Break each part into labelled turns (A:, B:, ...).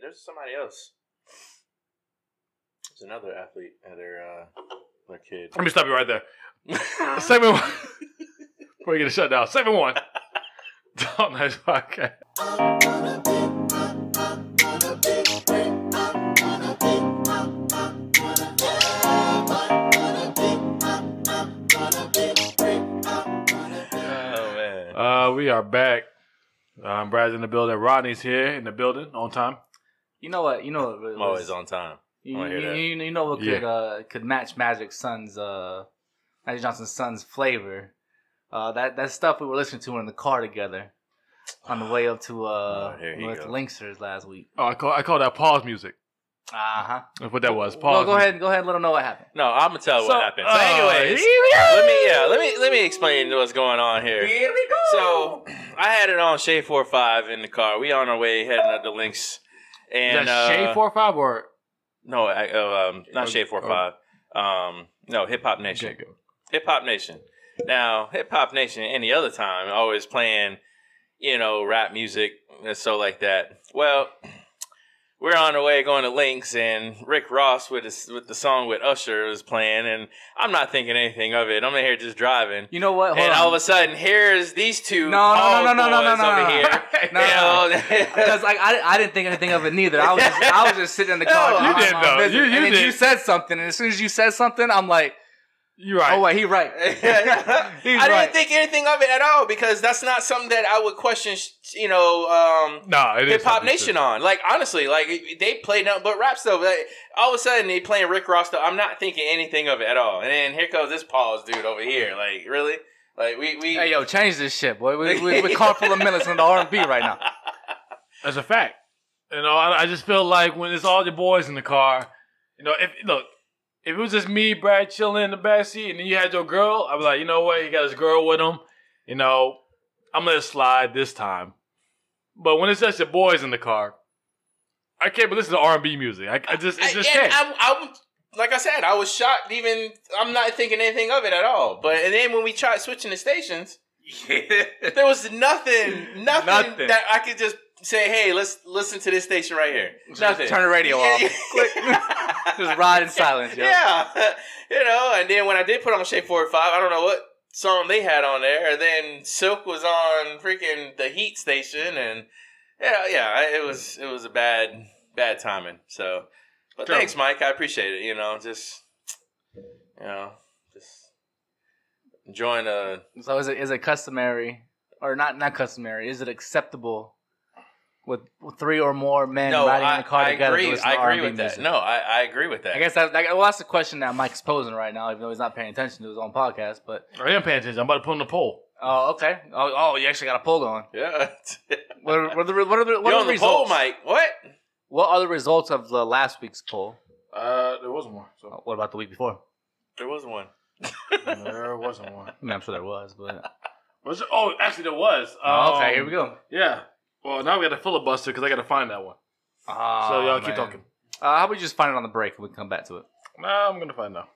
A: there's somebody else. There's another athlete, uh, their uh, their kid.
B: Let me stop you right there. Segment one. Before you get a shutdown. Segment one. Talk Nice Podcast.
A: Oh man,
B: Uh, we are back. Um, Brad's in the building. Rodney's here in the building on time.
C: You know what? You know what? really
A: I'm always
C: was-
A: on time.
C: You,
A: wanna hear
C: you,
A: that.
C: you- you know what could
B: Yeah.
C: uh, could match Magic Sun's uh, Magic Johnson's son's flavor? Uh, that that stuff we were listening to in the car together on the way up to uh,
A: Oh, here you
C: North
A: go.
C: Linksters last week.
B: Oh, I call I call that pause music.
C: Uh huh.
B: That's what that was.
C: Well,
B: Pause.
C: go ahead. Go ahead. and Let them know what happened.
A: No, I'm gonna tell what happened. So, uh, anyways,
B: let
A: let me yeah, let me let me explain what's going on here.
C: we go.
A: So I had it on Shade Four Five in the car. We on our way heading up the links, and
B: Is that
A: uh,
B: Shay four five or
A: no, I, uh, um, not
B: Oh,
A: Shade Four
B: oh.
A: Five. Um, no, Hip Hop Nation.
B: Jacob?
A: Hip Hop Nation. Now, Hip Hop Nation, any other time, always playing, you know, rap music and so like that. Well, we're on the way going to Links, and Rick Ross with his, with the song with Usher was playing, and I'm not thinking anything of it. I'm in here just driving,
C: You know what? Hold
A: and
C: on.
A: all of a sudden, here's these two
C: No, no, no, no, no, no, no,
A: bald boys
C: no,
A: over
C: no.
A: here.
C: No, no, no.
A: You know?
C: Because like I, I didn't think anything of it neither. I was just, I was just sitting in the car.
A: No,
C: minding
B: you did,
C: my
B: though.
C: business,
B: You- you
C: and then
B: did.
C: you said something, and as soon as you said something, I'm like,
B: You're right.
C: oh wait, he right.
A: I
C: He's
A: didn't
C: right.
A: think anything of it at all because that's not something that I would question. You know, um,
B: nah, it is
A: Hip Hop
B: something
A: Nation on. Like honestly, like they play nothing but rap stuff. Like, all of a sudden they playing Rick Ross stuff. I'm not thinking anything of it at all. And then here comes this Paul's dude over here. Like really, like we we
C: Hey yo, change this shit, boy. We we we car full of minutes in the R and B right now.
B: That's a fact. You know, I, I just feel like when it's all the boys in the car, you know, if look, if it was just me, Brad, chilling in the back seat, and then you had your girl, I'd be like, you know what, he got his girl with him. You know, I'm gonna slide this time. But when it's just the boys in the car, I can't but listen to R and B music. I, I just,
A: I,
B: it's just
A: and
B: can't.
A: I'm, I'm like I said, I was shocked. Even I'm not thinking anything of it at all. But and then when we tried switching the stations, there was nothing, nothing,
C: Nothing.
A: that I could just say, hey, let's listen to this station right here.
C: Just
A: nothing.
C: Turn the radio off. Click. Just ride in silence, yo.
A: Yeah. you know, and then when I did put on Shape 45, I don't know what song they had on there. And then Silk was on freaking the Heat station and yeah, yeah, I- it was it was a bad bad timing. So, but
B: Sure.
A: thanks Mike. I appreciate it, you know, just you know, just enjoying uh, a
C: So is it is it customary or not not customary? Is it acceptable with three or more men
A: no,
C: riding
A: I,
C: in the car
A: I
C: together? to
A: agree.
C: listen to
A: I agree
C: R&B
A: with that.
C: music?
A: No, I, I agree with that.
C: I guess that, that well, that's the question that Mike's posing right now, even though he's not paying attention to his own podcast. But
B: I am paying attention. I'm about to put on the poll.
C: oh, okay. Oh, oh you actually got a poll going.
A: yeah.
C: What are, what are the what are the, what
A: You're
C: are
A: on
C: the
A: the poll,
C: results?
A: Mike. What?
C: What are the results of the last week's poll?
B: Uh, there wasn't one. So
C: Oh, What about the week before?
A: There was one.
B: there wasn't one.
C: I mean, I'm sure there was, but
B: Was there- oh, actually, there was.
C: oh, okay.
B: Um,
C: Here we go.
B: Yeah. Well, now we got to filibuster because I got to find that one.
C: Oh,
B: so y'all
C: man.
B: keep talking.
C: Uh, how about we just find it on the break and we can come back to it?
B: Nah, I'm gonna find out.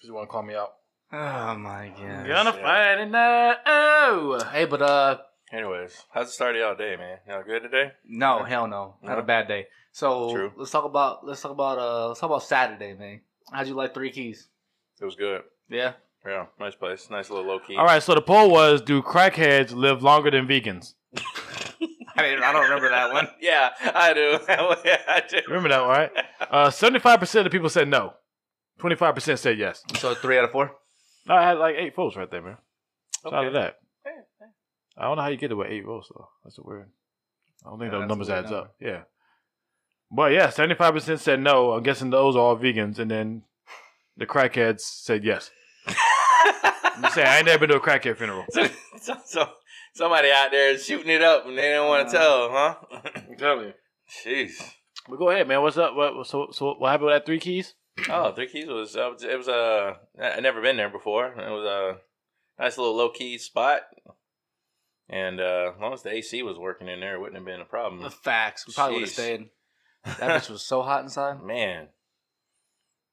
B: If you want to call me out,
C: Oh my
B: gonna
C: god.
A: yeah.
B: find it now. Oh.
C: Hey, but uh,
A: Anyways, how's the start of y'all day, man? Y'all good today?
C: no, hell no, not
A: No?
C: a bad day. So
A: True.
C: let's talk about let's talk about uh let's talk about Saturday, man. How'd you like Three Keys?
A: It was good.
C: Yeah.
A: Yeah, nice place. Nice little low key.
B: All right. So the poll was: Do crackheads live longer than vegans?
C: I mean, I don't remember that one.
A: Yeah, I do. yeah, I do.
B: Remember that, one, right? Uh, Seventy-five percent of the people said no. Twenty-five percent said yes.
C: So three out of four.
B: I had like eight votes right there, man. Shout out to
A: Okay.
B: that. I don't know how you get it with eight votes though. That's a weird. I don't think
C: Yeah,
B: those
C: that's a
B: numbers
C: weird
B: adds up. Yeah. But yeah, seventy-five percent said no. I'm guessing those are all vegans, and then the crackheads said yes. I'm saying I ain't never been to a crackhead funeral.
A: so, so, so somebody out there is shooting it up and they don't
C: Uh-huh.
A: want to tell, huh?
B: I'm telling you.
A: Jeez.
B: But go ahead, man. What's up? What, so, so what happened with that three keys?
A: Oh, Three Keys was uh, it was uh I I'd never been there before. It was a nice little low key spot, and uh, as long as the AC was working in there, it wouldn't have been a
C: The
A: problem.
C: facts. We probably would have
A: Jeez.
C: stayed. That bitch was so hot inside.
A: Man,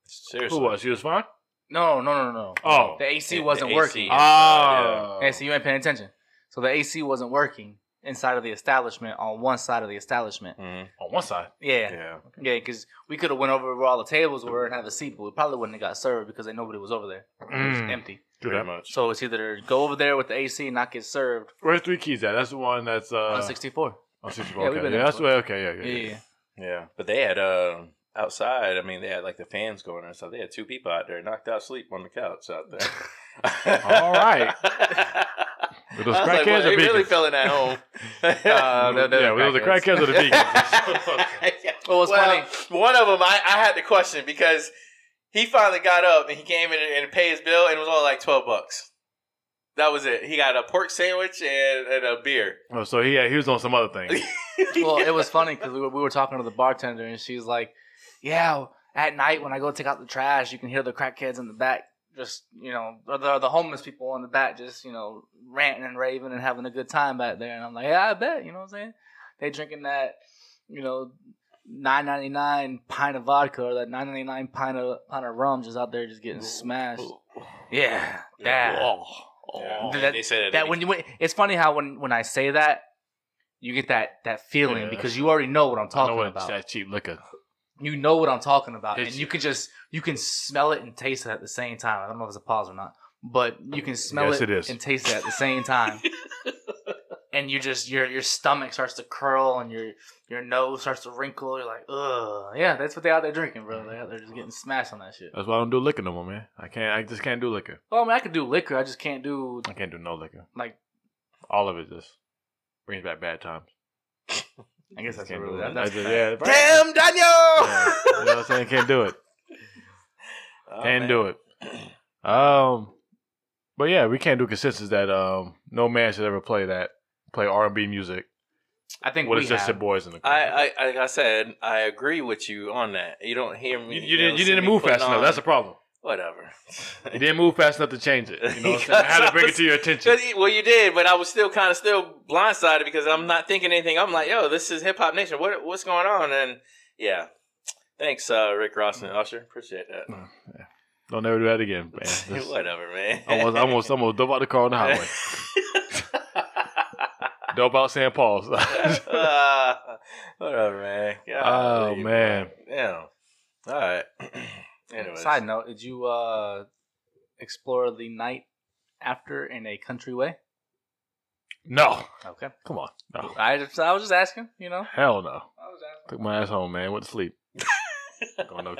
A: seriously,
B: Who was? You was fine.
C: No, no, no, no, no.
B: Oh,
C: The AC
A: Yeah, the
C: wasn't
A: AC.
C: working.
A: Yeah.
B: oh,
C: Hey, so you ain't paying attention. So the AC wasn't working. inside of the establishment on one side of the establishment.
B: Hmm.
A: Mhm.
B: on one side.
C: Yeah,
A: Yeah.
C: yeah, because we could have went over where all the tables were and have a seat, but we probably wouldn't have got served because they, nobody was over there. It was
B: Mm.
C: empty.
A: Pretty much.
C: So it's either go over there with the AC and not get served
B: Where's three keys at? That's the one that's uh.
C: on 64.
B: on 64.
C: Yeah, we've
B: okay.
C: been
B: Yeah,
C: there
B: that's the
C: before.
B: way. Okay, yeah, yeah, yeah.
C: Yeah.
A: Yeah. But they had uh outside, I mean they had like the fans going and stuff. They had two people out there knocked out sleep on the couch out there.
B: All right. With
A: I
B: those
A: was
B: crackheads
A: like, well,
B: or
A: they really
B: beacons?
A: feeling at home.
C: Uh, they're- they're
B: yeah, with the
C: crackheads.
B: crackheads or the beacons.
C: Well, what's
A: well,
C: funny?
A: one of them I, I had the question because he finally got up and he came in and, and paid his bill and it was only like 12 bucks. That was it. He got a pork sandwich and, and a beer.
B: oh, so he, he was on some other thing.
C: Well, it was funny because we were, we were talking to the bartender and she's like, "Yeah, at night when I go take out the trash, you can hear the crackheads in the back, just you know, or the, the homeless people in the back, just you know, ranting and raving and having a good time back there." And I'm like, "Yeah, I bet." You know what I'm saying? They drinking that, you know. 9.99 pint of vodka or that 9.99 pint of pint of rum just out there just getting smashed. Yeah, yeah.
A: Yeah.
C: That-
A: they said
C: That when you when, it's funny how when when I say that, you get that that feeling
B: Yeah.
C: because you already know what I'm
B: I
C: talking
B: know what
C: about.
B: that cheap liquor.
C: you know what I'm talking about,
B: It's-
C: and you can just you can smell it and taste it at the same time. I don't know if it's a pause or not, but you can smell
B: Yes,
C: it,
B: it is.
C: and taste it at the same time. and you just your your stomach starts to curl and your your nose starts to wrinkle. You're like, ugh, yeah, that's what they out there drinking, bro. They out there just getting smashed on that shit.
B: That's why I don't do liquor no more, man. I can't. I just can't do liquor.
C: Well, I mean, I could do liquor, I just can't do
B: I can't do no liquor.
C: like.
B: All of it just brings back bad times.
C: I guess that's
B: Can't
C: really
B: do it.
C: that, that's
B: I just- yeah,
A: Damn,
B: Yeah, you know
A: Daniel!
B: what I'm saying? Can't do it.
A: Oh,
B: can't
A: man.
B: do it. Um, but yeah, we can't do consensus that um no man should ever play that play R and B music.
C: I think
B: What
C: we
B: is just the
C: have.
B: boys in the car?
A: I, I, like I said, I agree with you on that. You don't hear me.
B: you, you
A: know,
B: didn't. You
A: see
B: didn't
A: me
B: move
A: putting
B: fast enough. That's the
A: on-
B: problem.
A: whatever.
B: You didn't move fast enough to change it. You know, what I'm saying? I had to bring it to your attention.
A: 'Cause you- well, you did, but I was still kind of still blindsided because I'm not thinking anything. I'm like, yo, this is Hip Hop Nation. What what's going on? And yeah, thanks, uh, Rick Ross and Usher. Appreciate that.
B: Don't ever do that again, man. Just-
A: Whatever, man.
B: almost, almost, almost dope out the car on the highway. dope out St. Paul's.
C: Oh,
A: uh, whatever, man.
B: Oh,
A: Golly,
B: man.
A: Yeah. All right. Anyway,
C: Side note: Did you uh explore the night after in a country way?
B: no,
C: Okay.
B: come on, no,
C: I just, I was just asking, you know.
B: hell no.
C: I was asking.
B: Took my ass home, man. Went to sleep. Going no,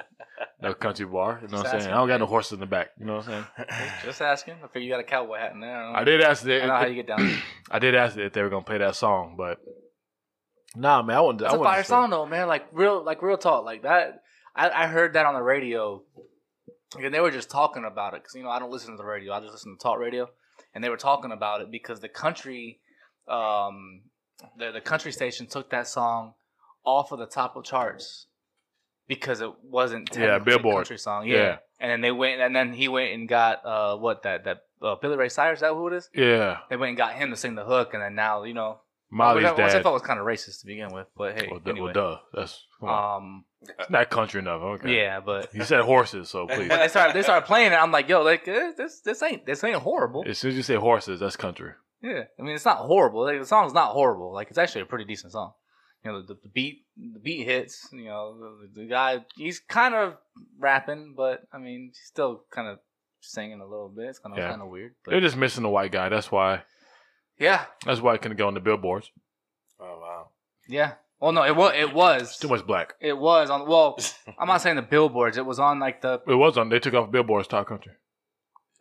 B: no country bar. You know what
C: Just
B: I'm saying?
C: asking.
B: I don't got no horses in the back. You know what I'm saying?
C: Just asking. I figure you got a cowboy hat in there. I, don't know.
B: I did ask
C: I know how
B: that.
C: you get down.
B: I did ask if they were gonna play that song, but nah, man. I wanted.
C: That's
B: I
C: a
B: wanted to
C: fire
B: sleep.
C: song though, man. Like real, like real talk, like that. I, I heard that on the radio, and they were just talking about it because you know I don't listen to the radio. I just listen to talk radio, and they were talking about it because the country, um, the the country station took that song off of the top of charts because it wasn't
B: Yeah,
C: technically a
B: Billboard.
C: country song. Yeah.
B: Yeah.
C: and then they went, and then he went and got uh what that that uh, Billy Ray Cyrus. Is that who it is?
B: Yeah,
C: They went and got him to sing the hook, and then now you know
B: Molly's
C: which I, Which I
B: dad.
C: thought was kind of racist to begin with, but hey,
B: Well, duh,
C: anyway.
B: well, duh. That's come on.
C: um,
B: It's not country enough. Okay.
C: yeah, but
B: You said horses, so please.
C: when they started they started playing it, I'm like, yo, like eh, this this ain't this ain't horrible.
B: As soon as you say horses, that's country.
C: Yeah, I mean it's not horrible. Like, the song's not horrible. Like it's actually a pretty decent song. You know, the, the beat the beat hits. You know, the, the guy he's kind of rapping, but I mean he's still kind of singing a little bit. It's kind of
B: Yeah.
C: kind of weird,
B: They're
C: but
B: just missing the white guy. That's why.
C: yeah,
B: That's why it couldn't go on the billboards.
A: Oh wow.
C: yeah. Well, no, it was it
B: It's
C: was
B: too much black.
C: it was on. Well, I'm not saying the billboards. It was on like the
B: It was on. They took off billboards. Top country.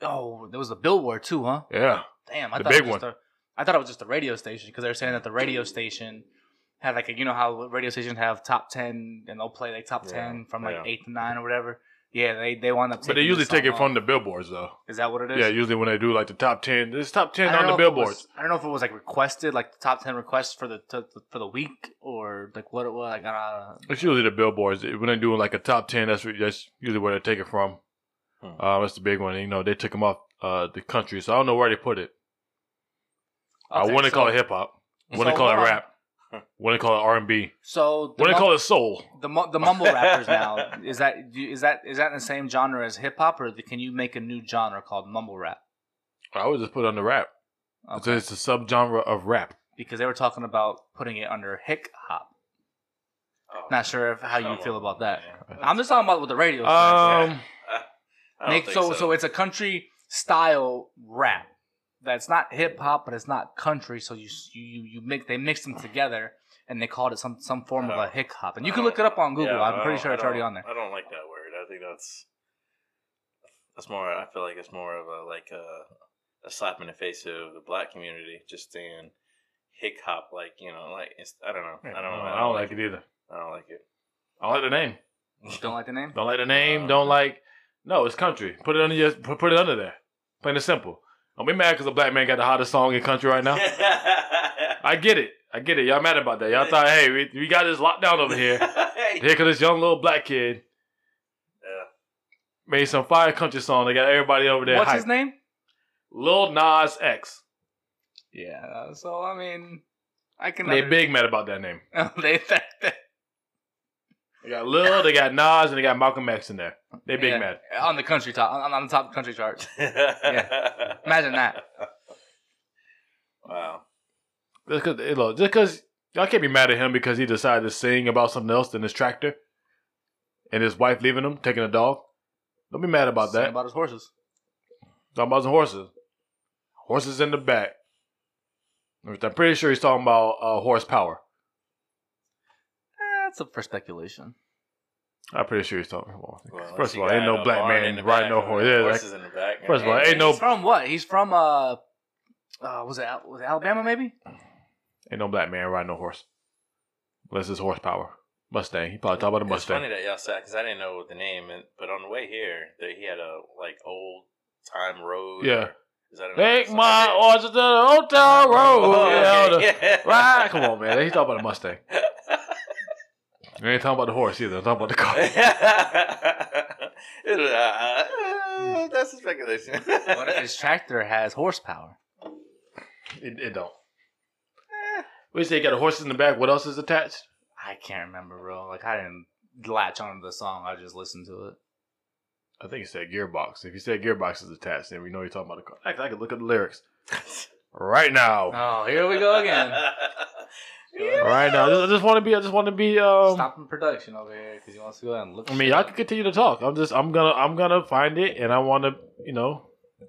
C: oh, there was a billboard too, huh?
B: Yeah.
C: Damn, I
B: The
C: thought
B: big
C: it was just
B: one.
C: A, I thought it was just the radio station because they were saying that the radio station had like a, you know how radio stations have top ten and they'll play like top
A: Yeah,
C: ten from like
A: yeah.
C: eight to nine or whatever. Yeah, they they wind up.
B: But they
C: taking
B: usually
C: the
B: take
C: song
B: it from
C: off.
B: the billboards though.
C: Is that what it is?
B: Yeah. Usually when they do like the top ten, there's top
C: I
B: ten
C: don't
B: on
C: know
B: the
C: if it was-
B: billboards.
C: I don't know if it was like requested, like the top ten requests for the to, for the week or like what it was. Like, uh,
B: It's usually the billboards when they do like a top ten. That's what, that's usually where they take it from.
A: Hmm.
B: Uh, that's the big one. You know, they took them off uh, the country, so I don't know where they put it. I
C: okay,
B: wouldn't
C: so-
B: call it hip hop. Wouldn't
C: so
B: call it
C: hold on.
B: rap. Wouldn't call it R and B.
C: So the,
B: Wouldn't
C: mum-
B: call it soul.
C: the mu- the mumble rappers now is that do you- is that is that in the same genre as hip hop or can you make a new genre called mumble rap?
B: I would just put it on the rap.
C: Okay.
B: So it's a subgenre of rap.
C: because they were talking about putting it under hip hop.
A: Oh,
C: Not sure if, how you
A: come
C: feel
A: on,
C: about that.
A: man.
C: I'm just talking about with the radio. says.
B: Um,
A: I don't
C: Nick,
A: think
C: so, so it's a country style rap that's not hip hop, but it's not country. So you you you mix they mix them together, and they called it some some form of
A: Oh.
C: a hip hop. And you
A: I
C: can
A: don't-
C: look it up on Google.
A: Yeah,
C: I'm
A: I
C: pretty
A: don't-
C: sure
A: I
C: it's already
A: don't-
C: on there.
A: I don't like that word. I think that's that's more. I feel like it's more of a like a, a slap in the face of the black community, just saying hip hop. Like you know, like it's, I don't know. I don't.
B: I don't,
A: know.
B: like it either.
A: I don't like it.
B: I don't like the name.
C: Don't like the name.
B: Don't like the name.
A: Uh,
B: don't like. No, it's country. Put it under your. Put, put it under there. Plain and simple. Don't be mad because a black man got the hottest song in country right now. I get it. I get it. Y'all mad about that? Y'all thought, hey, we, we got this lockdown over here.
A: Hey.
B: Here comes this young little black kid
A: Yeah.
B: made some fire country song. They got everybody over there.
C: What's
B: hyped.
C: his name?
B: Lil Nas X.
C: Yeah. Uh, So I mean, I can.
B: They
C: under-
B: big mad about that name.
C: they that, that,
B: They got Lil, they got Nas, and they got Malcolm X in there. They big
C: yeah,
B: mad.
C: on the country top on, on the top country chart. Imagine that.
A: Wow.
B: Just cause, eh, look, just cause y'all can't be mad at him because he decided to sing about something else than his tractor and his wife leaving him, taking a dog. Don't be mad about
C: Something
B: that.
C: About his horses.
B: Talking about some horses. Horses in the back. Which I'm pretty sure he's talking about uh, horsepower.
C: Eh, That's up for speculation.
B: I'm pretty sure he's talking. Well,
A: Well, unless
B: first of
A: you
B: all,
A: got
B: ain't no
A: a
B: black
A: barn in the
B: man riding
A: back
B: no
A: with
B: horse. Yeah, like,
A: horses in the back.
B: first of all, ain't no
C: He's from what? He's from uh, uh was it Al- was it Alabama maybe?
B: ain't no black man riding no horse, unless it's horsepower. Mustang. He probably talking about a
A: It's funny
B: Mustang.
A: that y'all said because I didn't know the name, and, but on the way here, that he had a like old time road.
B: Yeah.
A: or- is that another-
B: Take my horse to the hotel road.
A: Oh, okay,
B: yeah, the-
A: yeah.
B: Right? Come on, man. He's talking about a Mustang. We ain't talking about the horse either. I'm talking about the car.
A: It'll, uh, uh, that's a speculation.
C: What if his tractor has horsepower?
B: It, it don't. We say you got a horse in the back. What else is attached?
C: I can't remember, bro. Like I didn't latch onto the song. I just listened to it.
B: I think it said gearbox. If you said gearbox is attached, then we know you're talking about the car. Actually, I could look up the lyrics right now.
A: Uh,
C: Oh, here we go again.
B: Right now. I just, I just want to be. I just want to be. Um,
C: Stopping production over here because he wants to go ahead and look.
B: I mean, y'all can continue to talk. I'm just. I'm gonna. I'm gonna find it, and I want to. You know,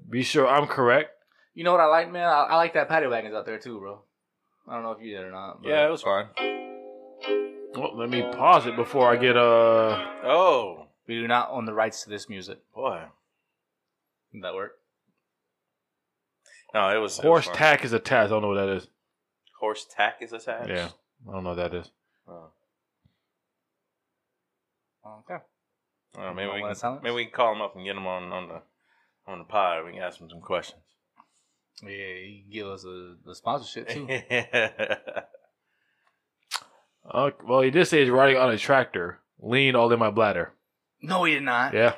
B: be sure I'm correct.
C: You know what I like, man? I, I like that paddy wagons out there too, bro. I don't know if you did or not. But
A: Yeah, it was fine.
B: Well, let me pause it before I get uh.
A: Oh
C: we do not own the rights to this music.
A: boy,
C: Did that work?
A: no, it was it was
B: Horse
A: fine.
B: tack is attached. I don't know what that is.
A: Horse tack is attached.
B: Yeah, I don't know what that is.
A: Oh.
C: Okay.
A: Oh, maybe
C: Don't
A: we can,
C: wanna silence?
A: maybe we can call him up and get him on, on the on the pod. We can ask him some questions.
C: Yeah, you can give us a, the sponsorship too.
B: Uh, well, he did say he's riding on a tractor. Lean all in my bladder.
C: no, he did not.
B: Yeah.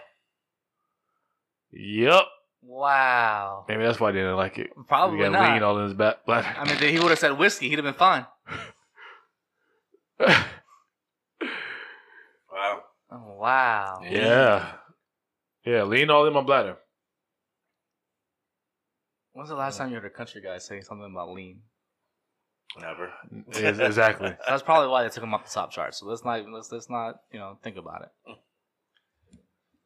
B: Yup.
C: Wow.
B: Maybe that's why they didn't like it.
C: Probably
B: we got
C: not.
B: lean all in his ba- bladder.
C: I mean, he would have said whiskey. He'd have been fine.
A: wow.
C: Oh, wow.
B: yeah. Yeah, lean all in my bladder.
C: When's the last time you heard a country guy say something about lean?
A: Never.
B: Yes, exactly.
C: So that's probably why they took him off the top chart. So let's not let's let's not you know think about it.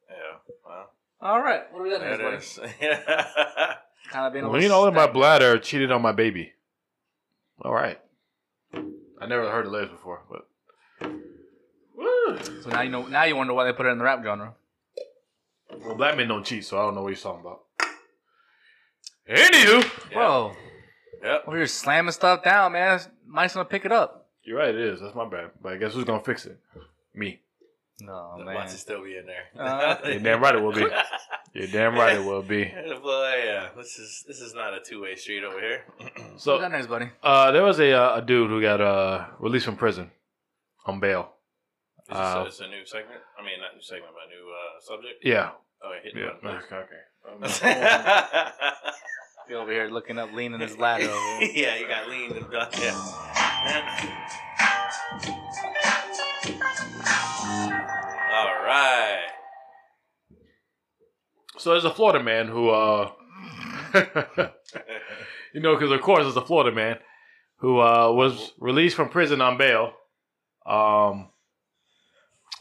A: Yeah. Wow.
C: All right, what are
A: There it is. That's
C: Kind of being a
B: lean
C: little
B: all in my
C: stagnant.
B: bladder cheated on my baby. All right. I never heard the lyrics before, but. Woo.
C: So now you know now you wonder why they put it in the rap genre.
B: Well, black men don't cheat, so I don't know what he's talking about. Anywho,
A: Yeah.
C: Bro,
A: Yep.
C: we're just slamming stuff down, man. Mike's gonna pick it up.
B: you're right. It is. That's my bad. But I guess who's gonna fix it? Me. oh,
C: No
A: Watch
C: man.
A: it still be in there.
C: Uh,
B: You're damn right it will be. You're damn right it will be.
A: Well, yeah, this is this is not a two way street over here.
C: What
B: So
C: got next, buddy?
B: uh, there was a uh, a dude who got uh, released from prison on bail.
A: It's,
B: Uh,
A: a, it's a new segment. I mean, not new segment, but a new uh, subject.
B: Yeah.
A: Oh, I hit the
B: Yeah.
A: button.
B: Okay.
A: yeah,
C: Be over here looking up, leaning his ladder. Over here.
A: you got lean and done. Yeah. All right.
B: So there's a Florida man who, uh, you know, because of course it's a Florida man who uh, was released from prison on bail, um,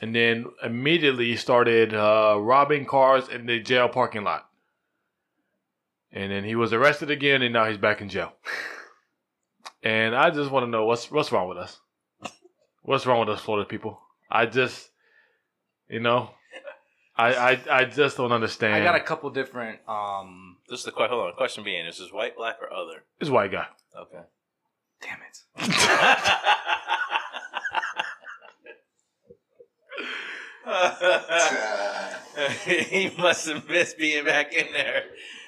B: and then immediately started uh, robbing cars in the jail parking lot. And then he was arrested again, and now he's back in jail. And I just want to know what's what's wrong with us. What's wrong with us, Florida people? I just, you know, I I, I just don't understand.
C: I got a couple different. Um,
A: This is the question. Hold on. Question being: Is this white, black, or other?
B: this white guy.
A: Okay.
C: damn it.
A: he must have missed being back in there.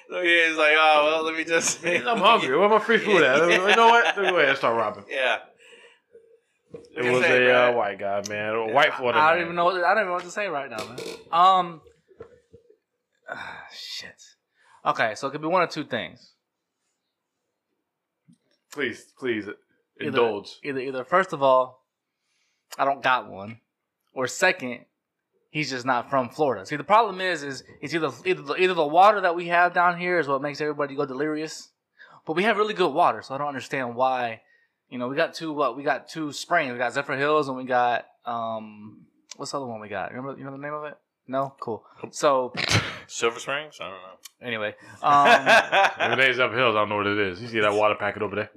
A: So he was like, "Oh well, let me just."
B: I'm hungry. Where my free food at? You know what? Let me go ahead and start robbing.
A: Yeah.
B: It was
A: Say,
B: a uh,
A: man.
B: white guy, man. A white Florida.
C: I don't
B: man.
C: even know. What, I don't even know what to say right now, man. Um, ah, shit. Okay, so it could be one of two things.
B: Please, please uh, indulge.
C: Either, either first of all, I don't got one, or second, he's just not from Florida. See, the problem is, is it's either either the, either the water that we have down here is what makes everybody go delirious, but we have really good water, so I don't understand why. You know, we got two what? We got two springs. We got Zephyr Hills, and we got um, what's the other one we got? Remember, you know the name of it? No, cool. So
A: Silver Springs? I don't know.
C: anyway, um.
B: If it ain't up hills, I don't know what it is. You see that water packet over there?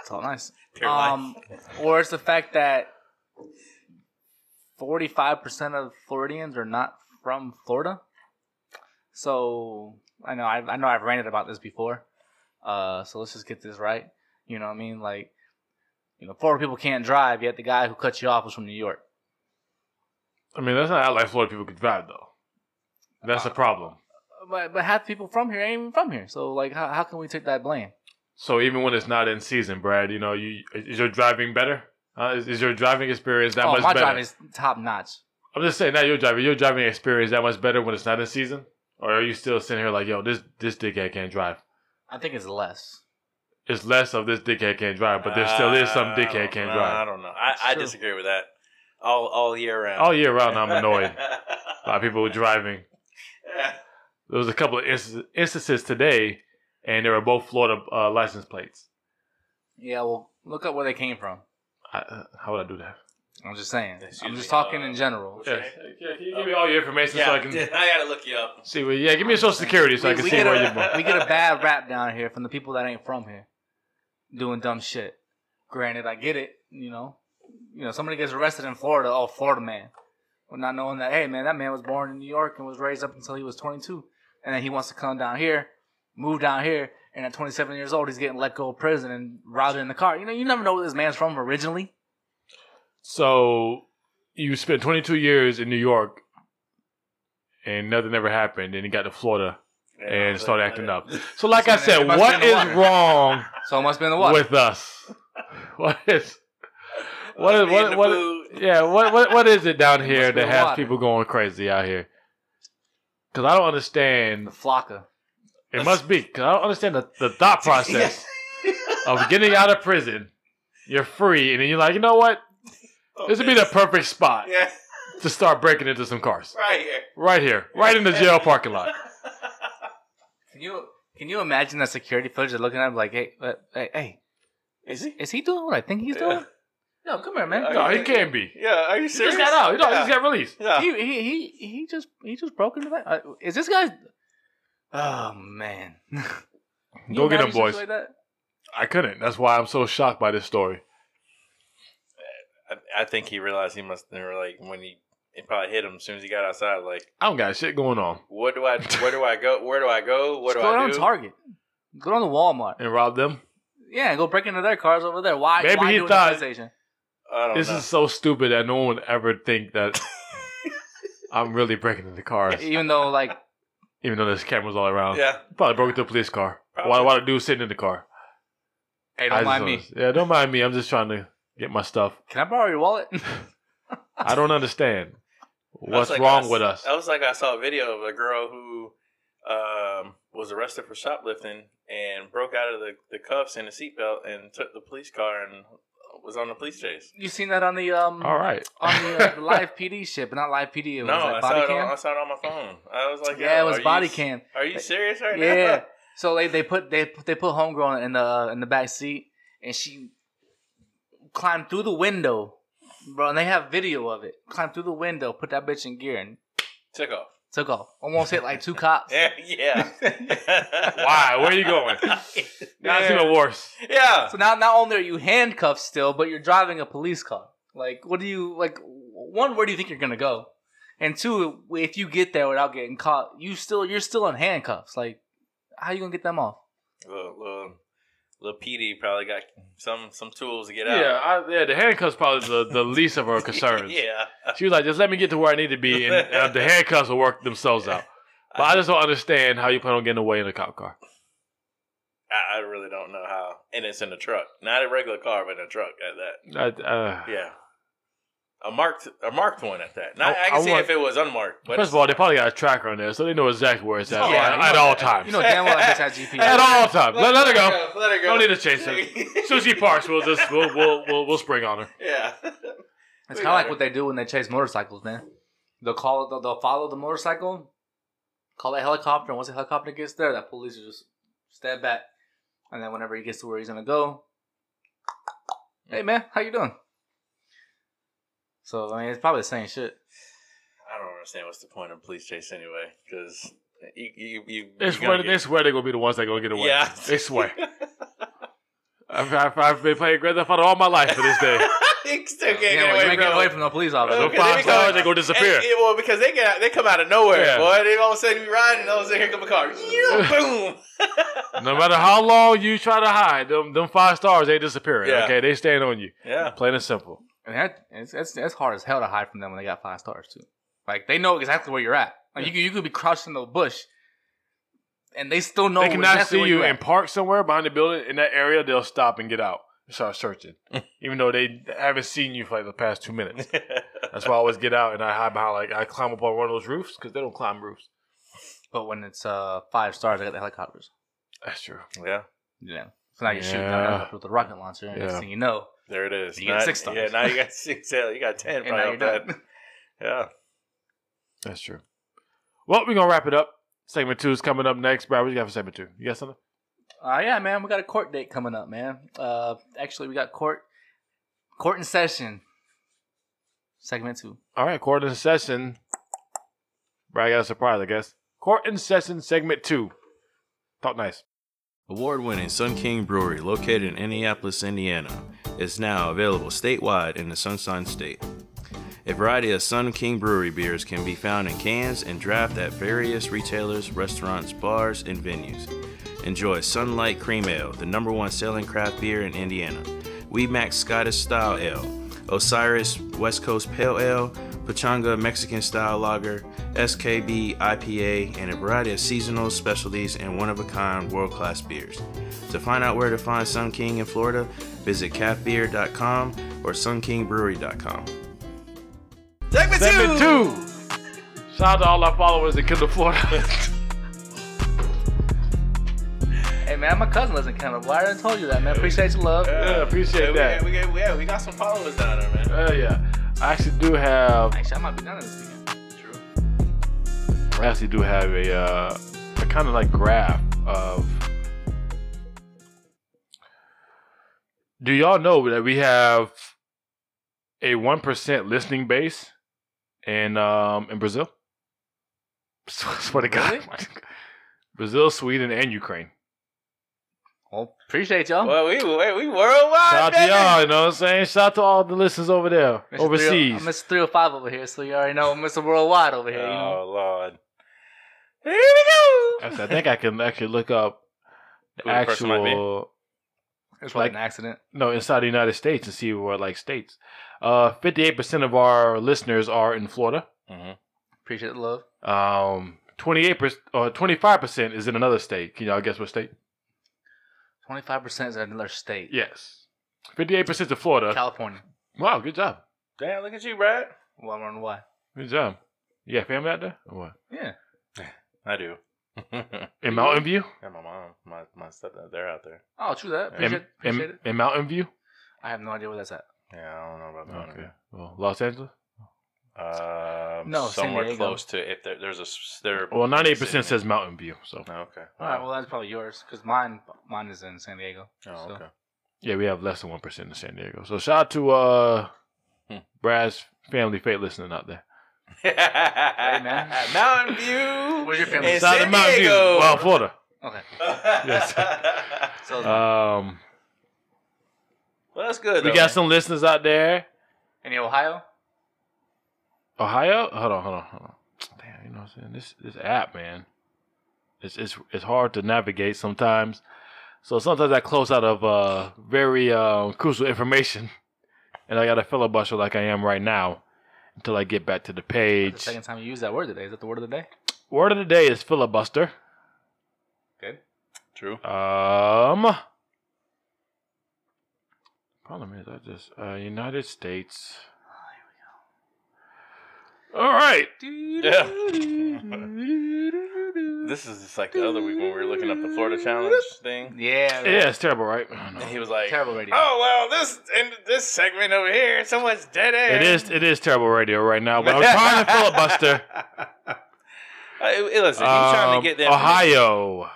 C: It's all nice.
A: Pure life.
C: Um, or it's the fact that forty-five percent of Floridians are not from Florida. So I know I've, I know I've ranted about this before. Uh, so let's just get this right. You know what I mean? Like, you know, Florida people can't drive. Yet the guy who cut you off was from New York.
B: I mean, that's not how like Florida people could drive though. That's the problem.
C: But but half the people from here ain't even from here. So like, how how can we take that blame?
B: So even when it's not in season, Brad, you know, you is your driving better? Uh, is, is your driving experience that
C: oh,
B: much
C: my
B: better?
C: driving is top notch.
B: I'm just saying, not your driving. Your driving experience that much better when it's not in season, or are you still sitting here like, yo, this this dickhead can't drive?
C: I think it's less.
B: It's less of this dickhead can't drive, but there still is some
A: I
B: dickhead
A: don't-
B: can't
A: nah, Uh, I
B: drive.
A: don't know. I, I
C: True.
A: disagree with that. All all year round.
B: All year round, Oh, I'm annoyed by people driving. there was a couple of instances, instances today, and they were both Florida uh, license plates.
C: Yeah. Well, look up where they came from.
B: I, uh, how would I do that?
C: I'm just saying.
A: Excuse
C: I'm
A: me,
C: just talking
A: uh,
C: in general.
A: Okay.
B: Yeah, can you give me all your information
A: yeah,
B: so
A: I,
B: I can
A: gotta look you up.
B: see? Where, yeah, give me your social security so I can
C: we
B: see
C: get
B: where
C: a-
B: you're born.
C: We get a bad rap down here from the people that ain't from here, doing dumb shit. Granted, I get it. You know, you know, somebody gets arrested in Florida. Oh, Florida man. Well, not knowing that, hey man, that man was born in New York and was raised up until he was 22, and then he wants to come down here, move down here, and at 27 years old, he's getting let go of prison and robbed in the car. You know, you never know where this man's from originally.
B: So you spent 22 years in New York, and nothing ever happened. Then you got to Florida and started acting up. So, like I
C: So then
B: said,
C: it must
B: what
C: be in the
B: is
C: water.
B: wrong
C: So it must be in the water.
B: with us? What is? What is what what? Yeah, what what what is it down
C: It
B: here
C: must be
B: that
C: the
B: has
C: water.
B: people going crazy out here? Because I don't
C: the
B: understand.
C: flocka.
B: It must be because I don't understand the, the thought process of getting out of prison. You're free, and then you're like, you know what? This would be the perfect spot
A: Oh, yeah,
B: to start breaking into some cars.
A: right here.
B: Right here, right in the jail parking lot.
C: Can you can you imagine that security footage? They're looking at him like, hey, uh, hey, hey,
A: Is he?
C: Is he doing what I think he's doing? No, come here, man.
B: No, he can't be.
A: Yeah, are you
B: He
A: serious?
B: just got out. No, he
A: yeah.
B: just got released.
A: Yeah.
C: He, he he he just he just broke into that. Uh, is this guy? Oh man. You
B: Go get
C: imagine
B: him, boys.
C: something like that?
B: I couldn't. That's why I'm so shocked by this story.
A: I, I think he realized he must. They were like when he. It probably hit him as soon as he got outside. Like,
B: I don't got shit going on.
A: what do I? Where do I go? Where do I go? What do
C: Just go
A: I
C: on
A: do?
C: Target. Go down to Walmart.
B: And rob them.
C: Yeah, go break into their cars over there. Why?
B: Maybe
C: why
B: he
C: do it in the
B: thought-
C: police station?
A: I
C: Oh,
A: don't
B: This
A: know.
B: is so stupid that no one would ever think that I'm really breaking into cars,
C: Even though like
B: even though there's cameras all around.
A: yeah.
B: Probably broke into a police car. Why?
A: Probably.
B: Why the dude sitting in the car?
C: hey,
B: I
C: don't
B: just
C: mind me.
B: don't- Yeah, don't mind me. I'm just trying to get my stuff.
C: Can I borrow your wallet?
B: I don't understand
A: I was
B: what's
A: like,
B: wrong
A: I-
B: with us.
A: I was like, I saw a video of a girl who um, was arrested for shoplifting and broke out of the, the cuffs and the seatbelt and took the police car and was on the police chase.
C: you seen that on the um
B: All right.
C: on the, uh, the live PD shit, but not live PD. It was
A: no,
C: like
A: I,
C: body
A: saw it Oh,
C: cam.
A: on, I saw it on my phone. I was like,
C: yeah, it
A: yo,
C: was
A: are
C: body
A: you,
C: cam.
A: Are you serious right now?
C: Yeah. So they, they put they put- they put homegirl in the uh, in the back seat, and she climbed through the window, bro. And they have video of it. Climbed through the window, put that bitch in gear, and
A: Took off.
C: took off. Almost hit like two cops.
A: Yeah. Yeah.
B: Why? Where you going? Now it's even worse.
A: Yeah.
C: So now not only are you handcuffed still, but you're driving a police car. Like, what do you like? One, where do you think you're gonna go? And two, if you get there without getting caught, you still you're still in handcuffs. Like, how you gonna get them off?
A: Little, little, little PD probably got some some tools to get out.
B: Yeah, I, yeah. The handcuffs probably the, the least of her concerns.
A: yeah.
B: She was like, just let me get to where I need to be, and uh, the handcuffs will work themselves out. But I just don't understand how you plan on getting away in a cop car.
A: I, I really don't know how. And it's in a truck. Not a regular car, but in a truck at that.
B: I, uh,
A: Yeah. A marked a marked one at that. Now,
B: I-
A: I, can
B: I
A: see
B: want-
A: if it was unmarked. But
B: First of all, they probably got a tracker on there, so they know exactly where it's at
A: Oh, yeah,
B: at,
A: you
B: at
A: know-
B: all times.
C: You know damn well that bitch has GPS.
B: at all times. Let, let her go.
A: Let her go.
B: Don't need to chase her. Susie Parks will just we'll we'll we'll, we'll spring on her.
A: yeah.
C: It's kind of like what they do when they chase motorcycles, man. They'll call, they'll, they'll follow the motorcycle, call that helicopter, and once the helicopter gets there, that police will just step back, and then whenever he gets to where he's gonna go, hey man, how you doing? So I mean, it's probably the same shit.
A: I don't understand what's the point of police chase anyway, because you you you.
B: They
A: you're gonna
B: swear,
A: get-
B: they swear they're gonna be the ones that gonna get away.
A: Yeah.
B: They swear. I've, I've, I've been playing Grand Theft Auto all my life to this day.
A: You still can't
C: yeah, you
A: get away
C: ain't getting
A: from
C: away
A: it.
C: from no police
B: No
A: Okay,
C: officer.
A: they
B: five
A: be
B: stars,
A: coming-
B: they gonna disappear.
A: And- well, because they get out, they come out of nowhere,
B: Yeah.
A: boy. They all of a sudden be riding, and all of a sudden here come a car. Yeah, boom.
B: No matter how long you try to hide, them them five stars they disappearing.
A: Yeah.
B: Okay, they stand on you.
A: Yeah.
B: Plain and simple.
C: And that it's, it's, it's hard as hell to hide from them when they got five stars too. Like they know exactly where you're at. Like you could you could be crouched in the bush, and they still know
B: they cannot
C: exactly
B: see
C: where
B: you
C: you're
B: and
C: at.
B: park somewhere behind the building in that area. They'll stop and get out and start searching, even though they haven't seen you for like the past two minutes. That's why I always get out and I hide behind like I climb up on one of those roofs because they don't climb roofs.
C: But when it's uh five stars, they got the helicopters.
B: That's true.
A: yeah.
C: Yeah. So now you're shooting
B: Yeah.
C: down with a rocket launcher, and next
B: Yeah.
C: thing you know,
A: There it is.
C: You get
A: Not-
C: six stars.
A: Yeah, now you got six. Yeah, you got ten.
C: and now
A: Probably
C: you're
A: off that.
C: done.
A: Yeah.
B: That's true. Well, we're gonna wrap it up. Segment two is coming up next, Brad. What you got for segment two? You got something?
C: Uh, yeah, man, we got a court date coming up, man. Uh, actually, we got court court in session, segment two.
B: All right, court in session. Brad got a surprise, I guess. Court in session, segment two. Talk nice.
A: Award winning Sun King Brewery, located in Indianapolis, Indiana, is now available statewide in the Sunshine State. A variety of Sun King Brewery beers can be found in cans and draft at various retailers, restaurants, bars, and venues. Enjoy Sunlight Cream Ale, the number one selling craft beer in Indiana, Weemax Scottish Style Ale, Osiris West Coast Pale Ale, Pachanga Mexican Style Lager, SKB IPA, and a variety of seasonal specialties and one of a kind world class beers. To find out where to find Sun King in Florida, visit cafbeer.com or sunkingbrewery.com. Segment
B: Segment two. Shout out to all our followers in Kindle, Florida.
C: Hey, man, my cousin lives in Canada. Why didn't I told you that, man? Appreciate your love.
B: Yeah, appreciate that.
A: We, got, we, got, we got some followers down there, man.
B: Hell Oh, yeah. I actually do have.
C: Actually, I might be done this weekend.
B: I actually do have a, uh, a kind of like graph of. Do y'all know that we have a one percent listening base in um, in Brazil? Swear to God, Brazil, Sweden, and Ukraine.
C: Well, appreciate y'all.
A: Well, we, we, we worldwide.
B: Shout out to
A: baby.
B: y'all, you know what I'm saying? Shout out to all the listeners over there,
C: Mr. Three-
B: overseas.
C: I'm Mr. 305 over here, so you already know I'm Mr. Worldwide over here. You know?
A: Oh, Lord. Here we go.
B: Actually, I think I can actually look up the
A: Who the person might be?
B: actual.
C: It's probably
B: like-
C: an accident.
B: no inside the united states and see what like states uh 58% of our listeners are in florida
A: Mm-hmm.
C: Appreciate the love.
B: um 28% or 25% is in another state can y'all guess what state
C: 25% is another state.
B: yes 58% to florida
C: California.
B: wow good job
A: Damn, look at you, Brad.
C: Well, I'm wondering why.
B: good job you got family out there or what
C: Yeah.
A: I do. and
B: in mountain view
A: my mom, my, my stepdad, they're out there.
C: Oh, true that. Appreciate,
B: in,
C: appreciate
B: in,
C: it.
B: in mountain view
C: I have no idea where that's at.
A: Yeah, I don't know about that.
B: well los angeles
A: Uh, um,
C: No, San
A: somewhere
C: Diego.
A: close to if there, there's a s- there.
B: Well, ninety eight percent says Mountain View, so
A: Oh, okay.
C: All right, well that's probably yours because mine mine is in San Diego.
A: Oh,
C: so.
A: okay.
B: yeah, we have less than one percent in San Diego. So shout out to uh,
A: Hmm.
B: Brad's family fate listening out there.
C: man.
A: Mountain View.
C: Where's your family?
A: In
C: It's
B: Shout out to
A: San
B: Mountain View,
A: Diego.
B: well, Florida.
C: Okay,
A: yes.
C: so
B: Um,
A: well, that's good.
B: we
A: though,
B: got some listeners out there.
C: any Ohio?
B: Ohio? Hold on, hold on, hold on. Damn, you know what I'm saying? This this app, man. It's it's it's hard to navigate sometimes. So sometimes I close out of uh very uh, crucial information and I gotta filibuster like I am right now until I get back to the
C: That's the
B: page.
C: second time you used that word today. Is that the word of the day?
B: Word of the day is filibuster.
C: Good.
A: True.
B: Um Problem is I just uh United States. All right.
A: Yeah. This is just like the other week when we were looking up the Florida challenge thing.
C: Yeah.
B: Yeah, it's terrible, right? I
A: And
B: know.
A: he was like,
C: Terrible radio.
A: "Oh well, this and this segment over here, someone's dead air."
B: It is it is terrible radio right now, but I'm trying to filibuster.
A: Uh, listen, he's trying
B: Um,
A: to get them.
B: Ohio.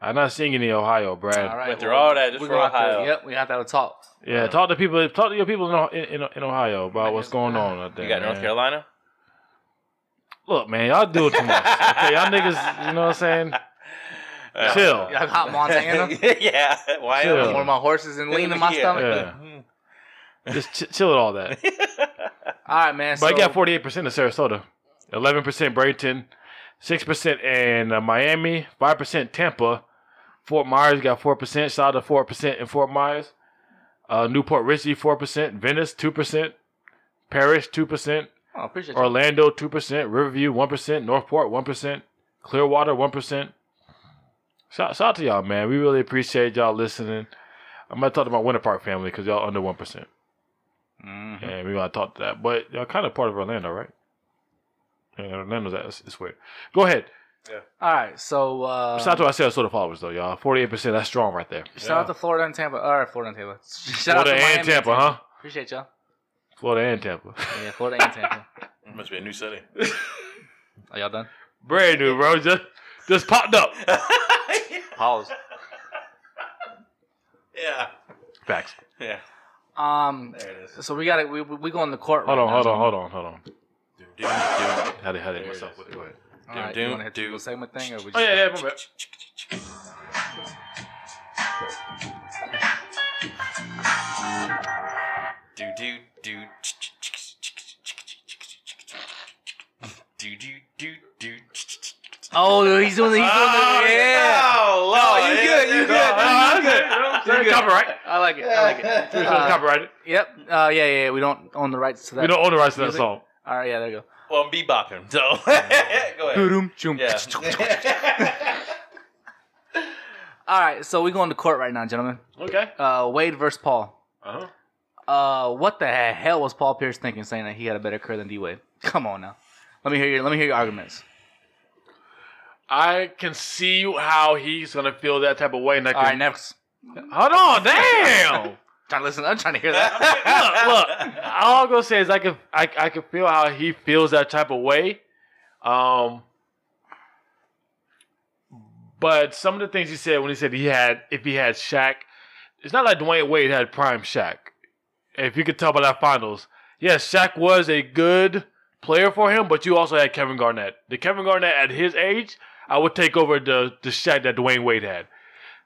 B: I'm not seeing any Ohio, Brad.
C: All right.
A: Went through all that just
C: we're
A: for
C: gonna have to-
A: Ohio.
C: Yep, we have to have a talk.
B: Yeah, talk to people. Talk to your people in O- in, in, in Ohio about what's going on out there.
A: You got North
B: man.
A: Carolina.
B: Look, man, y'all do too much. Okay, y'all niggas, you know what I'm saying?
A: Uh,
B: Chill.
C: Yeah, hot Montana.
A: yeah,
B: Chill.
A: Wyoming.
C: Warm my horses and lean in my
A: Yeah.
C: stomach.
B: Yeah. Just ch- chill with all that.
C: All right, man.
B: But
C: so,
B: I got 48% of Sarasota, 11% Brayton, 6% in uh, Miami, 5% Tampa. Fort Myers got 4%. Shout out to 4% in Fort Myers. Uh, Newport Richie, 4%. Venice, 2%. Paris, 2%.
C: Oh, appreciate you.
B: Orlando, 2%. Riverview, 1%. Northport, 1%. Clearwater, 1%. Shout, shout out to y'all, man. We really appreciate y'all listening. I'm going to talk to my Winter Park family because y'all under 1%.
C: Mhm.
B: And we want to talk to that. But y'all kind of part of Orlando, right? Yeah, Orlando's that. It's, it's weird. Go ahead.
C: All right, so uh,
B: Shout out to our Sarasota followers, though, y'all. 48%. That's strong right there.
C: shout out to Florida and Tampa. All right, Florida and Tampa. Shout out to
B: Florida
C: Miami
B: and Tampa, huh?
C: Appreciate y'all.
B: Florida and Tampa.
C: Yeah, Florida and Tampa.
A: Must be a new city.
C: Are y'all done?
B: Brand new, bro. Just, just popped up.
C: Pause.
A: yeah.
B: Facts.
A: Yeah.
C: Um,
A: There it is.
C: so we got to we we go in the court.
B: Hold
C: right
B: on,
C: now,
B: hold
C: so-
B: on, hold on, hold on.
A: Doom, doom, doom.
B: How did, how did
A: There it
B: myself
A: is.
B: with it? Go ahead.
C: All right,
A: Do-
C: you want to hit the
A: do-
C: little segment thing, or we just
B: Oh, yeah, yeah, my bad.
A: Do do do. Do do do do.
C: Oh, he's doing the he's doing
B: Oh,
C: the yeah.
A: Oh, Lord.
C: you good, you good,
A: Oh,
B: Oh, okay. Well,
C: You're good. Uh,
B: Copyright.
C: I like it. I like it.
B: Pretty sure
C: Uh,
B: it's copyrighted.
C: Yep. Uh, yeah, yeah, yeah. We don't own the rights to that.
B: We don't own the rights to that
C: Music?
B: song.
C: All right, yeah, there you
A: Well, I'm bebopping, so
C: go.
A: go ahead.
C: Boom, boom.
A: Yeah.
C: All right, so we going to court right now, gentlemen.
B: Okay.
C: Uh, Wade versus Paul.
B: Uh-huh.
C: Uh, what the hell was Paul Pierce thinking, saying that he had a better career than D Wade? Come on now. Let me hear your let me hear your arguments.
B: I can see how he's gonna feel that type of way. And I
C: All right,
B: can,
C: next.
B: hold on, damn.
C: Trying to listen. I'm trying to hear that.
B: look, look. All I'm gonna say is I can I, I can feel how he feels that type of way. Um, but some of the things he said when he said he had if he had Shaq, it's not like Dwayne Wade had prime Shaq. If you could tell by that finals, yes, Shaq was a good player for him, but you also had Kevin Garnett. The Kevin Garnett at his age, I would take over the the Shaq that Dwayne Wade had.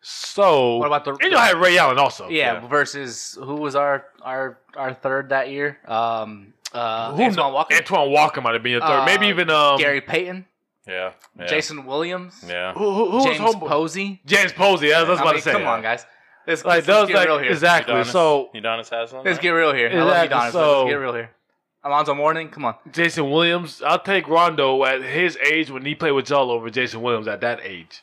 B: So
C: What about the-
B: and you had Ray Allen also?
C: Yeah, versus who was our our our third that year? Um, uh,
B: Who
C: Antoine
B: kno-
C: Walker,
B: Antoine Walker might have been your third.
C: Uh,
B: Maybe even um,
C: Gary Payton,
A: Yeah. Yeah.
C: Jason Williams,
A: Yeah.
B: Who, who, who was
C: James
B: homeboy?
C: Posey.
B: James Posey. That's what I was
C: I
B: about
C: mean,
B: to say.
C: come on, guys. Let's,
B: Like
C: let's, let's
B: those,
C: get
B: like
C: real here.
B: exactly.
A: Udonis.
B: So
A: Udonis Haslam.
C: Let's get real here. I love
B: Exactly,
C: Udonis.
B: so-
C: let's get real here. Alonzo Mourning, come on.
B: Jason Williams, I'll take Rondo at his age when he played with y'all over Jason Williams at that age.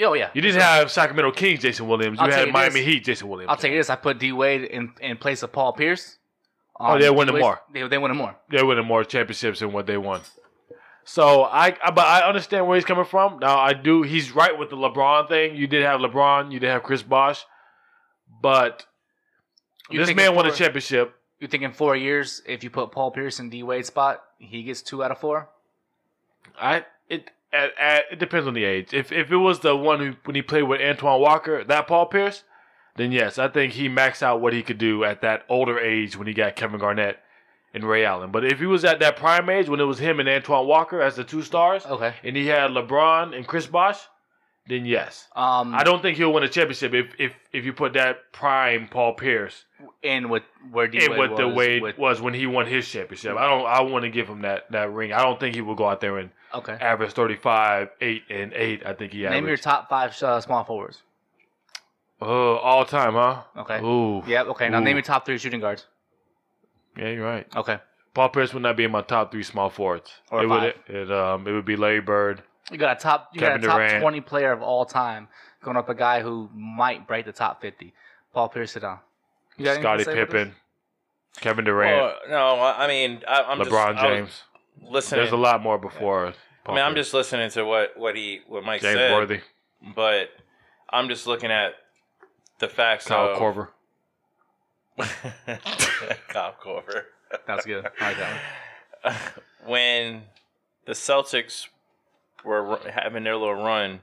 C: Oh yeah.
B: You didn't have Sacramento Kings Jason Williams. You
C: I'll tell
B: had
C: you
B: Miami
C: this.
B: Heat Jason Williams.
C: I'll tell you this: I put D Wade in, in place of Paul Pierce.
B: Oh, they're winning
C: Twist-
B: more.
C: They they winning more.
B: They're winning more championships than what they won. So I, I, but I understand where he's coming from. Now I do. He's right with the LeBron thing. You did have LeBron. You did have Chris Bosh, but
C: You
B: this
C: think
B: man
C: it's
B: won a
C: more-
B: championship.
C: You think in four years, if you put Paul Pierce in D Wade spot, he gets two out of four?
B: I it at, at, it depends on the age. If if it was the one who when he played with Antoine Walker, that Paul Pierce, then yes, I think he maxed out what he could do at that older age when he got Kevin Garnett and Ray Allen. But if he was at that prime age when it was him and Antoine Walker as the two stars,
C: Okay.
B: and he had LeBron and Chris Bosh, then yes.
C: Um,
B: I don't think he'll win a championship if if, if you put that prime Paul Pierce
C: in with where D
B: in
C: Wade
B: what
C: was.
B: the Wade
C: with-
B: was when he won his championship. I don't. I want to give him that that ring. I don't think he will go out there and
C: okay.
B: average thirty five, eight and eight. I think he averaged.
C: Name your top five uh, small forwards.
B: oh, all time, huh?
C: Okay.
B: Ooh.
C: Yep. Okay. Now
B: Ooh.
C: name your top three shooting guards.
B: Yeah, you're right.
C: Okay.
B: Paul Pierce would not be in my top three small forwards.
C: Or
B: it would. It um. It would be Larry Bird.
C: You got a top. You
B: Kevin
C: got a top
B: Durant.
C: twenty player of all time going up a guy who might break the top fifty. Paul Pierce, sit down. You got anything to
B: Scottie
C: say for this?
B: Pippen. Kevin Durant.
A: Well, no, I I mean, I, I'm
B: LeBron
A: just, I was
B: James.
A: listening.
B: There's a lot more before.
A: I
B: Paul
A: mean, I'm
B: Pierce.
A: just listening to what what he what Mike
B: James
A: said,
B: Worthy,
A: but I'm just looking at the facts.
B: Kyle
A: of,
B: Korver.
A: Kyle Korver.
C: That's good. I like that one.
A: when the Celtics were r- having their little run,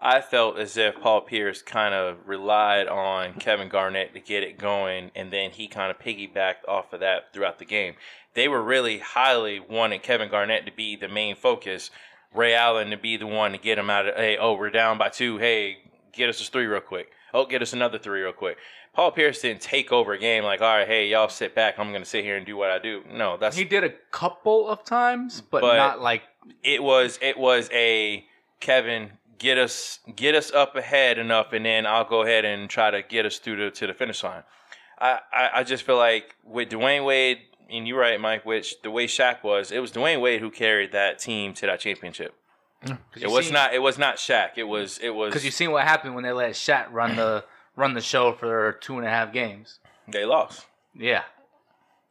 A: I felt as if Paul Pierce kind of relied on Kevin Garnett to get it going, and then he kind of piggybacked off of that throughout the game. They were really highly wanting Kevin Garnett to be the main focus, Ray Allen to be the one to get him out of, hey, oh, we're down by two. Hey, get us this three real quick. Oh, get us another three real quick. Paul Pierce didn't take over a game like, all right, hey, y'all sit back. I'm going to sit here and do what I do. No, that's
C: He did a couple of times, but,
A: But-
C: not like
A: it was it was a Kevin get us get us up ahead enough, and then I'll go ahead and try to get us through to, to the finish line. I, I I just feel like with Dwayne Wade and you're right, Mike. Which the way Shaq was, it was Dwayne Wade who carried that team to that championship.
C: 'cause
A: It
C: you
A: was
C: seen-
A: not it was not Shaq. It was it was
C: because you seen what happened when they let Shat run the run the show for two and a half games.
A: they lost.
C: Yeah.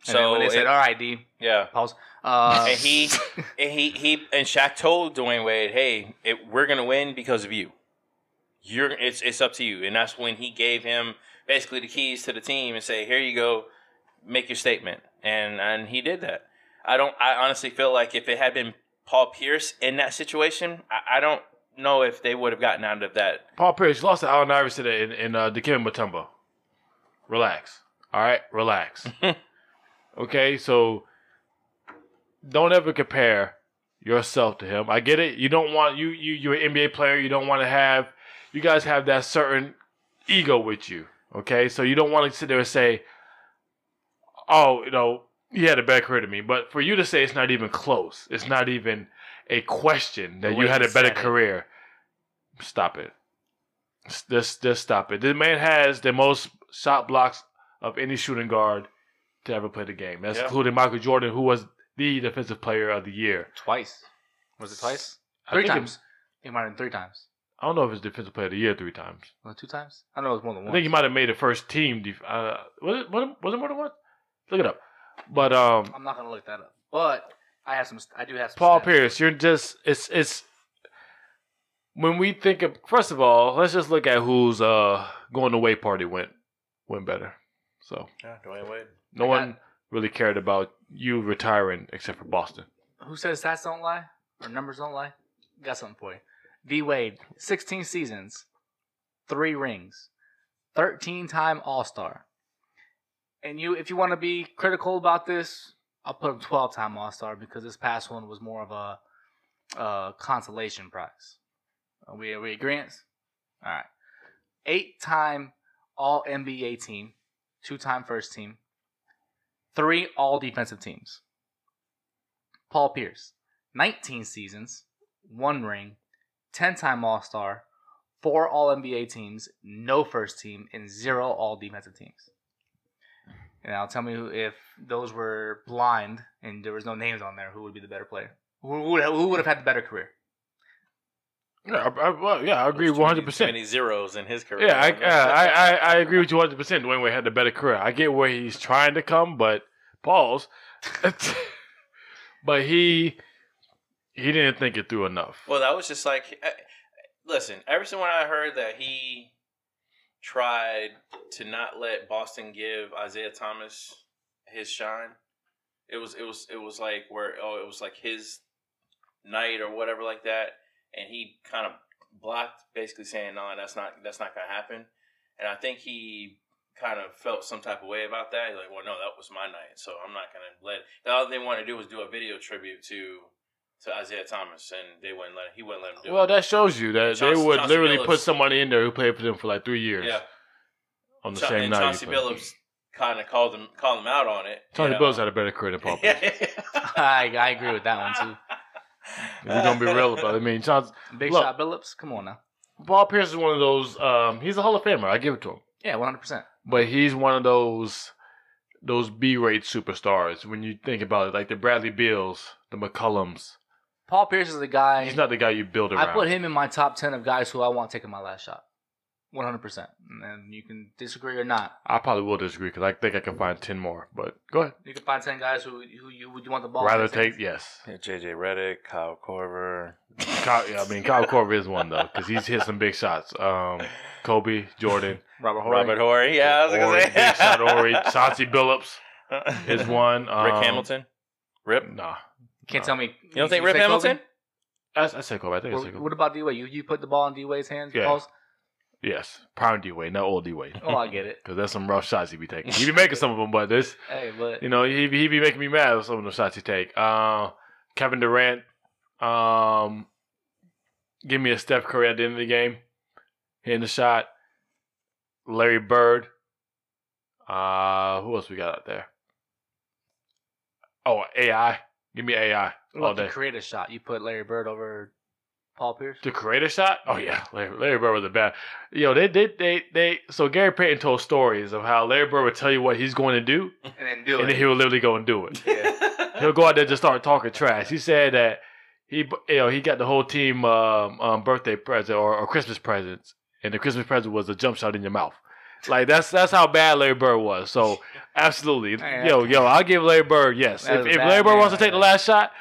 C: And then
A: So
C: when they
A: it-
C: said, "Oh, "All right, D,
A: yeah.
C: pause," uh,
A: And he and he he and Shaq told Dwayne Wade, "Hey, it, we're gonna win because of you. You're it's it's up to you." And that's when he gave him basically the keys to the team and say, "Here you go, make your statement." And and he did that. I don't. I honestly feel like if it had been Paul Pierce in that situation, I, I don't know if they would have gotten out of that.
B: Paul Pierce lost to Allen Iverson in, in uh, Dikembe Mutombo. Relax. All right, relax. okay, so don't ever compare yourself to him. I get it. You don't want you you you're an NBA player. You don't want to have you guys have that certain ego with you. Okay, so you don't want to sit there and say, "Oh, you know, he had a better career than me." But for you to say it's not even close, it's not even a question
C: The
B: that
C: way
B: you had
C: he
B: a better
C: said it.
B: career. Stop it. S- Just just stop it. The man has the most shot blocks of any shooting guard to ever play the game. That's
A: Yeah.
B: including Michael Jordan, who was the defensive player of the year.
C: twice. Was it twice?
B: I
C: Three
B: think it-
C: times. He might have been three times.
B: I don't know if it's defensive player of the year three times.
C: Was it two times? I don't know. It was more than
B: I
C: one.
B: think he might have made the first team. Def- uh, was it was it, was it more than one? Look it up. But um,
C: I'm not gonna look that up, but I have some. I do have some.
B: Paul
C: stats.
B: Pierce, you're just it's it's when we think of first of all, let's just look at who's uh going away party went went better. So
A: Yeah, Dwayne Wade.
B: no
C: I got-
B: one really cared about you retiring except for Boston.
C: Who says stats don't lie or numbers don't lie? Got something for you. D Wade, 16 seasons, three rings, 13 time All Star. And you, if you want to be critical about this, I'll put him 12 time All Star because this past one was more of a, uh consolation prize. Are we, are we agreeance? All right. Eight time All NBA team, two time first team, three All Defensive teams. Paul Pierce, 19 seasons, one ring, 10 time All Star, four All NBA teams, no first team, and zero All Defensive teams. Now tell me who, if those were blind and there was no names on there, who would be the better player? Who would, who would have had the better career?
B: Yeah, I, I, well, yeah, I agree
A: There's too
B: one
A: many-
B: hundred
A: Too
B: percent.
A: many zeros in his career.
B: Yeah, I, I, I, I agree with you 100. percent Dwayne Wade had the better career. I get where he's trying to come, but pause. but he he didn't think it through enough.
A: Well, that was just like, I- listen. Ever since when I heard that he tried to not let Boston give Isaiah Thomas his shine. It was it was it was like where oh it was like his night or whatever like that, and he kind of blocked, basically saying no, that's not that's not gonna happen. And I think he kind of felt some type of way about that. He's like, well, no, that was my night, so I'm not gonna let. The other they wanted to do was do a video tribute to to Isaiah Thomas, and they wouldn't let he wouldn't let him do
B: Well,
A: it.
B: that shows you that
A: Chauncey-
B: they would
A: Chauncey
B: literally
A: Billups.
B: put somebody in there who played for them for like three years
A: yeah,
B: on the
A: Cha-
B: same
A: and
B: night. you
A: Chauncey
B: played.
A: Billups kind of called him called him out on it. you
B: Chauncey
A: know.
B: Billups had a better career than Paul Pierce.
C: I, I agree with that one too.
B: If We're gonna be real about it. I mean, Chauncey,
C: Big
B: Look.
C: shot Billups, come on now.
B: Paul Pierce is one of those. Um, he's a Hall of Famer. I give it to him,
C: Yeah, one hundred percent.
B: but he's one of those those B-rate superstars. When you think about it, like the Bradley Beals, the McCollums.
C: Paul Pierce is the guy.
B: He's not the guy you build around.
C: I put him in my top ten of guys who I want taking my last shot. One hundred percent. And you can disagree or not.
B: I probably will disagree because I think I can find ten more. But go ahead.
C: You can find ten guys who who you would want the ball.
B: Rather
C: next to.
B: take yes.
A: Yeah, JJ Reddick, Kyle Corver.
B: Kyle, yeah, I mean, Kyle Korver is one though because he's hit some big shots. Um, Kobe, Jordan,
C: Robert Horry.
A: Robert Horry. Yeah, I was gonna
B: Ori,
A: say
B: big shot Ori, Chauncey Billups is one. Um,
A: Rick Hamilton. Rip.
B: Nah,
C: Can't tell me.
A: You don't think
C: you
A: Rip
C: say Kobe?
A: Hamilton?
B: I, I said Kobe. I think I
C: What,
B: said Kobe.
C: what about D Wade? You you put the ball in D Wade's hands?
B: Yeah.
C: Paul's?
B: Yes, prime D Wade, not old D Wade.
C: Oh, I get it.
B: Cause that's some rough shots he be taking. He be making some of them, but this,
C: Hey, but
B: you know, he be- he be making me mad with some of the shots he take. Uh, Kevin Durant, um, give me a Steph Curry at the end of the game, hitting the shot. Larry Bird. Uh, who else we got out there? Oh, AI. Give me AI
C: what
B: all
C: about the
B: day.
C: creator shot? You put Larry Bird over Paul Pierce.
B: The creator shot? Oh yeah, Larry, Larry Bird was a bad. Yo, they they they they. So Gary Payton told stories of how Larry Bird would tell you what he's going to do,
C: And then do
B: and then he would literally go and do it.
A: Yeah.
B: He'll go out there and just start talking trash. He said that he you know he got the whole team um, um birthday present or, or Christmas presents, and the Christmas present was a jump shot in your mouth. Like that's that's how bad Larry Bird was. So absolutely,
C: Hey,
B: yo
C: okay.
B: yo, I'll give Larry Bird yes.
C: That
B: If,
C: was
B: if
C: bad,
B: Larry Bird
C: man.
B: wants to take the last shot,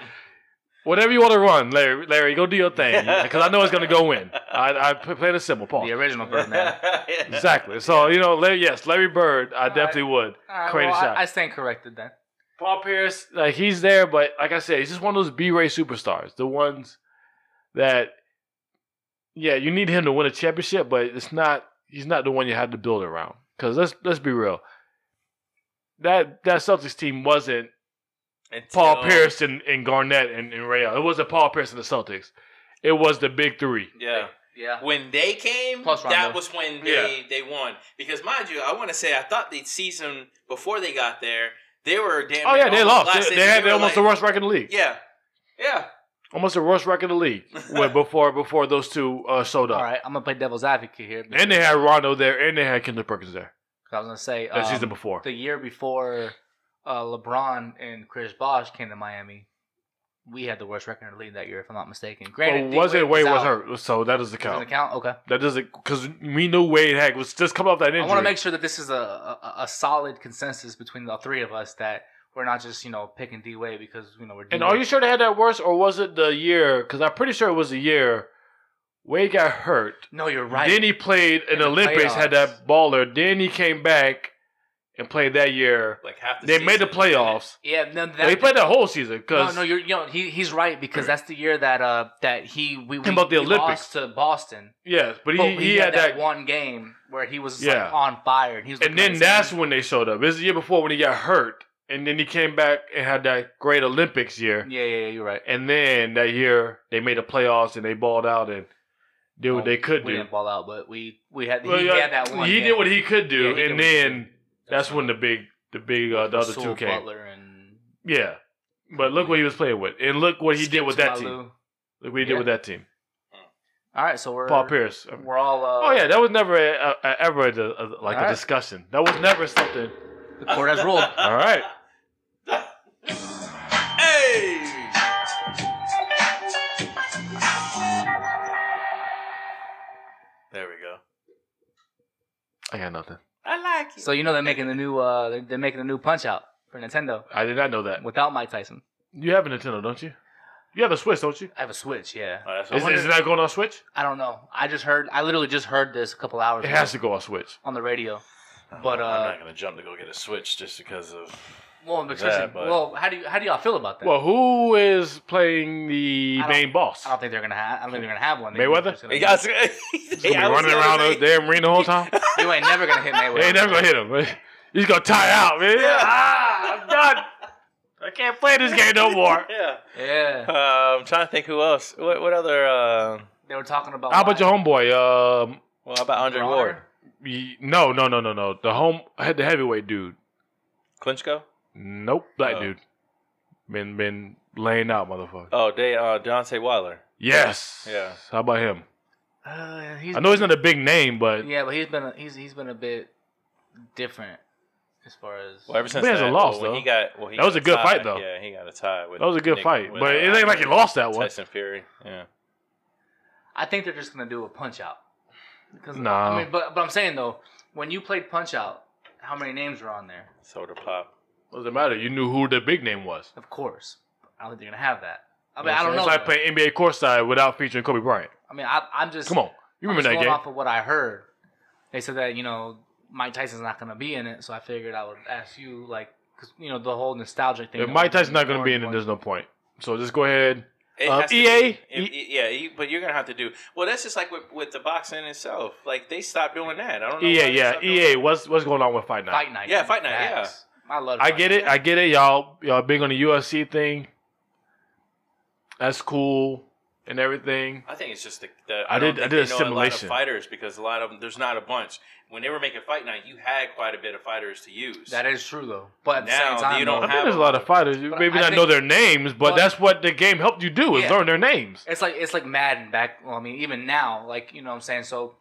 B: whatever you want to run, Larry Larry, go do your thing because I know it's gonna go in. I I play play the simple Paul.
C: the original Bird man.
B: Exactly. So you know, Larry, yes, Larry Bird, I definitely would.
C: All right,
B: Creator
C: well,
B: shot.
C: I, I stand corrected then.
B: Paul Pierce, like he's there, but like I said, he's just one of those B-rate superstars, the ones that, yeah, you need him to win a championship, but it's not. He's not the one you had to build around. Because let's let's be real, that that Celtics team wasn't Paul
A: Until-
B: Pierce and, and Garnett and, and Ray Allen. It wasn't Paul Pierce and the Celtics. It was the big three.
A: Yeah.
C: Yeah.
A: When they came,
C: Plus Rondo.
A: that was when they, they won. Because mind you, I want to say I thought the season before they got there, they were damn.
B: Oh
A: near
B: yeah, they
A: almost
B: lost.
A: last
B: They,
A: season.
B: they had
A: were
B: almost the
A: like-
B: worst record in the league.
A: Yeah, yeah.
B: Almost the worst record in the league. when- before before those two uh, showed up,
C: All right, I'm gonna play devil's advocate here.
B: and they had Rondo there, and they had Kendrick Perkins there.
C: I was gonna say
B: that
C: um,
B: season before.
C: the year before uh, LeBron and Chris Bosh came to Miami, we had the worst record in the league that year, if I'm not mistaken.
B: Well,
C: Granted, D.
B: wasn't Wade was
C: out.
B: hurt, so that doesn't
C: Doesn't
B: count.
C: it count? Okay.
B: That doesn't because we knew Wade had was just coming off that injury.
C: I want to make sure that this is a, a a solid consensus between the three of us that we're not just you know picking D Wade because you know we're.
B: and
C: D-Wade.
B: are you sure they had that worse, or was it the year? Because I'm pretty sure it was the year Wade got hurt.
C: No, you're right.
B: Then he played in
C: In the
B: the Olympics, had that
C: playoffs.
B: baller. Then he came back and played that year.
A: Like half the
B: they made the
A: season.
B: playoffs.
C: yeah, no, that,
B: They he played the whole season
C: no,
B: because
C: no, you're you know, he he's right because that's the year that uh that he we,
B: And
C: we,
B: about the
C: we
B: Olympics.
C: lost to Boston.
B: yes, but he,
C: But
B: he, had, that.
C: one game where he was
B: Yeah.
C: like on fire and he was.
B: and
C: looking
B: then
C: like
B: that's when they showed up. It was the year before when he got hurt, and then he came back and had that great Olympics year.
C: yeah, yeah, yeah, you're right.
B: And then that year they made the playoffs and they balled out and did what
C: Oh,
B: they could
C: We
B: do.
C: didn't ball out, but we we had he,
B: Well, yeah,
C: had that one.
B: he did
C: game.
B: what he could
C: Yeah,
B: do,
C: he did
B: and
C: what he
B: then that's when the big, the big, uh, the other
C: Rasul
B: two came.
C: Butler and
B: Yeah, but look what he was playing with, and look what he did
C: Skip
B: with that
C: Tumalu.
B: team. Look what he did
C: Yeah.
B: with that team.
C: All right, so we're
B: Paul Pierce. I mean-
C: We're all. Uh,
B: Oh yeah, that was never a, a, ever a, a- like a
C: Alright.
B: discussion. That was never something.
C: the court has ruled.
A: Uh.
B: All right,
A: Hey. There we go.
B: I got nothing.
A: I like it.
C: So you know they're making the new uh they're, they're making a new Punch Out for Nintendo
B: I did not know that.
C: without Mike Tyson.
B: You have a Nintendo, don't you? You have a Switch, don't you?
C: I have a Switch, yeah.
A: oh, that's
C: I
A: what
B: Is,
A: I
C: wonder-
B: is it not going on Switch?
C: I don't know. I just heard. I literally just heard this a couple hours
B: It
C: ago
B: has to Oh, go on Switch.
C: on the radio.
A: wanted.
C: but, uh,
A: gonna jump to go get a switch just because of
C: Well, because
A: That, but-
C: well, how do you how do y'all feel about that?
B: Well, who is playing the
C: I don't-
B: main boss?
C: I don't think they're gonna have. I don't think they're gonna have one. They-
B: Mayweather?
C: they're just gonna-
A: He got
B: He's gonna be running around the damn ring the whole time.
C: You ain't never gonna hit Mayweather.
B: they ain't never gonna hit him. He's gonna tie out, man.
A: Yeah.
B: Ah, I'm done. I can't play this game no more.
A: Yeah.
C: Yeah,
A: Uh, I'm trying to think who else. What what other? Uh,
C: they were talking about.
B: How about
C: why-
B: your homeboy? Um,
A: well, how about Andre
C: Broner?
A: Ward,
B: y- no, no, no, no, no. The home, the heavyweight dude.
A: Klitschko.
B: Nope, black
A: Oh.
B: dude. Been been laying out, motherfucker.
A: Oh, De- uh, Deontay Wilder.
B: yes.
A: Yeah.
B: How about him?
C: Uh, he's,
B: I know he's not a big name, but
C: Yeah, but he's been a, he's he's been a bit different as far as.
A: Well, ever since
B: He hasn't
A: that,
B: lost,
A: well, when
B: though.
A: he got well, he
B: That was
A: got
B: a good
A: tied.
B: fight, though.
A: Yeah, he got a tie with.
B: that was a good
A: Nick-
B: fight.
A: with,
B: But it
A: uh,
B: ain't like he lost that one.
A: Tyson Fury. Yeah.
C: I think they're just gonna do a punch out. Because
B: Nah.
C: I mean, but but I'm saying though, when you played Punch Out, how many names were on there?
A: Soda pop.
B: Doesn't matter. You knew who the big name was.
C: Of course, I don't think they're gonna have that. I mean,
B: You
C: I
B: what
C: don't
B: I'm
C: know.
B: saying?
C: though.
B: It's like playing NBA courtside without featuring Kobe Bryant.
C: I mean, I, I'm just
B: Come on, you
C: I'm
B: remember
C: just
B: that
C: going
B: game?
C: off of what I heard. They said that you know Mike Tyson's not gonna be in it, so I figured I would ask you like, cause you know the whole nostalgic thing.
B: If
C: that
B: Mike
C: we're
B: Tyson's not going to be in it,
C: going
B: there's no point. So just go ahead.
A: It
B: Um,
C: Uh,
A: has
C: E
A: to
B: EA?
A: be- if- yeah, you- but you're gonna have to do well. That's just like with, with the boxing itself. Like they stopped doing that. I don't know.
C: E
A: why
B: EA,
A: they
B: E yeah,
A: stopped doing
B: EA.
A: that.
B: What's what's going on with Fight Night?
C: fight night.
A: Yeah, Fight Night, yeah.
C: Facts. I love.
B: I
C: Fight
B: get
C: Night.
B: it. I get it. Y'all y'all big on the UFC thing. That's cool and everything.
A: I think it's just the. the
B: I
A: don't
B: did- I
A: think
B: did a
A: they know lot of
B: simulation.
A: fighters because a lot of them. There's not a bunch. When they were making Fight Night, you had quite a bit of fighters to use.
C: That is true though, but at the
A: Now,
C: same time,
A: you don't
B: I
C: though,
B: think there's a lot of fighters. You
C: But
B: maybe
C: I
B: not
C: think-
B: know their names, but
C: but-
B: that's what the game helped you do is
C: Yeah.
B: learn their names.
C: it's like it's like Madden back. Well, I mean, even now, like you know, what I'm saying so.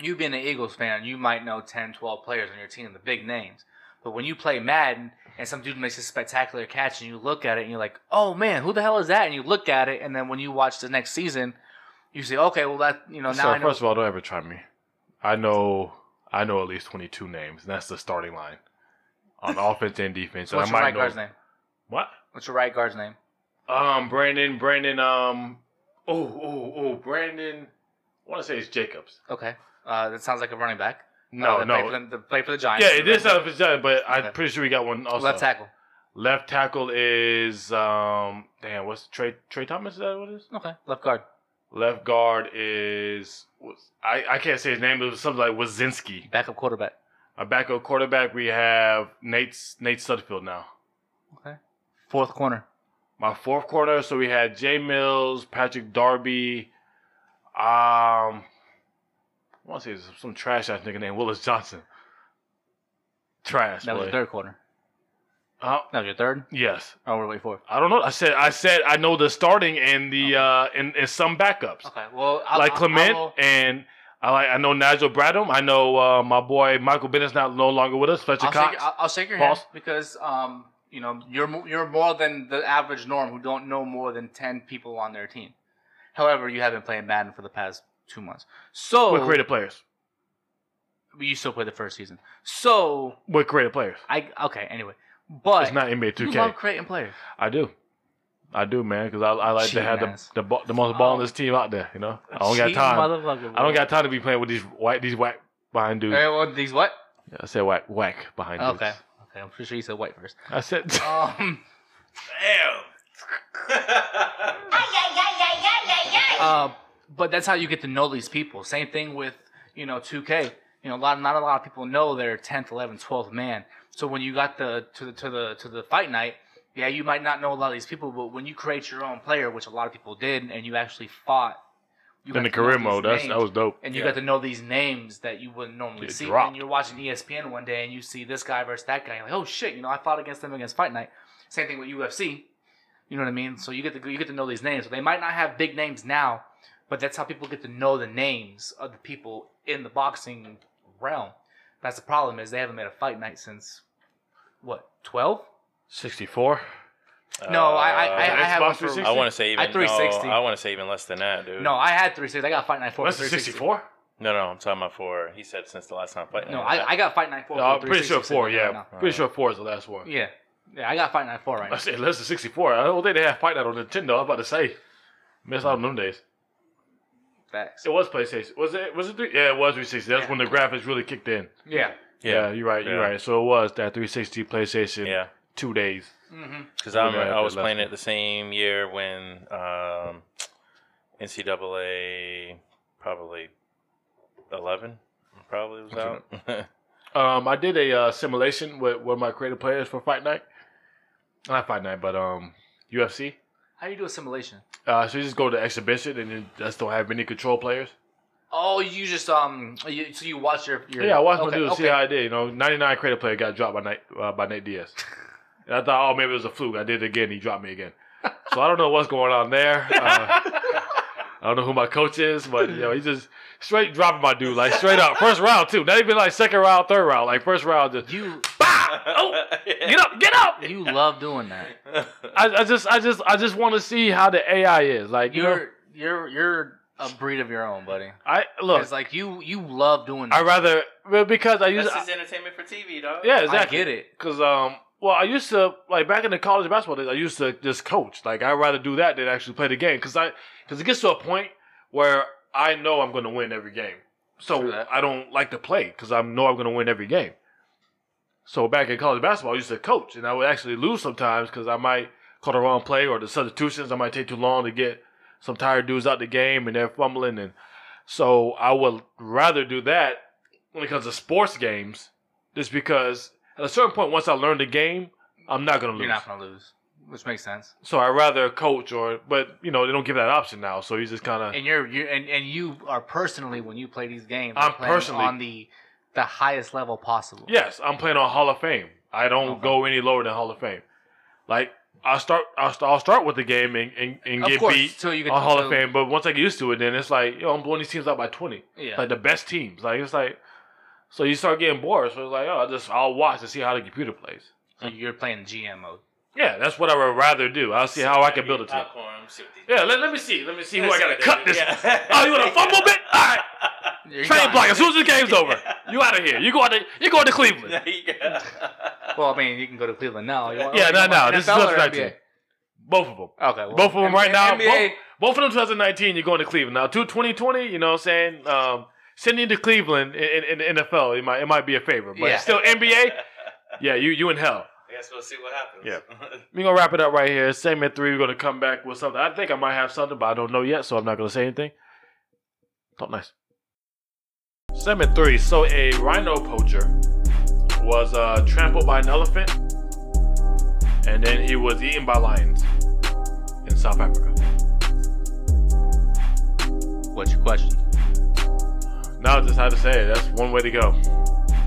C: You being an Eagles fan, you might know 10, 12 players on your team, the big names. But when you play Madden and some dude makes a spectacular catch and you look at it and you're like, oh man, who the hell is that? And you look at it and then when you watch the next season, you say, okay, well that you know now
B: So
C: I know
B: first of all, don't ever try me. I know I know at least 22 names, and that's the starting line on offense and defense. and
C: So
B: I
C: what's your
B: might
C: right
B: know
C: guard's name?
B: what.
C: What's your right guard's name?
B: Um, Brandon, Brandon, um, oh, oh, oh, Brandon. I want to say it's Jacobs.
C: Okay, uh, that sounds like a running back.
B: No,
C: uh, that
B: no.
C: Play for, them, the, play for the Giants.
B: yeah, it is out of his job, but I'm
C: Okay.
B: pretty sure we got one also.
C: left tackle.
B: Left tackle is um, damn, what's Trey Trey Thomas? Is that what it is?
C: Okay, left guard.
B: Left guard is what's- I I can't say his name. It was something like Wazinski.
C: Backup quarterback.
B: A backup quarterback. We have Nate Nate Sudfield now.
C: Okay, fourth corner.
B: my fourth quarter. So we had Jay Mills, Patrick Darby, um, I want to say some, some trash ass nigga named Willis Johnson. Trash.
C: That was
B: boy.
C: your third corner.
B: Uh,
C: That was your third.
B: yes,
C: Oh, we're waiting for.
B: I don't know. I said I said I know the starting and the uh and, and some backups
C: Okay. Well, I,
B: like
C: I-
B: Clement
C: I will-
B: and. I like I know Nigel Bradham. I know uh, my boy Michael Bennett's not no longer with us. Fletcher
C: I'll,
B: Cox.
C: shake, I'll, I'll shake your
B: Boss.
C: hand because um, you know you're mo- you're more than the average norm who don't know more than ten people on their team. However, you have been playing Madden for the past two months,
B: with
C: so
B: creative players.
C: you still play the first season. So
B: With creative players.
C: I okay. Anyway, but
B: It's not NBA 2K.
C: you love creating players.
B: I do. I do, man, because I, I like
C: Cheating
B: to have the,
C: ass.
B: the ba- the most ball in this team out there. You know, I don't got
C: Cheating
B: time.
C: motherfucker,
B: I don't
C: boy.
B: got time to be playing with these white these whack behind dudes.
C: Hey, Eh, well, these what?
B: I said whack whack behind dudes.
C: Okay. Okay, I'm pretty sure you said white first.
B: I said
C: Um,
A: Damn.
C: uh, but that's how you get to know these people. Same thing with you know 2K. You know, a lot not a lot of people know their 10th, 11th, 12th man. So when you got the to the to the to the fight night, yeah, you might not know a lot of these people, but when you create your own player, which a lot of people did, and you actually fought you
B: in
C: got
B: the
C: to know
B: career
C: these
B: mode. That's, that
C: names.
B: was dope.
C: and you
A: Yeah.
C: got to know these names that you wouldn't normally
B: Get
C: see.
B: dropped.
C: And you're watching E ESPN one day and you see this guy versus that guy. You're like, oh shit, you know, I fought against them against Fight Night. Same thing with UFC. You know what I mean? So you get to you get to know these names. So they might not have big names now, but that's how people get to know the names of the people in the boxing realm. That's the problem is they haven't made a fight night since what twelve?
B: Sixty four.
C: No, I I, I, I
B: Uh, Xbox
C: have one for,
B: 360?
A: Uh, I want to say even.
C: I 360.
A: No, I want to say even less than that, dude.
C: no, I had three six. I got fight night four.
B: That's
C: for
B: the sixty
C: 360.
B: four.
A: no, no. I'm talking about four. He said since the last time fighting.
C: No, I, I got fight night four.
B: No,
C: for
B: I'm pretty sure
C: 360
B: four.
C: right
B: Yeah,
C: now.
B: pretty sure four is the last one.
C: Yeah, yeah, I got fight night four right now.
B: I said unless it's sixty four. I don't think they had fight night on Nintendo. I was about to say. Miss out on them days.
C: Facts.
B: It was PlayStation. Was it? Was it? Three? Yeah, it was 360. That's
C: Yeah.
B: when the graphics really kicked in.
C: Yeah.
B: Yeah, you're right. You're
A: Yeah.
B: right. So it was that 360 PlayStation.
A: Yeah.
B: two days.
C: Mm-hmm.
A: Because I,
B: We got
A: remember I
B: that
A: was
B: last
A: playing
B: one.
A: it the same year when um, NCAA probably 11 probably was out.
B: Um, I did a uh, simulation with one of my creative players for Fight Night. Not Fight Night, but um, UFC.
C: How do you do a simulation?
B: Uh, so you just go to exhibition and you just don't have many control players.
C: Oh, you just um, you, so you watch your, your
B: yeah, I watched my
C: okay,
B: dude
C: okay.
B: see how I did. You know, 99 creative player got dropped by Nate, uh, by Nate Diaz. And I thought, oh, maybe it was a fluke. I did it again. He dropped me again. So I don't know what's going on there. Uh, I don't know who my coach is, but you know, he just straight dropping my dude, like straight up. First round too. Not even like second round, third round. Like first round, just
C: you
B: bah! Oh, get up, get up.
C: you love doing that.
B: I, I just, I just, I just want to see how the AI is. Like you know,
C: You're you're you're a breed of your own, buddy.
B: I look.
C: It's like you you love doing.
B: I
C: That.
B: rather well, because I use.
A: This is entertainment for TV, dog.
B: yeah,
C: I
B: exactly.
C: get it.
B: Cause um, well, I used to like back in the college basketball days. I used to just coach. Like I'd rather do that than actually play the game. Cause I, cause it gets to a point where I know I'm going to win every game.
C: True
B: So
C: that.
B: I don't like to play because I know I'm going to win every game. So back in college basketball, I used to coach, and I would actually lose sometimes because I might call the wrong play or the substitutions. I might take too long to get some tired dudes out the game, and they're fumbling. And so I would rather do that when it comes to sports games, just because at a certain point, once I learn the game, I'm not going to lose.
C: You're not gonna lose, which makes sense.
B: So I would rather coach, or but you know they don't give that option now. So you just kind of
C: And you're you and and you are personally when you play these games.
B: I'm
C: playing
B: personally-
C: on the the highest level possible.
B: Yes, I'm playing on Hall of Fame. I don't
C: Okay.
B: go any lower than Hall of Fame. Like I'll start, I'll, st- I'll start with the game and, and, and
C: of
B: get
C: course.
B: beat
C: so you get
B: on Hall of
C: so-
B: Fame. But once I get used to it, then it's like yo, I'm blowing these teams out by 20.
C: Yeah.
B: Like the best teams. Like it's like, so you start getting bored. So it's like, oh, I just I'll watch and see how the computer plays.
C: So you're playing GM mode.
B: Yeah, that's what I would rather do. I'll see how I can build a team. Yeah, let, let me see. Let me see who I gotta cut this. Oh, you want a fumble bit? All right,
C: You're
B: train
C: gone.
B: block. As soon as the game's over, you out of here. You going to you going to Cleveland?
C: Well, I mean, you can go to Cleveland now. You want, oh,
B: Yeah,
C: you
B: no,
C: want
B: no. This is
C: NFL or
B: 2019.
C: NBA?
B: Both of them.
C: Okay, well,
B: Both of them right now.
C: NBA,
B: Both of them 2019. You're going to Cleveland now. To 2020, you know what I'm saying? Um, sending to Cleveland in, in, in the NFL, it might it might be a favor, but
C: Yeah.
B: still NBA. Yeah, you you in hell.
A: I guess we'll see what happens. Yeah.
B: We're gonna wrap it up right here. Segment three. We're gonna come back with something. I think I might have something, but I don't know yet, so I'm not gonna say anything. Talk nice. Segment three. So a rhino poacher was uh, trampled by an elephant, and then he was eaten by lions in South Africa.
C: What's your question?
B: No, just how to say it. That's one way to go.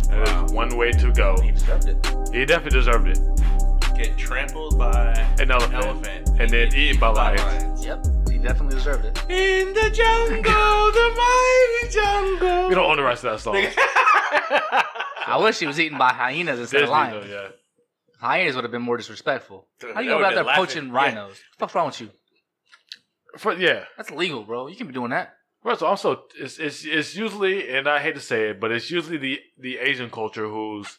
B: That is
A: Wow.
B: one way to go.
C: He deserved it.
B: He definitely deserved it.
A: Get trampled by
B: An elephant.
A: elephant
B: And then eaten by lions.
C: Yep, he definitely deserved it.
A: In the jungle, the mighty jungle.
B: We don't own the rest of that song.
C: I wish he was eaten by hyenas instead
B: Disney,
C: of
B: though,
C: lions.
B: yeah.
C: Hyenas would have been more disrespectful.
A: Dude,
C: How do you
A: that
C: go
A: would've
C: about there
A: been laughing.
C: poaching
A: Yeah.
C: rhinos? What the fuck's wrong with you?
B: For, yeah.
C: That's illegal, bro. You can be doing that.
B: First, also, it's, it's it's usually, and I hate to say it, but it's usually the the Asian culture who's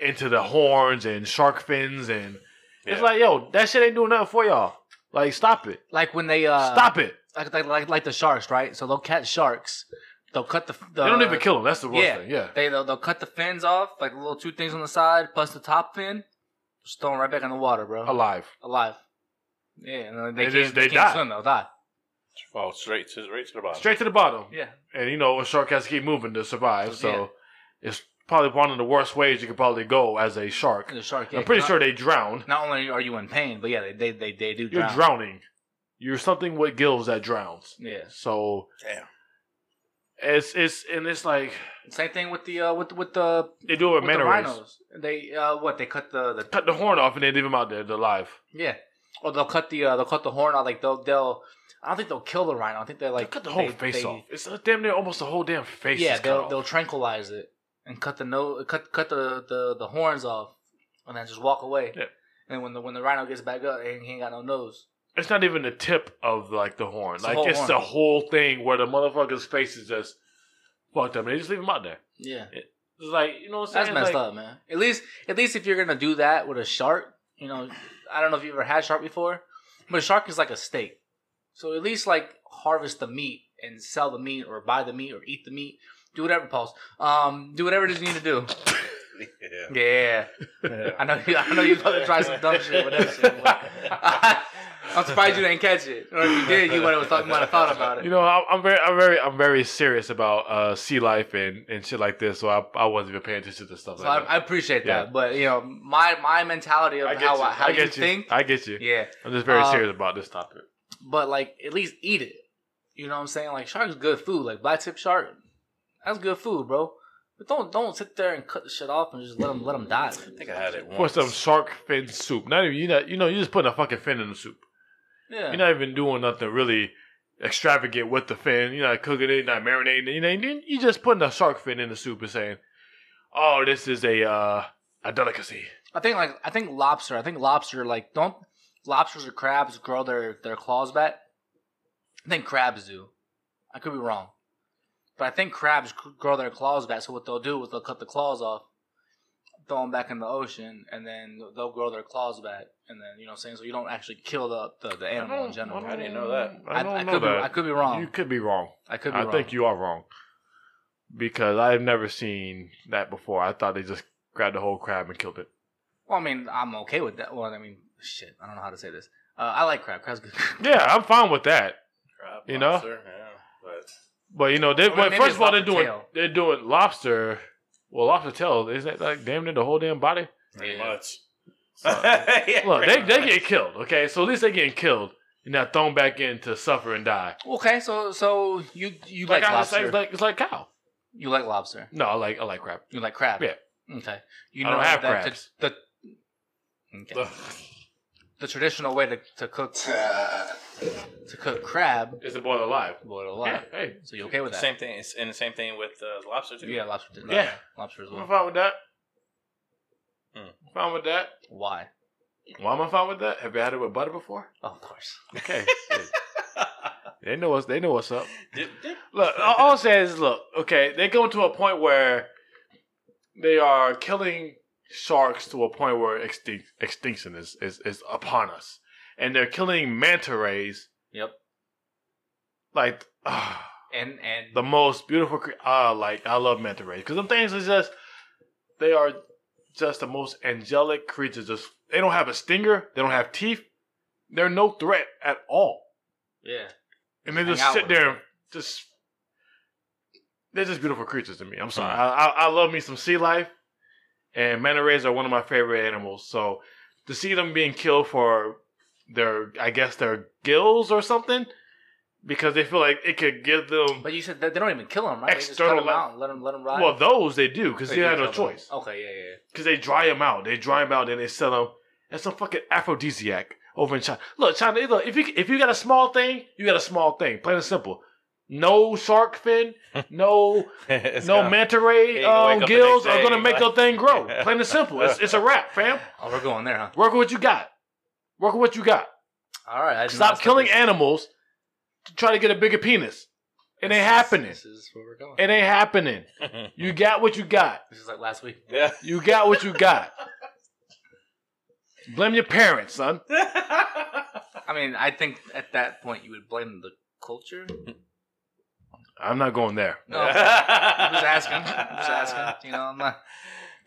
B: into the horns and shark fins, and it's like, yo, that shit ain't doing nothing for y'all. Like, stop it,
C: Like when they uh,
B: stop it.
C: like, like like like the sharks, right? So they'll catch sharks. They'll cut the. the
B: they don't even kill them. That's the worst
C: uh, yeah.
B: thing. Yeah,
C: They they'll, they'll cut the fins off, like the little two things on the side, plus the top fin. Just throw 'em right back in the water, bro.
B: alive.
C: Alive. Yeah, and then
B: They
C: they, can't,
B: just- they
C: they can't
B: die.
C: swim. They'll die.
A: Fall straight to right to the bottom.
B: Straight to the bottom.
C: Yeah.
B: and you know a shark has to keep moving to survive. So
C: Yeah.
B: it's probably one of the worst ways you could probably go as a shark.
C: The shark. yeah,
B: I'm pretty
C: not-
B: sure they drown.
C: Not only are you in pain, but yeah, they they they, they do
B: You're
C: drown.
B: drowning. You're something with gills that drowns.
C: Yeah.
B: So
A: Damn.
B: it's it's and it's like
C: Same thing with the uh with with the
B: they do it with
C: with
B: manta
C: the
B: rays.
C: rhinos. They uh what they cut the, the
B: Cut the horn off and they leave them out there they're alive.
C: yeah, or they'll cut the uh, they'll cut the horn out. Like they'll they'll I don't think they'll kill the rhino. I think they
B: Like
C: like
B: cut the whole
C: they-
B: face
C: they-
B: off. It's a damn near almost the whole damn face.
C: Yeah,
B: is cut
C: they'll
B: off.
C: they'll tranquilize it and cut the no cut cut the, the the horns off and then just walk away.
B: Yeah.
C: And when the when the rhino gets back up, he ain't got no nose.
B: It's not even the tip of like the horn.
C: It's the
B: like
C: whole
B: it's
C: horn.
B: the whole thing where the motherfucker's face is just fucked up and they just leave him out there.
C: Yeah,
B: It's like you know what I'm saying?
C: that's messed
B: Like,
C: up, man. At least at least if you're gonna do that with a shark, you know, I don't know if you ever had shark before, but a shark is like a steak. So at least like harvest the meat and sell the meat or buy the meat or eat the meat. Do whatever, Pauls. Um, do whatever it is you need to do.
D: yeah.
C: Yeah, I know. You, I know you about to try some dumb shit with that shit. but- I'm surprised you didn't catch it. Or if you did, you might have thought, you might have thought about it.
B: You know, I- I'm very, I'm very, I'm very serious about uh, sea life and, and shit like this. So I, I wasn't even paying attention to stuff
C: so I,
B: like that.
C: I appreciate that,
B: Yeah.
C: but you know, my my mentality of how I- how
B: I
C: you,
B: get
C: think.
B: I get you.
C: Yeah,
B: I'm just very
C: Uh,
B: serious about this topic.
C: but like at least eat it. You know what I'm saying? Like shark's good food. Like black tip shark, that's good food, bro. But don't don't sit there and cut the shit off and just let them let them die.
A: I think I had it once.
B: For some shark fin soup. Not even you know, you know, you're just putting a fucking fin in the soup.
C: Yeah,
B: You're not even doing nothing really extravagant with the fin. You're not cooking it, not marinating it. You know, you're just putting a shark fin in the soup and saying, "Oh, this is a uh, a delicacy."
C: I think like I think lobster. I think lobster like don't lobsters or crabs grow their their claws back. I think crabs do. I could be wrong, but I think crabs c- grow their claws back. So what they'll do is they'll cut the claws off, throw them back in the ocean, and then they'll grow their claws back. And then you know what I'm saying. So you don't actually kill the the, the animal in general.
A: I didn't know that.
B: I don't know
C: could
B: that.
C: Be, I could be wrong.
B: You could be wrong.
C: I could be
B: I
C: wrong.
B: think you are wrong because I've never seen that before. I thought they just grabbed the whole crab and killed it.
C: Well, I mean, I'm okay with that. Well, I mean, shit. I don't know how to say this. Uh, I like crab. Crab's good.
B: Yeah, I'm fine with that.
A: Crab
B: You know?
A: lobster, yeah, but
B: But you know, they,
C: Well,
B: but
C: maybe
B: first
C: it's
B: of all, they're
C: lobster
B: doing
C: tail.
B: they're doing lobster. Well, lobster tail isn't that like damn near the whole damn body?
A: pretty
C: Yeah.
A: much. Yeah,
B: Look, they
A: pretty
B: they
A: much.
B: get killed. Okay, so at least they getting killed and not thrown back in to suffer and die.
C: okay, so so you you like,
B: Like, I was
C: lobster.
B: saying, it's like it's like cow.
C: You like lobster.
B: No, I like I like crab.
C: You like crab.
B: Yeah.
C: Okay. You
B: I don't have
C: that
B: crabs.
C: The, the- okay. The traditional way to, to cook to cook crab,
B: Is it boiled alive?
C: boil it
B: Yeah,
C: alive.
B: hey,
C: So you okay with that?
A: Same thing, it's- and the same thing with uh, lobster too.
C: Yeah, lobster. Too.
B: Yeah.
C: lobster as
B: I'm
C: well.
B: fine with that.
A: Hmm.
B: Fine with that.
C: Why?
B: Why am I fine with that? Have you had it with butter before?
C: Oh, of course.
B: Okay. they know what's they know what's up.
A: Dip, dip.
B: Look, all all I'm saying is look, okay, they go to a point where they are killing sharks to a point where extinct, extinction is, is, is upon us. And they're killing manta rays
C: Yep.
B: like ah,
C: And and
B: the most beautiful cre- ah like I love manta rays cuz them things is just they are just the most angelic creatures just they don't have a stinger, they don't have teeth. They're no threat at all.
C: yeah.
B: and they
C: Hang
B: just
C: out
B: sit
C: with
B: there
C: them.
B: and just they're just beautiful creatures to me. I'm sorry, I, I, I love me some sea life, and manta rays are one of my favorite animals. So to see them being killed for their, I guess their gills or something, because they feel like it could give them.
C: But you said that they don't even kill them, right?
B: External
C: they just cut them
B: life.
C: out and let them let them ride.
B: Well, those they do because
C: They
B: they
C: do
B: had no
C: kill them.
B: choice
C: Okay, yeah, yeah, yeah.
B: because they dry them out. They dry them out and they sell them as some fucking aphrodisiac over in China. Look, China, look, if you if you got a small thing, you got a small thing. Plain and simple. No shark fin, no
A: It's
B: no
A: gone.
B: manta
A: Yeah,
B: ray
A: you gonna
B: um,
A: wake up the
B: gills
A: next
B: are
A: day
B: gonna
A: and
B: make
A: like-
B: your thing grow.
A: Yeah.
B: Plain and simple. It's, it's a wrap, fam.
C: Oh, we're going there, huh?
B: Work with what you got. Work with what you got.
C: All right. I did not
B: Stop
C: expect
B: killing
C: this.
B: animals to try to get a bigger penis. It ain't
C: This is-
B: happening.
C: This is where we're going.
B: It ain't happening. You got what you got.
C: This is like last week.
A: yeah.
B: You got what you got. Blame your parents, son.
C: I mean, I think at that point you would blame the culture.
B: I'm not going there.
C: No, I'm just asking. I'm just asking. You know, I'm not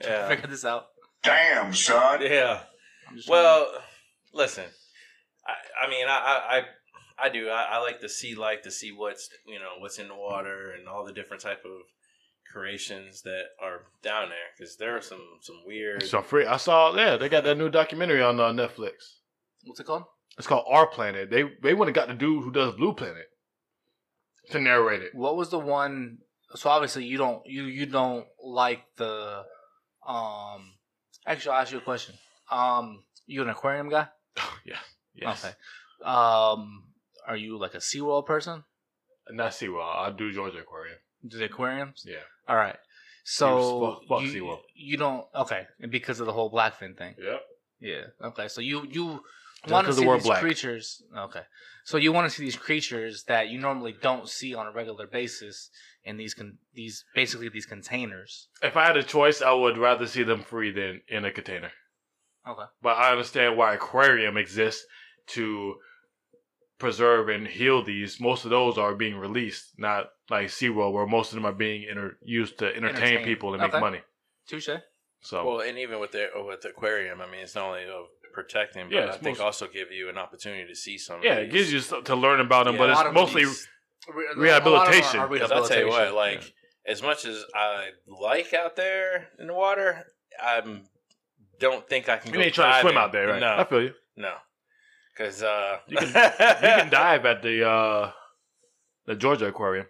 C: trying to
A: Yeah.
C: figure this out.
E: Damn, son.
A: Yeah.
C: I'm just trying
A: Well, listen. I, I mean, I, I, I, I do. I, I like to see life, to see what's you know what's in the water and all the different type of creations that are down there because there are some some weird.
B: So free. I saw. Yeah, they got that new documentary on uh, Netflix.
C: to- what's it called?
B: It's called Our Planet. They they went and got the dude who does Blue Planet to narrate it.
C: What was the one? So obviously you don't you you don't like the um. Actually, I'll ask you a question. Um, you an aquarium guy?
B: yeah. Yes.
C: Okay. Um, are you like a SeaWorld person?
B: Not SeaWorld. I do Georgia Aquarium.
C: Do the aquariums?
B: Yeah.
C: All right. So
B: fuck- fuck
C: you,
B: SeaWorld.
C: you don't okay and because of the whole blackfin thing.
B: Yep.
C: Yeah. Okay. So you you
B: Just
C: want to
B: 'cause the
C: see
B: word
C: these
B: black.
C: creatures. Okay. So you want to see these creatures that you normally don't see on a regular basis in these con- these basically these containers.
B: If I had a choice, I would rather see them free than in a container.
C: Okay.
B: But I understand why aquarium exists to preserve and heal these. Most of those are being released, not like SeaWorld, where most of them are being inter- used to entertain,
C: Entertain.
B: people and make
C: Okay.
B: money.
C: Touche.
B: So
A: Well, and even with the with the aquarium, I mean, it's not only of protecting, but
B: Yeah,
A: I
B: it's
A: think
B: most-
A: also give you an opportunity to see some. of
B: yeah, it
A: these.
B: gives you stuff to learn about them,
A: Yeah,
B: but
A: a
B: it's
C: lot of
B: mostly
A: these-
C: Re-
B: Rehabilitation.
C: a lot of them are- are
A: Because I'll tell you what,
C: rehabilitation.
A: like as much as I like out there in the water, I don't think I can.
B: you
A: go
B: ain't trying to swim
A: diving.
B: out there, right? I
A: No,
B: feel you.
A: no, because uh,
B: You can- You can dive at the uh, the Georgia Aquarium.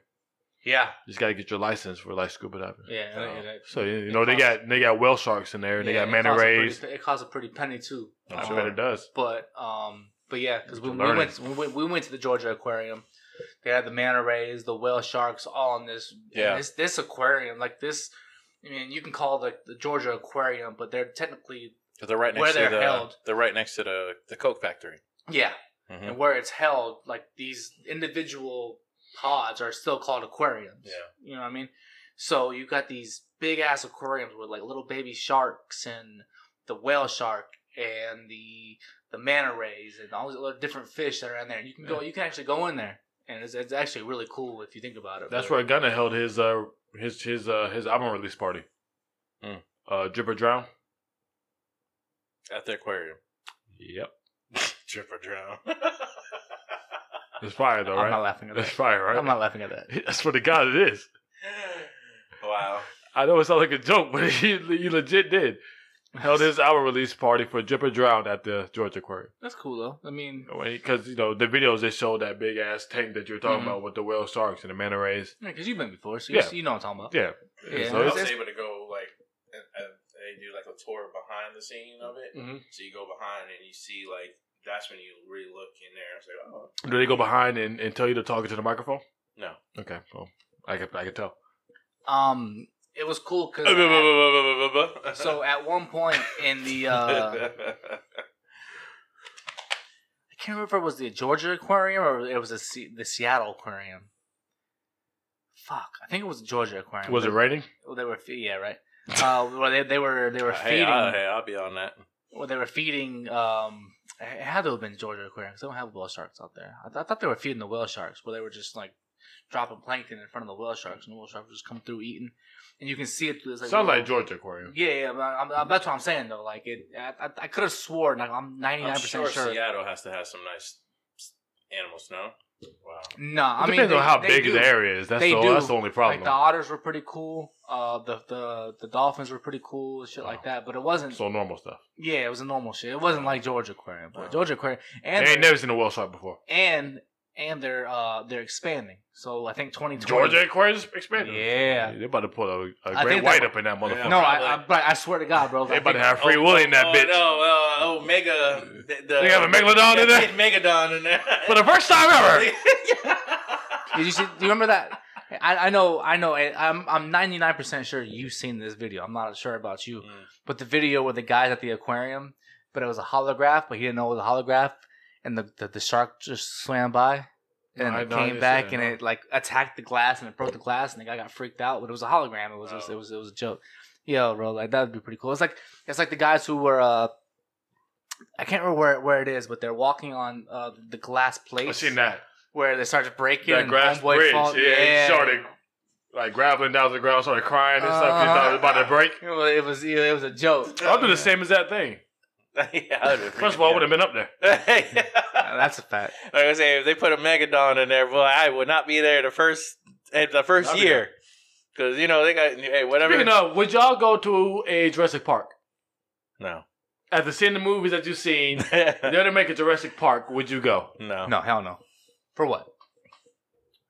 C: yeah,
B: You just got to get your license for like scuba diving.
C: yeah.
A: Oh.
C: yeah, that-
B: So you, you
C: It
B: know they
C: costs-
B: got they got whale sharks in there, and
C: yeah,
B: they got
C: it
B: manta
C: costs a pretty-
B: rays.
C: It costs a pretty penny too.
B: I'm
C: Um,
B: sure it does.
C: But um, but yeah, because
B: But
C: we,
B: you're
C: we
B: learning.
C: went we went we went to the Georgia Aquarium. They had the manta rays, the whale sharks, all in this. in
A: Yeah.
C: this this aquarium like this. I mean, you can call the the Georgia Aquarium, but they're technically
A: Because they're right
C: Where
A: next to
C: they're
A: the
C: held.
A: they're right next to the the Coke factory.
C: yeah,
B: Mm-hmm.
A: Mhm.
C: and where it's held, like these individual pods are still called aquariums.
A: Yeah.
C: You know what I mean? So you got these big ass aquariums with like little baby sharks and the whale shark and the the manta rays and all these little different fish that are in there. You can go, you can actually go in there, and it's, it's actually really cool if you think about it.
B: That's
C: But-
B: where Gunna held his uh his his uh his album release party.
A: Mm.
B: Uh, Drip or Drown.
A: At the aquarium,
B: Yep,
A: drip or drown.
B: it's fire though,
C: I'm not
B: right?
C: laughing at
B: That's
C: that.
B: fire, right?
C: I'm not laughing at that.
B: I swear to God, it is.
A: wow.
B: I know it sounds like a joke, but he, he legit did. Held his album release party for Drip or Drown at the Georgia Aquarium.
C: That's cool though. I mean,
B: Because, you know, the videos they showed that big ass tank that you were talking
C: Mhm.
B: about with the whale sharks and the manta rays.
C: because you've been before, so you,
B: Yeah.
C: you know what I'm talking about.
B: Yeah.
C: Yeah.
B: So
A: I
B: it's-
A: was able to go like and, and they do like a tour behind the scene of it.
C: Mhm.
A: So you go behind and you see like that's when you really look in there. It's like oh
B: do they go behind and, and tell you to talk into the microphone?
A: no.
B: Okay, well, I can, I can tell.
C: Um, it was cool because so at one point in the. uh I can't remember if it was the Georgia Aquarium or it was the, Se- the Seattle Aquarium. Fuck, I think it was the Georgia Aquarium.
B: Was it raining?
C: Well, They were fe- yeah right. Uh, well, they, they were they were
A: hey,
C: feeding.
A: I,
B: uh,
A: hey, I'll be on that.
C: Well, they were feeding. Um, it had to have been Georgia Aquarium. 'cause They don't have whale sharks out there. I, th- I thought they were feeding the whale sharks, where they were just like dropping plankton in front of the whale sharks, and the whale sharks would just come through eating, and you can see it through this. Like,
B: Sounds like
C: little-
B: Georgia Aquarium.
C: Yeah, yeah, but I'm, I'm, that's what I'm saying though. Like it, I, I, I could have sworn. Like I'm 99
A: I'm
C: percent
A: sure,
C: sure.
A: Seattle has to have some nice animals. No, wow.
C: No, I
B: it
C: mean
B: depends
C: they-
B: on how
C: they
B: big
C: do.
B: the area is. That's
C: They
B: the,
C: do.
B: that's the only problem.
C: Like the otters were pretty cool. Uh, the the the dolphins were pretty cool, and shit like that. But it wasn't.
B: Oh. so normal stuff.
C: yeah, it was a normal shit. It wasn't like Georgia Aquarium, but
A: Wow.
C: Georgia Aquarium
B: I
C: and
B: ain't
C: they're-
B: never seen a whale shark before.
C: and and they're uh they're expanding. So I think twenty twenty.
B: Georgia Aquarium is expanding.
C: Yeah.
B: They're about to put a, a
C: I
B: great
C: think
B: white
C: that-
B: up in that motherfucker.
A: Yeah,
C: No, I, I
A: probably.
C: but I swear to God, bro. I
B: They about to
C: think-
B: have free will in that
A: oh,
B: bitch.
A: No, uh, Omega. The, the,
B: They got a megalodon in there?
A: Yeah, Megadon in there.
B: For the first time ever.
C: Did you see? Do you remember that? I, I know, I know. I- I'm I'm 99 percent sure you've seen this video. I'm not sure about you,
A: Mm.
C: but the video with the guys at the aquarium, but it was a holograph, but he didn't know it was a holograph, and the the, the shark just swam by, and
B: I
C: it
B: know, I
C: came
B: just
C: back
B: said,
C: and
B: no.
C: it like attacked the glass and it broke the glass, and the guy got freaked out. But it was a hologram. It was just,
A: Oh.
C: it was it was a joke. Yo, bro, like that would be pretty cool. It's like it's like the guys who were. uh I can't remember where, where it is, but they're walking on uh, the glass plate
B: I seen that.
C: where they started breaking
B: that
C: and
B: grass
C: homeboy
B: bridge.
C: fall-
B: Yeah, he started like graveling down to the ground, started crying and stuff. He thought it was about to break.
C: It was, it was Uh-huh. yeah, it was a joke.
B: I'll do the same as that thing.
A: yeah, I would've
B: First of all, I would have been up there.
A: freaked
C: Uh,
A: out.
C: That's a fact.
A: like I was saying, if they put a Megadon in there, boy, I would not be there the first eh, the 1st
B: I'd be
A: year. Because you know they got hey whatever.
B: Speaking of, would y'all go to a Jurassic Park?
A: no,
B: After seeing the movies that you've seen, they're to make a Jurassic Park, would you go?
A: no,
C: No, hell no. For what?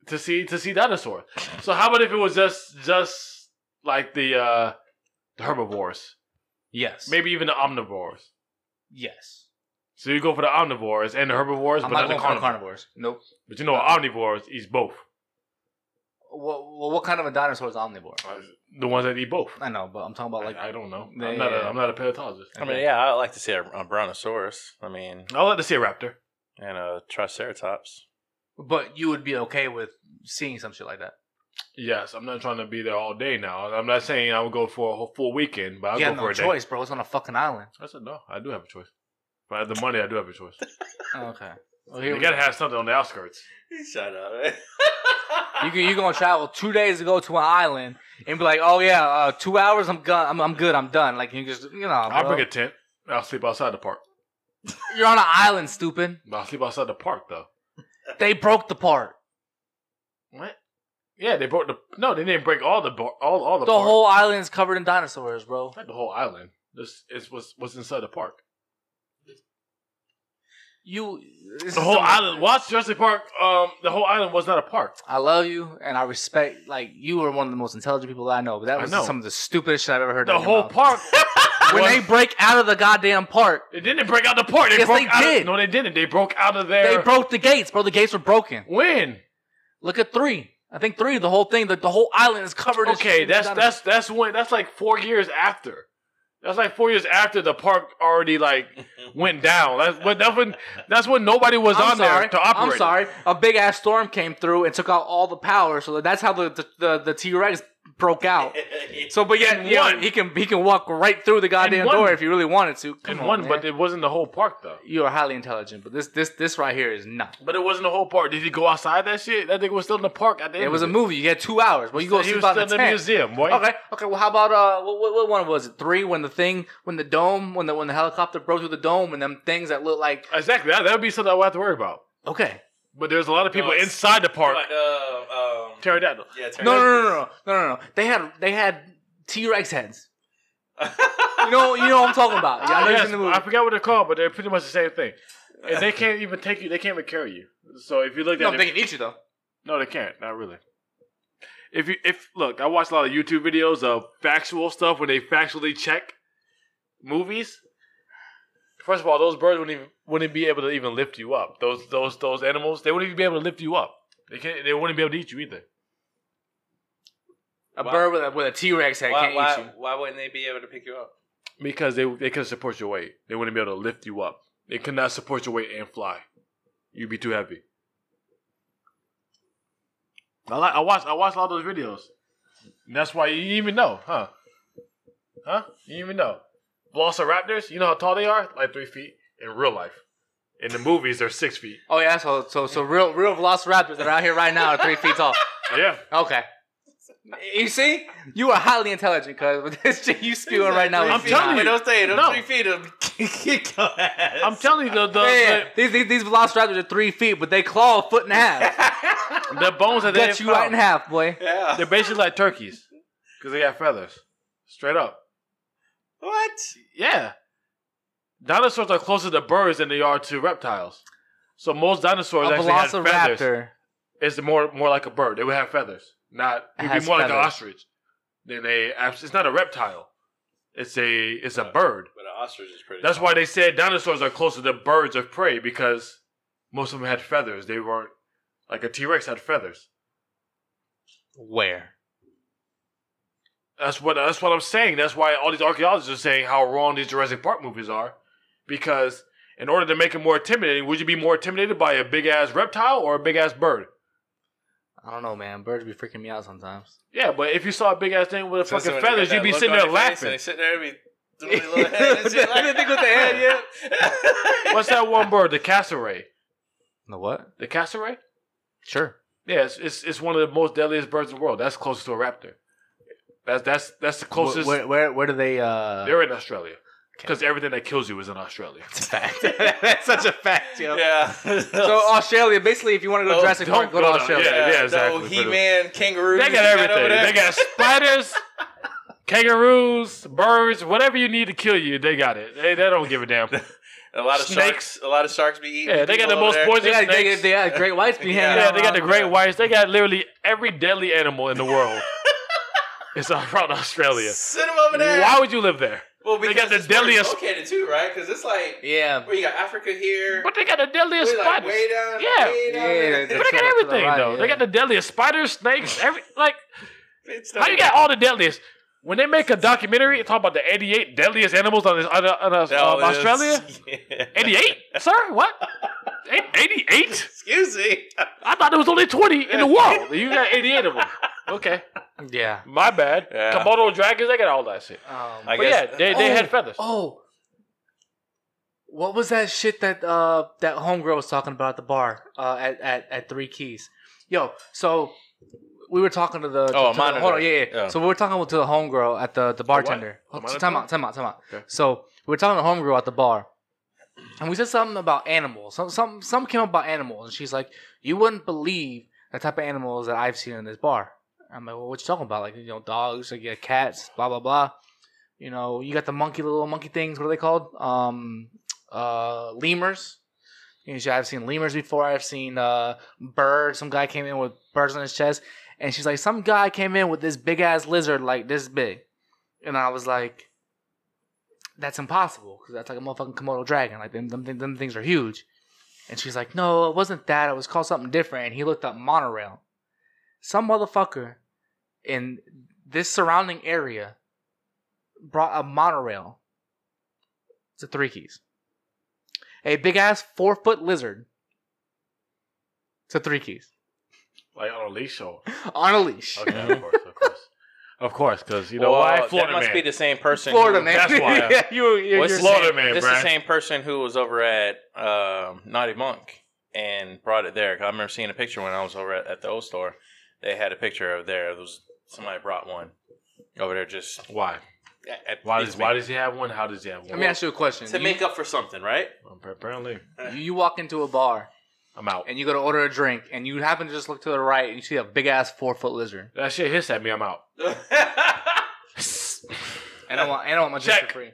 B: to see to see dinosaurs. So how about if it was just just like the uh the herbivores,
C: Yes.
B: maybe even the omnivores.
C: Yes.
B: So you go for the omnivores and the herbivores,
C: I'm
B: but
C: not
B: not the
C: going for the
B: carnivores.
C: carnivores. Nope.
B: But you know, omnivores eats both.
C: What, what, what kind of a dinosaur is omnivore?
B: The ones that eat both.
C: I know, but I'm talking about like. uh,
B: I, I don't know.
C: Yeah,
B: I'm not
C: yeah,
B: a
C: yeah.
B: I'm not a paleontologist.
A: I mean, yeah, I'd like to see a, a Brontosaurus. I mean,
B: I'd like to see a raptor.
A: and a Triceratops.
C: But you would be okay with seeing some shit like that.
B: Yes, I'm not trying to be there all day now. I'm not saying I would go for a whole full weekend, but I'll go
C: you have
B: for
C: no
B: a
C: choice, bro. It's on a fucking island.
B: day. I said no. I do have a choice. If I have the money, I do have a choice.
C: Okay. Oh, here
B: You
C: we
B: gotta have something on the outskirts.
A: Shut up. Man.
C: You can, you're gonna travel two days to go to an island and be like, oh yeah, uh, two hours. I'm gun. I'm, I'm good. I'm done. Like you just you know.
B: I'll
C: bro.
B: bring a tent. I'll sleep outside the park.
C: You're on an island, stupid.
B: I'll sleep outside the park though.
C: They broke the part.
B: What? Yeah, they broke the. No, they didn't break all the bar, all all the.
C: The
B: park.
C: whole island is covered in dinosaurs, bro.
B: Not the whole island. This is what's what's inside the park.
C: You. this
B: The
C: is
B: whole
C: some-
B: island. Watch Jurassic Park. Um, the whole island was not a park.
C: I love you and I respect. Like you were one of the most intelligent people that I know, but that
B: I
C: was
B: know.
C: some of the stupidest shit I've ever heard. out
B: The
C: of your
B: whole park.
C: mouth. When
B: was-
C: they break out of the goddamn park,
B: They didn't break out the park. They
C: Yes,
B: broke
C: they
B: out Of,
C: did.
B: no, they didn't. They broke out of there.
C: they broke the gates, bro. The gates were broken.
B: When?
C: Look at three. I think three. The whole thing. The, the whole island is covered. in
B: Okay,
C: shit.
B: that's that's that's when. That's like four years after. That's like four years after the park already like went down. That's when that's when that's when nobody was
C: I'm
B: on
C: sorry.
B: there to operate.
C: I'm sorry. A big ass storm came through and took out all the power. So that's how the the, the, the T Rex broke out. So, but yet
B: In
C: you know,
B: one.
C: he can he can walk right through the goddamn
B: one.
C: door if you really wanted to. Come
B: And
C: on,
B: one,
C: man.
B: but it wasn't the whole park though.
C: you are highly intelligent. But this this this right here is not.
B: But it wasn't the whole park. Did he go outside that shit? That nigga was still in the park at the end.
C: It was a
B: of
C: movie. You get two hours. Well, you go
B: he
C: sleep
B: was
C: out
B: still
C: in
B: in
C: the
B: the
C: tent.
B: museum, boy.
C: Okay. Okay. Well, how about uh, what, what, what one was it? Three when the thing when the dome when the when the helicopter broke through the dome and them things that look like
B: Exactly. That, that would be something I would have to worry about.
C: okay.
B: But there's a lot of people
A: No, it's-
B: inside the park.
A: Like, uh, um,
B: Pterodactyl.
A: yeah, turn
C: No, no,
A: it-
C: no, no, no, no, no, no. They had they had T Rex heads. You know, you know what I'm talking about. Yeah, I
B: Ah,
C: know you've
B: Yes,
C: seen the movie.
B: I forgot what they're called, but they're pretty much the same thing. And they can't even take you. They can't even carry you. So if you look at
C: No,
B: it,
C: they can eat you though.
B: no, they can't. Not really. If you if look, I watch a lot of YouTube videos of factual stuff where they factually check movies. First of all, those birds wouldn't even wouldn't be able to even lift you up. Those those those animals, they wouldn't even be able to lift you up. They can't. They wouldn't be able to eat you either.
C: A
A: Why-
C: bird with a with a T Rex head
A: Why,
C: can't eat
A: why,
C: you.
A: why wouldn't they be able to pick you up?
B: Because they they couldn't support your weight. They wouldn't be able to lift you up. They could not support your weight and fly. You'd be too heavy. I like, I watch I watch a lot of those videos. And that's why you didn't even know, huh? Huh? You didn't even know. Velociraptors, you know how tall they are? Like three feet in real life. In the movies, they're six feet.
C: Oh yeah, so so so real real velociraptors that are out here right now are three feet tall.
B: Yeah.
C: Okay. You see, you are highly intelligent, cuz with this shit you spewing right now.
B: I'm
C: is
B: telling
C: not-
B: you.
A: Don't say it.
B: No.
A: Those three feet of kick your ass.
B: I'm telling you, the, the,
C: Yeah, these, these these velociraptors are three feet, but they claw a foot and a half.
B: the, the bones that they
C: Gut you right in
B: found,
C: half, boy.
A: Yeah.
B: they're basically like turkeys. Because they got feathers. Straight up.
A: What?
B: Yeah. Dinosaurs are closer to birds than they are to reptiles. So most
C: A
B: dinosaurs actually have feathers.
C: velociraptor.
B: It's more more like a bird. They would have feathers. Not
C: It
B: it'd be
C: has
B: more like an
C: feathers.
B: ostrich. Than a abs- it's not a reptile. It's a it's a
A: Right.
B: bird.
A: But an ostrich is pretty.
B: That's why they said dinosaurs are closer to birds of prey because most of them had feathers. They weren't like a T Rex had feathers.
C: Where?
B: That's what that's what I'm saying. That's why all these archaeologists are saying how wrong these Jurassic Park movies are, because in order to make it more intimidating, would you be more intimidated by a big ass reptile or a big ass bird?
C: I don't know, man. Birds be freaking me out sometimes.
B: Yeah, but if you saw a big ass thing with a
A: So- so
B: fucking
A: when they got
B: feathers,
A: that
B: you'd be
A: look
B: sitting
A: on
B: there
A: their face and They
B: laughing.
A: sit there and be doing their little head and shit like
C: They think with the head,
A: yeah.
B: What's that one bird? The cassowary.
C: The what?
B: The cassowary.
C: Sure.
B: Yeah, it's, it's it's one of the most deadliest birds in the world. That's closest to a raptor. That's that's that's the closest.
C: Where where, where do they? uh
B: They're in Australia
C: Okay.
B: because everything that kills you is in Australia.
C: That's a fact. That's such a fact, yo.
A: Yeah.
C: So Australia, basically, if you want to go to
A: Oh,
C: Jurassic
B: don't
C: Park, go to
B: go down,
C: Australia.
B: yeah, yeah, exactly,
A: So
B: for the-
A: He-Man, kangaroos.
B: They got
A: you over
B: everything.
A: there?
B: They got spiders, kangaroos, birds, whatever you need to kill you. They got it. They, they don't give a damn.
A: a lot of
B: snakes.
A: sharks. A lot of sharks be eating.
B: Yeah, they got
A: people
B: the most
A: over there.
B: poisonous
C: They got, they,
B: snakes.
C: they got great whites be hanging
B: yeah,
C: out.
B: they got the
C: around.
B: great whites. They got literally every deadly animal in the world. it's around Australia.
A: Send them over there.
B: Why would you live there?
A: Well,
B: They
A: because
B: got the
A: it's where it's
B: deadliest-
A: Located too, right? Because it's like
C: Yeah.
A: where you got Africa here.
B: But they got the deadliest
A: we're like
B: spiders.
A: way down.
B: Yeah.
A: Way down
C: Yeah,
A: there.
B: but they
C: To
B: got
C: the- to the
B: everything
C: right,
B: though. They
C: yeah.
B: got the deadliest spiders, snakes, every like.
A: It's
B: How you got all the deadliest? When they make a documentary, talk about the 88 deadliest animals on, this, on, uh, on uh,
A: No,
B: um, Australia.
A: it's- Yeah.
B: 88, sir? What? Eight- 88?
A: Excuse me.
B: I thought there was only 20 in the world. You got 88 of them. Okay.
C: Yeah.
B: My bad.
A: Yeah.
B: Komodo dragons, they got all that shit.
C: Um,
A: I
B: But
A: guess-
B: yeah, they, they
C: Oh.
B: had feathers.
C: oh, What was that shit that uh that homegirl was talking about at the bar uh, at at at Three Keys? Yo, so we were talking to the to-
A: Oh, a
C: to the-
A: monitor.
C: hold on, yeah, yeah.
A: Yeah.
C: So we were talking to the homegirl at the the bartender.
B: A
C: Oh,
B: monitor?
C: time out, time out, time out.
B: Okay.
C: So we were talking to the homegirl at the bar, and we said something about animals. Some some some came up about animals, and she's like, "You wouldn't believe the type of animals that I've seen in this bar." I'm like, "Well, what you talking about? Like, you know, dogs, like you got cats, blah blah blah." You know, you got the monkey, little monkey things. What are they called? Um, uh, lemurs. You know, she- I've seen lemurs before. I've seen uh, birds. Some guy came in with birds on his chest, and she's like, "Some guy came in with this big ass lizard, like this big," and I was like, "That's impossible because that's like a motherfucking komodo dragon. Like them, them, thi- them things are huge." And she's like, "No, it wasn't that. It was called something different." And he looked up monorail. Some motherfucker in this surrounding area brought a monorail to Three Keys. A big ass four foot lizard to Three Keys
B: Like on a leash show.
C: on a leash.
B: Okay, of course, of course. Of course, because you know
A: Well,
B: why? Florida
A: that must
B: man.
A: be the same person.
C: Florida
A: who-
C: man.
B: that's why.
C: yeah, you, you,
A: What's
C: you're
A: his
B: Florida
A: name?
B: man,
A: This
B: bruh.
A: the same person who was over at um, Naughty Monk and brought it there. 'Cause I remember seeing a picture when I was over at, at the old store. They had a picture of there. It was somebody brought one over there just
B: Why? Why does Why does he have one? How does he have one?
C: Let me ask you a question.
A: to
C: you,
A: make up for something, right?
B: Apparently,
C: you- you walk into a bar
B: I'm out.
C: and you go to order a drink and you happen to just look to the right and you see a big ass four foot lizard.
B: That shit hiss at me. I'm out.
C: And I want, and I want my drink
B: Check.
C: for free.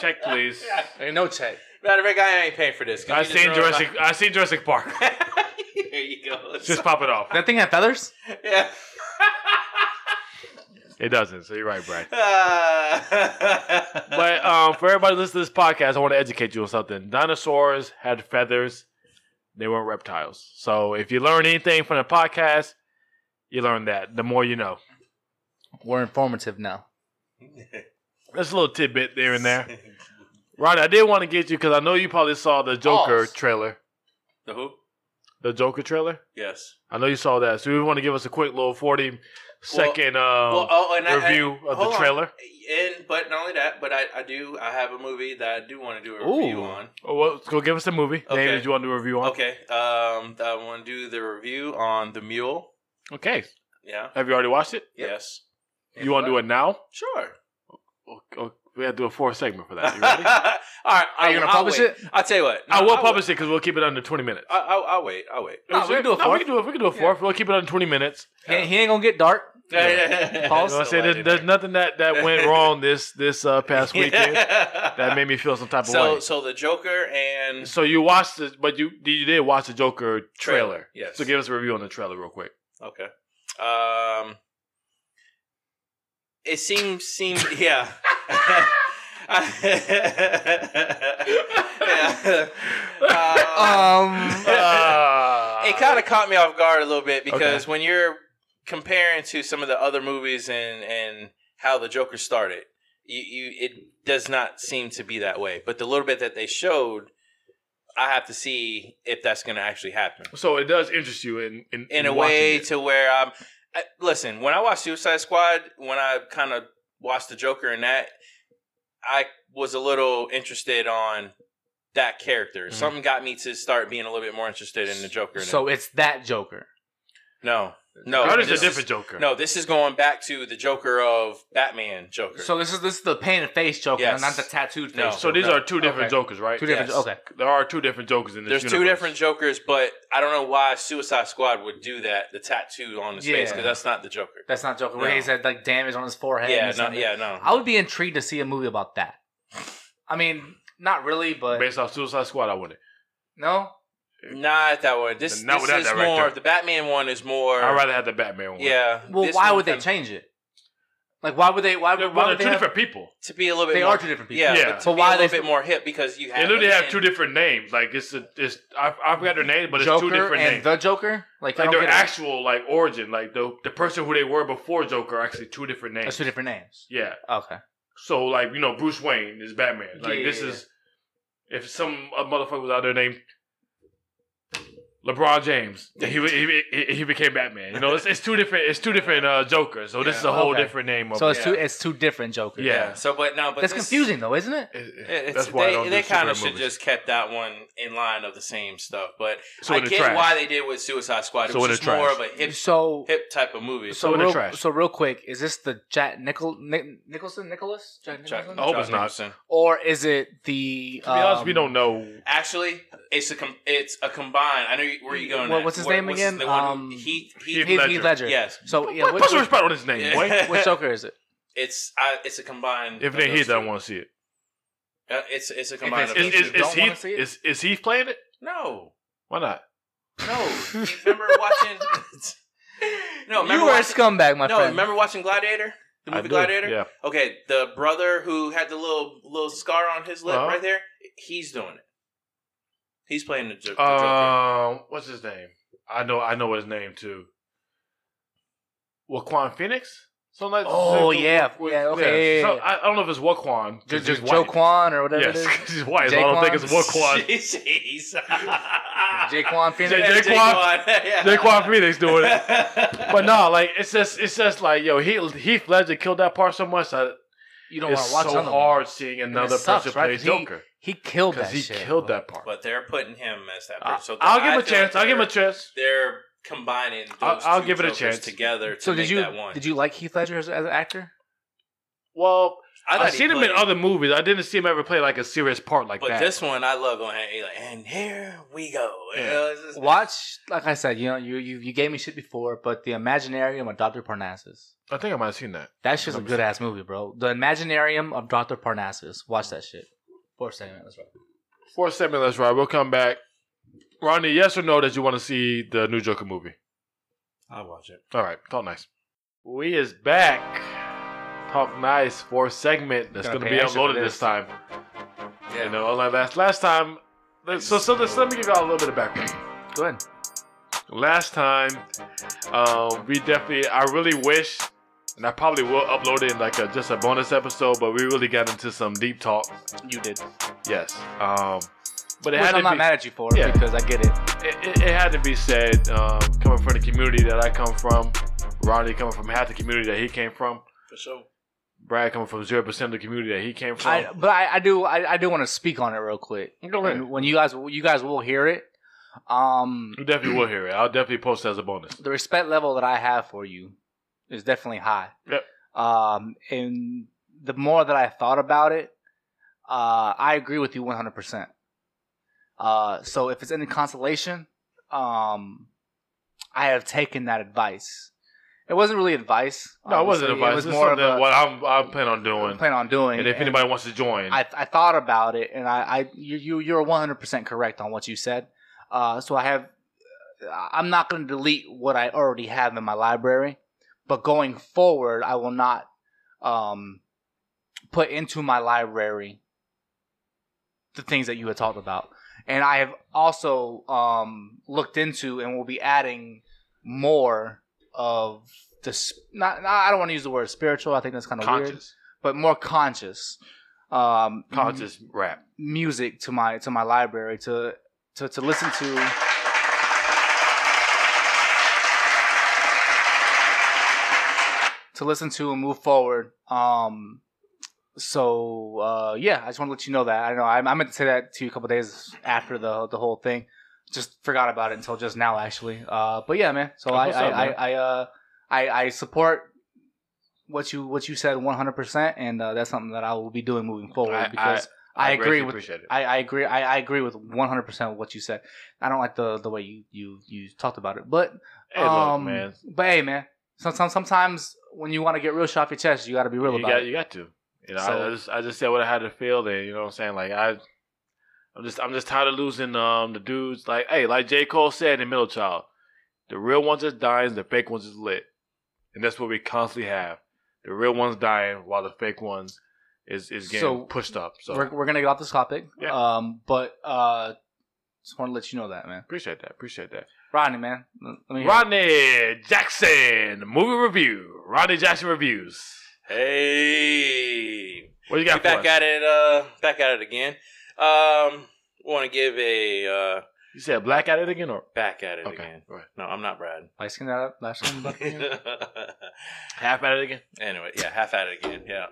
B: Check, please.
C: Ain't no check.
A: Matter of fact, I ain't paying for this. Can
B: I
A: you just
B: seen
A: throw it
B: Jurassic. I seen Jurassic Park.
A: back? Here you go.
B: Just pop it off.
C: That thing had feathers?
A: yeah.
B: It doesn't. So you're right, Brad.
A: but
B: But um, for everybody listening to this podcast, I want to educate you on something. Dinosaurs had feathers. They weren't reptiles. So if you learn anything from the podcast, you learn that. The more you know.
C: We're informative now.
B: That's a little tidbit there and there. Ronnie, I did want to get you because I know you probably saw the Joker
C: Pause.
B: trailer.
A: The who?
B: The Joker trailer?
A: Yes.
B: I know you saw that. So you want to give us a quick little 40 second um,
A: oh, and
B: review of
A: hold
B: the
A: on.
B: trailer?
A: And but not only that, but I, I do I have a movie that I do want to do a
C: Ooh.
A: review on.
B: Oh, well, let's go give us a movie. Okay.
A: Okay.
B: did you want to do a review on?
A: Okay. Um, I want to do the review on the Mule.
B: Okay.
A: Yeah.
B: Have you already watched it?
A: Yes.
B: You want to do it now?
A: Sure.
B: Oh, oh, we have to do a four segment for
A: All
B: that. You ready?
A: right.
C: Are you going to publish it?
A: I'll tell you what.
B: I will
A: I'll wait.
B: publish it because we'll keep it under 20 minutes.
A: I, I'll, I'll wait. I'll wait.
C: no, we can do a
B: we
C: fourth.
B: can do a, we can do a fourth. We'll keep it under 20 minutes.
C: He, he ain't going to get dark.
B: You know what I'm saying? There's, there's nothing that, that went wrong this this uh, past weekend that made me feel some type of
A: so
B: way.
A: so the Joker and
B: So you watched the, but you you did watch the Joker trailer.
A: Trailer, yes.
B: So give us a review on the trailer real quick.
A: okay. Um, it seems seems yeah. Yeah. Uh,
C: Um,
A: it kind of caught me off guard a little bit because when you're comparing to some of the other movies and and how the Joker started, you, you it does not seem to be that way. But the little bit that they showed, I have to see if that's going to actually happen
B: Uh, So it does interest you in in,
A: in a
B: watching
A: way
B: it.
A: to where I'm. I, listen, when I watched Suicide Squad, when I kind of watched the Joker and that, I was a little interested on that character.
B: Mhm.
A: Something got me to start being a little bit more interested in the Joker. and
C: so it's that Joker.
A: no, no,
B: How does
A: this
B: a different Joker?
A: No, this is going back to the Joker of Batman Joker.
C: So this is this is the painted face Joker,
A: Yes.
C: not the tattooed face.
A: No.
B: So these
A: No.
B: are two different
C: Okay.
B: Jokers, right?
C: Two different.
A: Yes.
C: Okay.
B: There are two different Jokers in this.
A: there's two
B: universe.
A: different Jokers, but I don't know why Suicide Squad would do that. The tattoo on his face
C: Yeah.
A: because that's not the Joker.
C: That's not Joker. Where
A: No.
C: he's had like damage on his forehead.
A: yeah,
C: and
A: no,
C: something.
A: yeah, no.
C: I would be intrigued to see a movie about that. I mean, not really, but
B: Based off Suicide Squad, I wouldn't.
C: no.
A: not that one. This,
B: Not
A: this
B: with that
A: is
B: director.
A: more. The Batman one is more.
B: I'd rather have the Batman one.
A: Yeah.
C: Well,
A: this
C: why
A: one
C: would they
A: kinda-
C: change it? Like, why would they? Why,
B: They're,
C: why
B: well, they're
C: would they?
B: two
C: have-
B: different people.
A: to be a little bit?
C: they
A: more,
C: are two different people.
A: Yeah,
B: Yeah.
A: But,
C: So
A: why
C: why
A: a
C: are
A: little
C: they-
A: bit more hip because you have
B: They literally have
A: again,
B: two different names. Like it's a, it's I, I forgot their name, but it's
C: Joker
B: two different
C: and
B: names.
C: the Joker. Like, I
B: like
C: don't
B: their
C: get it.
B: actual like origin, like the the person who they were before Joker, are actually two different names.
C: That's two different names.
B: Yeah.
C: Okay.
B: So like you know Bruce Wayne is Batman. Like this
C: Yeah.
B: is if some a motherfucker was out there named LeBron James. He he, he, he became Batman. You know, it's, it's two different it's two different uh, Jokers. So this
A: Yeah.
B: is a whole
C: Okay.
B: different name. Of
C: So it's
A: yeah.
C: two it's two different Jokers.
B: Yeah.
A: So, but no, but
C: That's
A: this-
C: confusing though, isn't it?
B: It- it-
A: It's,
B: that's why I
A: they
B: don't do
A: they kind of
B: superhero
A: should
B: movies.
A: just kept that one in line of the same stuff. But
B: So
A: I
B: in the
A: get
B: trash.
A: why they did with Suicide Squad. It
B: So in
A: was
B: the
A: just more
B: trash.
A: of a hip
C: So
A: hip type of movie.
C: so
B: in the
C: real,
B: trash.
C: so real quick, is this the Jack Nichol Ni- Nicholson Nicholas Jack
A: Jack-
C: Nicholson?
B: I hope it's
A: Jack
B: not.
A: Nicholson. Oh.
C: or is it the?
B: To be honest,
C: um,
B: we don't know.
A: Actually, it's a com- it's a combined. I know you, where you going.
C: What-
A: at.
C: what's his
A: Where-
C: name
A: what's his-
C: again?
A: the one who-
C: Um,
A: Heath, Heath,
B: Heath
C: Heath,
B: Ledger.
C: Heath Ledger.
A: Yes.
C: So yeah,
B: Put-
C: which,
B: put some
C: which,
B: respect on his name,
A: Yeah.
B: boy.
C: which Joker is it?
A: It's I, it's a combined.
B: If
A: of
B: it ain't
A: those
B: Heath, I
A: two.
B: don't want to see it.
A: Uh, it's it's a combined.
C: it's
A: of those
B: Is,
A: two.
B: is,
C: Heath, you
B: is,
C: don't wanna
B: Heath,
C: see it?
B: is, is Heath playing it?
A: no,
B: Why not?
A: no. You remember watching? no, remember
C: you were a
A: watching,
C: scumbag, my
A: No,
C: friend.
A: remember watching Gladiator? The
B: I
A: movie
B: do,
A: Gladiator.
B: Yeah.
A: Okay, the brother who had the little little scar on his lip
B: Uh-huh.
A: right there, he's doing it. He's playing the, jo- the Joker.
B: Um, what's his name? I know, I know his name too. Waquan Phoenix. Something like
C: Oh,
B: something-
C: yeah. Yeah, okay, yeah,
B: So,
C: yeah.
B: I, I don't know if it's Waquan. 'cause
C: Just,
B: he's
C: just
B: white.
C: Joe Quan or whatever
B: Yes,
C: it
B: 'cause he's white. so I don't think it's Waquan.
A: Jeez.
C: is. Jay Quan Phoenix.
B: Jay- Jaquan- Jaquan Phoenix doing it. But no, like it's just it's just like yo, Heath, Heath Ledger killed that part so much that
C: you don't want
B: it's
C: to watch
B: so
C: another one.
B: hard seeing another
C: sucks,
B: person
C: right?
B: play
C: 'Cause he-
B: Joker
C: He killed
B: because
C: that
B: he
C: shit.
B: killed
C: bro.
B: that part.
A: But they're putting him as that
B: I,
A: person. So
B: I'll
A: I
B: give him a
A: feel
B: chance.
A: like
B: I'll give him a
A: they're-
B: chance.
A: They're combining. Those
B: I'll- I'll
A: two
B: give it a
A: Jokers
B: chance.
A: together. To
C: So
A: make
C: did you
A: That one.
C: did you like Heath Ledger as, as an actor?
B: Well,
A: I thought
B: I've
A: he
B: seen him in
A: played-
B: other movies. I didn't see him ever play like a serious part like
A: But
B: that.
A: this one, I love going. Hey, like, and here we go. You
B: Yeah.
A: know, it's just-
C: Watch, like I said, you know, you you, you gave me shit before, but the Imaginarium of Doctor Parnassus.
B: I think I might have seen that.
C: That shit's a
B: Number
C: good ass movie, bro. The Imaginarium of Doctor Parnassus. Watch that shit. Four segment. That's right.
B: For a segment, let's ride. We'll come back. Ronnie, yes or no that you want to see the new Joker movie?
A: I'll watch it.
B: All right, talk nice. We is back. Talk nice for a segment that's
C: Gotta
B: going to
C: pay
B: be
C: extra for
B: unloaded this
C: this.
B: time.
A: Yeah.
B: You know, unlike last last time. So so this, let me give y'all a little bit of background.
C: Go ahead.
B: Last time, um, we definitely I really wish, and I probably will upload it in like a, just a bonus episode, but we really got into some deep talk.
C: You did.
B: Yes. Um, but it
C: Which
B: had to
C: I'm not
B: be,
C: mad at you for
B: Yeah.
C: because I get it.
B: it, it, it had to be said, um, coming from the community that I come from, Ronnie coming from half the community that he came from,
A: For sure.
B: Brad coming from zero percent of the community that he came from.
C: I, but I, I do I, I do want to speak on it real quick.
B: Go ahead.
C: And when you guys you guys will hear it, um,
B: you definitely will hear it. I'll definitely post it as a bonus.
C: the respect level that I have for you is definitely high.
B: Yep.
C: Um, and the more that I thought about it, uh, I agree with you 100%. Uh, so if it's any consolation, um, I have taken that advice. It wasn't really advice.
B: No, it wasn't
C: obviously.
B: advice. It's more something what I'm, I'm planning on doing.
C: plan on doing.
B: and if
C: And-
B: anybody wants to join,
C: I, I thought about it, and I, I you, you you're 100 percent correct on what you said. Uh, so I have, uh, I'm not going to delete what I already have in my library, but going forward, I will not um, put into my library the things that you had talked about, and I have also um, looked into and will be adding more of the sp- not. I don't want to use the word spiritual. I think that's kind of weird
B: conscious,
C: but more conscious um
B: conscious rap.
C: m- music to my to my library to to, to listen to to listen to and move forward um so uh yeah i just want to let you know that i know i, I meant to say that to you a couple days after the the whole thing just forgot about it until just now actually uh but yeah man so I,
B: Oh, What's
C: I,
B: up, man?
C: I i uh i i support what you what you said 100% and uh, that's something that i will be doing moving forward
B: I- I-
C: because i, agree
B: greatly
C: with
B: Appreciate it.
C: I, I agree. I, I agree with 100% with what you said. I don't like the, the way you, you, you talked about it, but
B: hey, look,
C: um,
B: man,
C: But hey, man. Sometimes sometimes when you want to get real shit off your chest, you got to be real
B: you
C: about
B: got
C: it.
B: you got to. You know, I,
C: So-
B: I just I just said what I had to feel there. You know what I'm saying? Like I, I'm just I'm just tired of losing um the dudes. Like hey, like J Cole said in Middle Child, the real ones is dying, the fake ones is lit, and that's what we constantly have. The real ones dying while the fake ones is is getting
C: So,
B: pushed up. So
C: We're, we're gonna get off this topic.
B: Yeah.
C: Um, but uh, just want to let you know that, man.
B: appreciate that. Appreciate that.
C: Rodney, man. Let me hear it.
B: Rodney Jackson movie review. Rodney Jackson reviews.
A: Hey.
B: What you got
A: we
B: for
A: back
B: us?
A: at it. Uh, back at it again. Um, want to give a uh,
B: You said black at it again or
A: Back at it
B: okay,
A: again.
B: right.
A: No, I'm not Brad.
C: Light skin that up, light skin black skin.
B: half at it again?
A: anyway, yeah, half at it again. Yeah.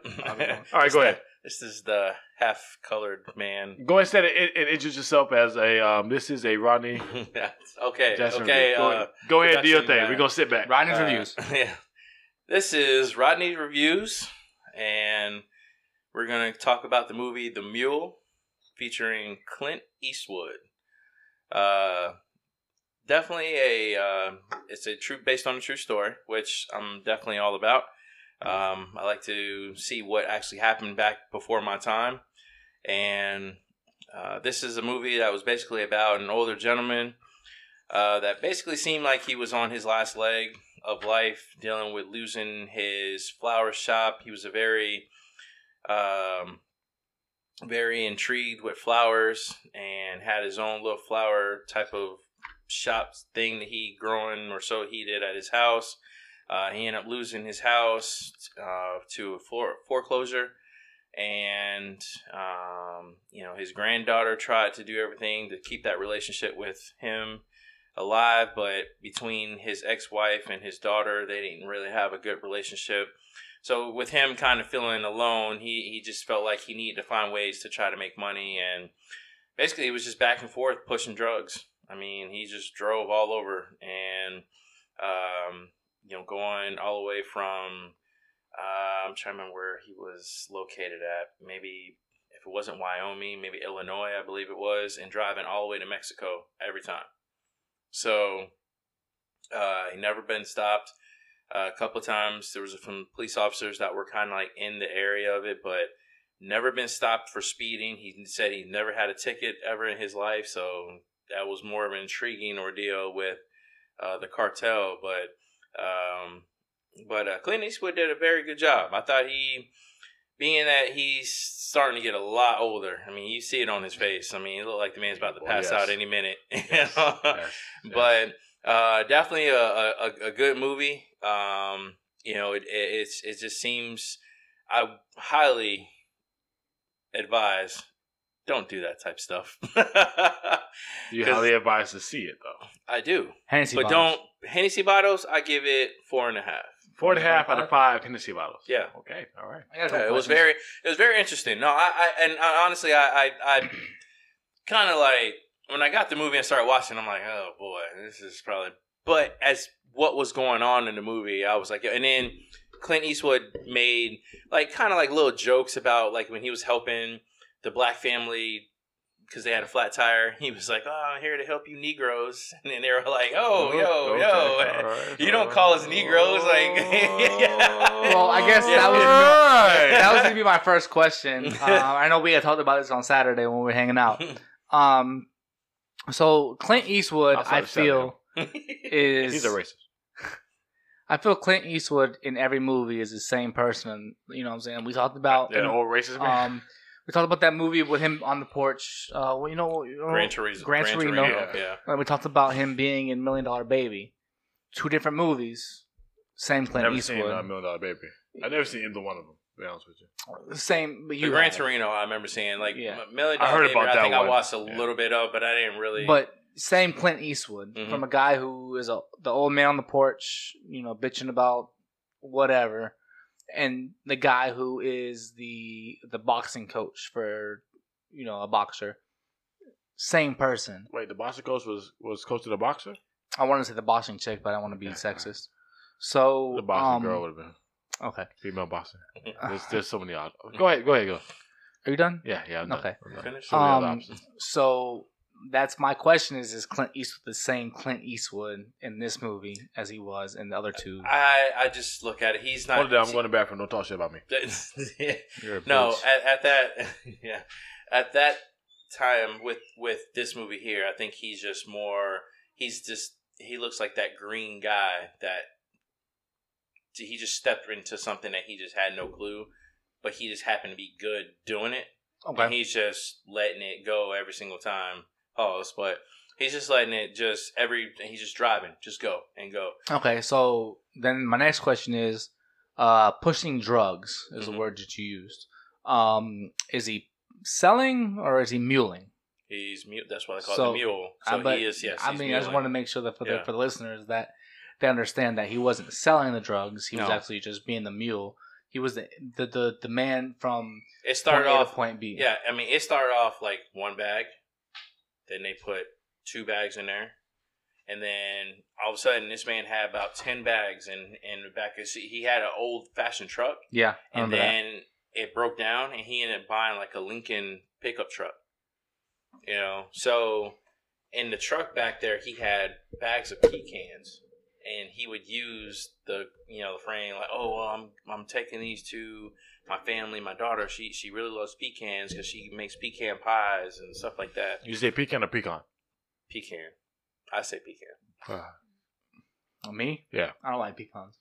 B: All right, go ahead.
A: This is the half colored man.
B: Go instead and, and introduce yourself as a. Um, this is a Rodney
A: okay.
B: Jackson.
A: okay.
B: review. go,
A: Uh,
B: go ahead, and do your
A: production,
B: thing.
A: uh,
B: We're gonna sit back.
C: Rodney's
A: Uh,
C: reviews.
A: Yeah. This is Rodney's Reviews, and we're going to talk about the movie The Mule featuring Clint Eastwood. Uh, definitely a uh, it's a true based on a true story, which I'm definitely all about. Um, I like to see what actually happened back before my time, and uh, this is a movie that was basically about an older gentleman uh, that basically seemed like he was on his last leg of life, dealing with losing his flower shop. He was a very, um, very intrigued with flowers and had his own little flower type of shop thing that he growing or so he did at his house. Uh, he ended up losing his house uh, to a fore- foreclosure. And, um, you know, his granddaughter tried to do everything to keep that relationship with him alive, but between his ex wife and his daughter, they didn't really have a good relationship. So with him kind of feeling alone, he, he just felt like he needed to find ways to try to make money and basically it was just back and forth pushing drugs. I mean, he just drove all over and um, you know, going all the way from uh, I'm trying to remember where he was located at. Maybe if it wasn't Wyoming, maybe Illinois, I believe it was, and driving all the way to Mexico every time. So uh, he never been stopped. Uh, a couple times there was some police officers that were kind of like in the area of it, but never been stopped for speeding. He said he never had a ticket ever in his life, so that was more of an intriguing ordeal with uh, the cartel. But um, but uh, Clint Eastwood did a very good job. I thought he. Being that he's starting to get a lot older, I mean, you see it on his face. I mean, it looked like the man's about to
B: Well,
A: pass
B: yes.
A: out any minute.
B: Yes, yes, yes.
A: but uh, definitely a, a, a- a good movie. Um, you know, it, it it's it just seems I highly advise don't do that type stuff.
B: you
A: 'Cause
B: highly advise to see it though.
A: I do,
C: Hennessy
A: but
C: bottles.
A: don't Hennessy bottles. I give it four and a half.
B: Four and a half out of five Hennessy bottles.
A: Yeah.
B: Okay. All right.
C: I got a couple
A: Yeah, it was
C: questions.
A: very it was very interesting. No, I, I and I, honestly, I I, I kind of like when I got the movie and started watching, I'm like, oh boy, this is probably. But as what was going on in the movie, I was like, and then Clint Eastwood made like kind of like little jokes about like when he was helping the black family because they had a flat tire. He was like, "Oh, I'm here to help you Negroes," and then they were like, "Oh, yo,
B: Okay.
A: yo."
B: All right.
A: You don't call us Negroes, like- Well,
C: I guess that was-
B: Right.
C: that was gonna be my first question. Uh, I know we had talked about this on Saturday when we were hanging out. Um, so Clint Eastwood,
B: Outside
C: I
B: of Saturday.
C: feel, is
B: He's a racist.
C: I feel Clint Eastwood in every movie is the same person. You know what I'm saying? We talked about
B: An old racist man.
C: um, we talked about that movie with him on the porch. Uh, well, you know, you know-
A: Gran Turismo.
C: Gran Torino.
A: Yeah. yeah.
C: uh, we talked about him being in Million Dollar Baby. Two different movies, same Clint
B: never
C: Eastwood,
B: seen uh, Million Dollar Baby. I never seen either one of them. To be honest with you.
C: same. But
A: The
C: you
A: Gran
C: have.
A: Torino, I remember seeing like
C: Yeah.
A: M- Million
B: I
A: Dollar
B: heard
A: Baby,
B: about
A: I
B: that
A: think
B: one.
A: I watched a
B: Yeah.
A: little bit of, but I didn't really.
C: But same Clint Eastwood
A: Mhm.
C: from a guy who is a, the old man on the porch, you know, bitching about whatever, and the guy who is the the boxing coach for you know a boxer. Same person.
B: Wait, the boxer coach was was coach of the boxer.
C: I want to say the boxing chick, but I want to be
B: Yeah.
C: sexist. So
B: The boxing
C: um,
B: girl would have been
C: Okay,
B: female boxer.
C: are
B: There's there's so many odd. Go ahead. Go ahead. Go.
C: you done?
B: Yeah. Yeah. I'm done.
C: Okay.
B: I'm done.
A: Finish?
B: So many other
C: Um,
B: options.
C: So that's my question: Is is Clint Eastwood the same Clint Eastwood in this movie as he was in the other two?
A: I I just look at it. He's not.
B: Hold it down. I'm going to the bathroom. Don't talk shit about me. You're a
A: no,
B: bitch.
A: at, at that, yeah, at that time with with this movie here, I think he's just more. He's just he looks like that green guy that he just stepped into something that he just had no clue, but he just happened to be good doing it. And
C: okay,
A: he's just letting it go every single time. Pause, but he's just letting it just every. He's just driving, just go and go.
C: okay. So then my next question is: uh, pushing drugs is
A: Mhm.
C: the word that you used. Um, is he selling or is he muling?
A: He's mute. That's why they call
C: So,
A: it the mule.
C: I-
A: So
C: but,
A: he is. Yes.
C: I
A: he's
C: mean, I just
A: muling.
C: wanted to make sure that for the
A: Yeah.
C: for the listeners that they understand that he wasn't selling the drugs. He was
A: No.
C: actually just being the mule. He was the the the, the man from
A: It started
C: point A
A: off.
C: to point B.
A: Yeah, I mean, it started off like one bag. Then they put two bags in there, and then all of a sudden, this man had about ten bags in in the back of his seat. He had an old fashioned truck,
C: yeah. I
A: and
C: remember that.
A: then it broke down, and he ended up buying like a Lincoln pickup truck. You know, so in the truck back there, he had bags of pecans, and he would use the you know the frame like, oh, well, I'm I'm taking these to my family, my daughter. She she really loves pecans because she makes pecan pies and stuff like that.
B: You say pecan or pecan?
A: Pecan, I say pecan.
C: Oh, me?
B: Yeah.
C: I don't like pecans.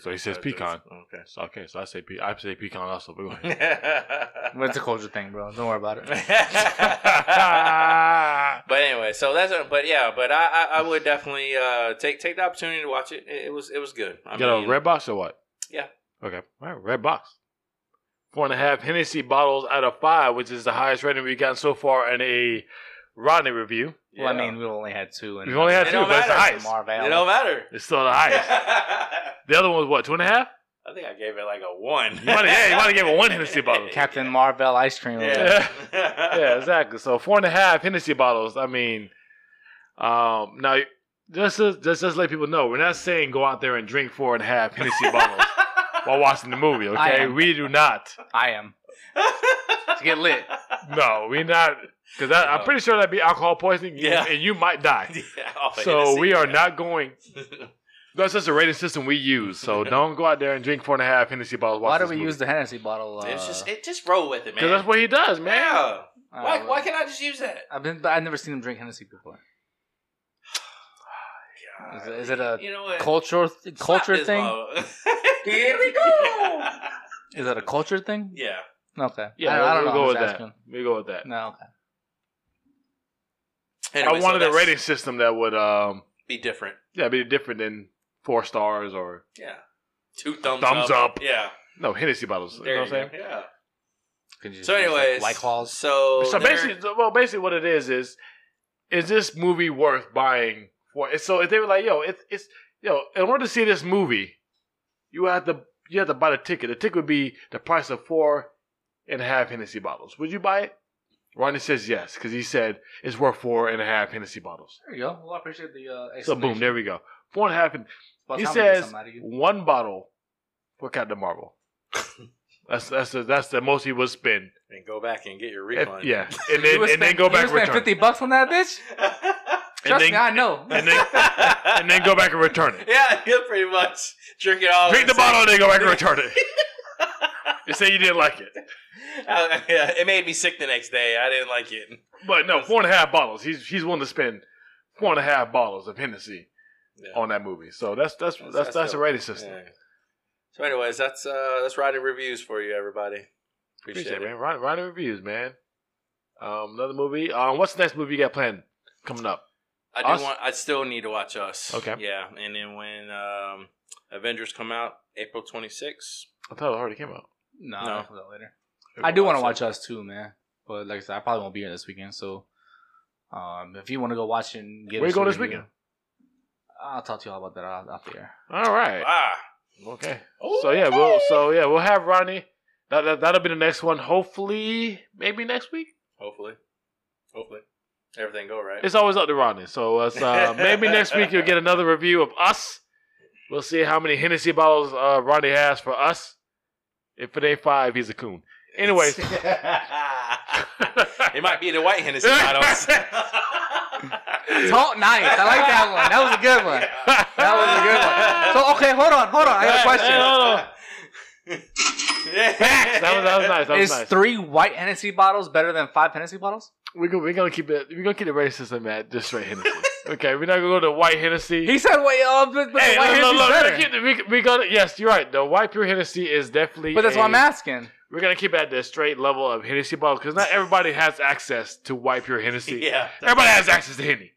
B: So he says pecan.
A: Okay.
B: So, okay, so I say pe- I say pecan also. But go ahead.
C: Well, it's a culture thing, bro. Don't worry about it.
A: But anyway, so that's uh, but yeah, but I I, I would definitely uh, take take the opportunity to watch it. It, it was it was good. I
B: Get a red box or what?
A: Yeah.
B: Okay. All right. Red box. Four and a half Hennessy bottles out of five, which is the highest rating we've gotten so far in a Rodney review.
A: yeah.
C: Well, I mean, we only had two. And
B: We've only had
A: It
B: two,
A: don't
B: but it's the
A: matter.
B: highest.
C: Marv
A: it
C: Allen.
A: don't matter.
B: It's still the highest. the other one was what? Two and a half?
A: I think I gave it like a one.
B: You might have- yeah, you might have gave it one Hennessy bottle.
C: Captain Marvel ice cream. over there.
A: Yeah.
B: yeah, exactly. So four and a half Hennessy bottles. I mean, um, now just to, just just let people know, we're not saying go out there and drink four and a half Hennessy bottles while watching the movie.
C: I
B: Okay,
C: am.
B: we do not.
C: I am. To get lit.
B: No, we not because I'm
A: No.
B: pretty sure that'd be alcohol poisoning.
A: Yeah.
B: and you might die.
A: Yeah, off of
B: So
A: Hennessy,
B: we are
A: yeah.
B: not going. That's just the rating system we use. So don't go out there and drink four and a half Hennessy bottles.
C: Why do we use the Hennessy bottle? Uh,
A: it's just it just roll with it, man.
B: Because that's what he does, man.
A: Yeah.
C: uh,
A: Why why can't I just use that?
C: I've been. I've never seen him drink Hennessy before. Is it- is it a
A: you know what?
C: Culture
A: Stop
C: culture
A: this,
C: thing.
A: Mo.
C: Here we go. Is that a culture thing?
A: yeah.
C: Okay.
B: Yeah,
C: I, don't- I don't
B: we'll
C: know.
B: go
C: I'm
B: with
C: just
B: that.
C: asking.
B: We go with that.
C: No. Okay.
A: Anyway,
B: I
A: so
B: wanted a
A: that's-
B: rating system that would um
A: be different.
B: yeah be different than four stars or
A: Yeah. Two thumbs,
B: Thumbs
A: up.
B: up.
A: Yeah.
B: no Hennessy bottles. You
A: There
B: know what I'm saying?
A: you go. Yeah.
C: Could you
A: So,
C: use, like,
A: anyways,
C: White claws.
A: So,
B: So
A: there-
B: basically, well, basically, what it is is is this movie worth buying for? So if they were like, yo, it's it's yo, in order to see this movie, you have to you have to buy the ticket. The ticket would be the price of four and a half Hennessy bottles. Would you buy it? Ronnie says yes because he said it's worth four and a half Hennessy bottles.
C: There you go. Well, I appreciate the uh,
B: So boom, there we go. Four and a half. And he says one bottle for Captain Marvel. that's that's the, that's the most he would spend.
A: and go back and get your
B: If-
A: refund.
B: yeah, and then, and then go back and
C: spend
B: return.
C: fifty bucks on that bitch. Trust
B: then-
C: me, I know.
B: and then and then go back and return it.
A: yeah, you'll pretty much drink Oh, it all.
B: Drink the
A: and say-
B: bottle and then go back and return it. and say you didn't like it.
A: Uh, yeah, it made me sick the next day. I didn't like it.
B: But no, four and a half bottles. He's he's willing to spend four and a half bottles of Hennessy
A: Yeah.
B: on that movie. So that's that's that's
A: That's-
B: that's,
A: that's
B: the
A: dope.
B: rating system.
A: Yeah. So, anyways, that's uh that's writing reviews for you, everybody. Appreciate,
B: Appreciate it,
A: it.
B: man. Ryan, Ryan reviews, man. Um, another movie. Um, what's the next movie you got planned coming up?
A: I do
B: Us?
A: want. I still need to watch us.
B: Okay.
A: Yeah, and then when um, Avengers come out, April twenty sixth.
B: I thought it already came out.
C: no,
A: No.
C: I'll do that later. I do want to watch us too, man. But like I said, I probably won't be here this weekend. So, um, if you want to go watch it and get
B: Where
C: us
B: you going
C: a
B: this
C: review,
B: weekend?
C: I'll talk to you all about that out out there.
B: All right.
A: Ah.
B: Okay. So yeah, we'll so yeah, we'll have Ronnie. That, that that'll be the next one. Hopefully, maybe next week.
A: Hopefully, hopefully, everything go right.
B: It's always up to Ronnie. So uh, so, uh, maybe next week you'll get another review of us. We'll see how many Hennessy bottles uh, Ronnie has for us. If it ain't five, he's a coon. Anyways.
A: it might be the white Hennessy bottles.
C: Talk nice. I like that one. That was a good one. That was a good one. So okay, hold on, hold on. I got a question.
B: Hey, hold on.
A: Facts.
B: That was, that was nice. That was
C: Is
B: nice.
C: three white Hennessy bottles better than five Hennessy bottles?
B: we're, gonna, we're gonna keep it. We're gonna keep the racism at just straight Hennessy. okay, we're not gonna go to white Hennessy.
C: He said, "Wait, uh, but, but
B: Hey,
C: the white
B: look,
C: Hennessy's
B: look, look,
C: better."
B: we gotta keep- we, we gotta, yes, you're right. The white pure Hennessy is definitely.
C: but that's
B: a-
C: why I'm asking.
B: We're gonna keep it at the straight level of Hennessy bottles because not everybody has access to white pure Hennessy.
A: Yeah.
B: Everybody has access to Henny.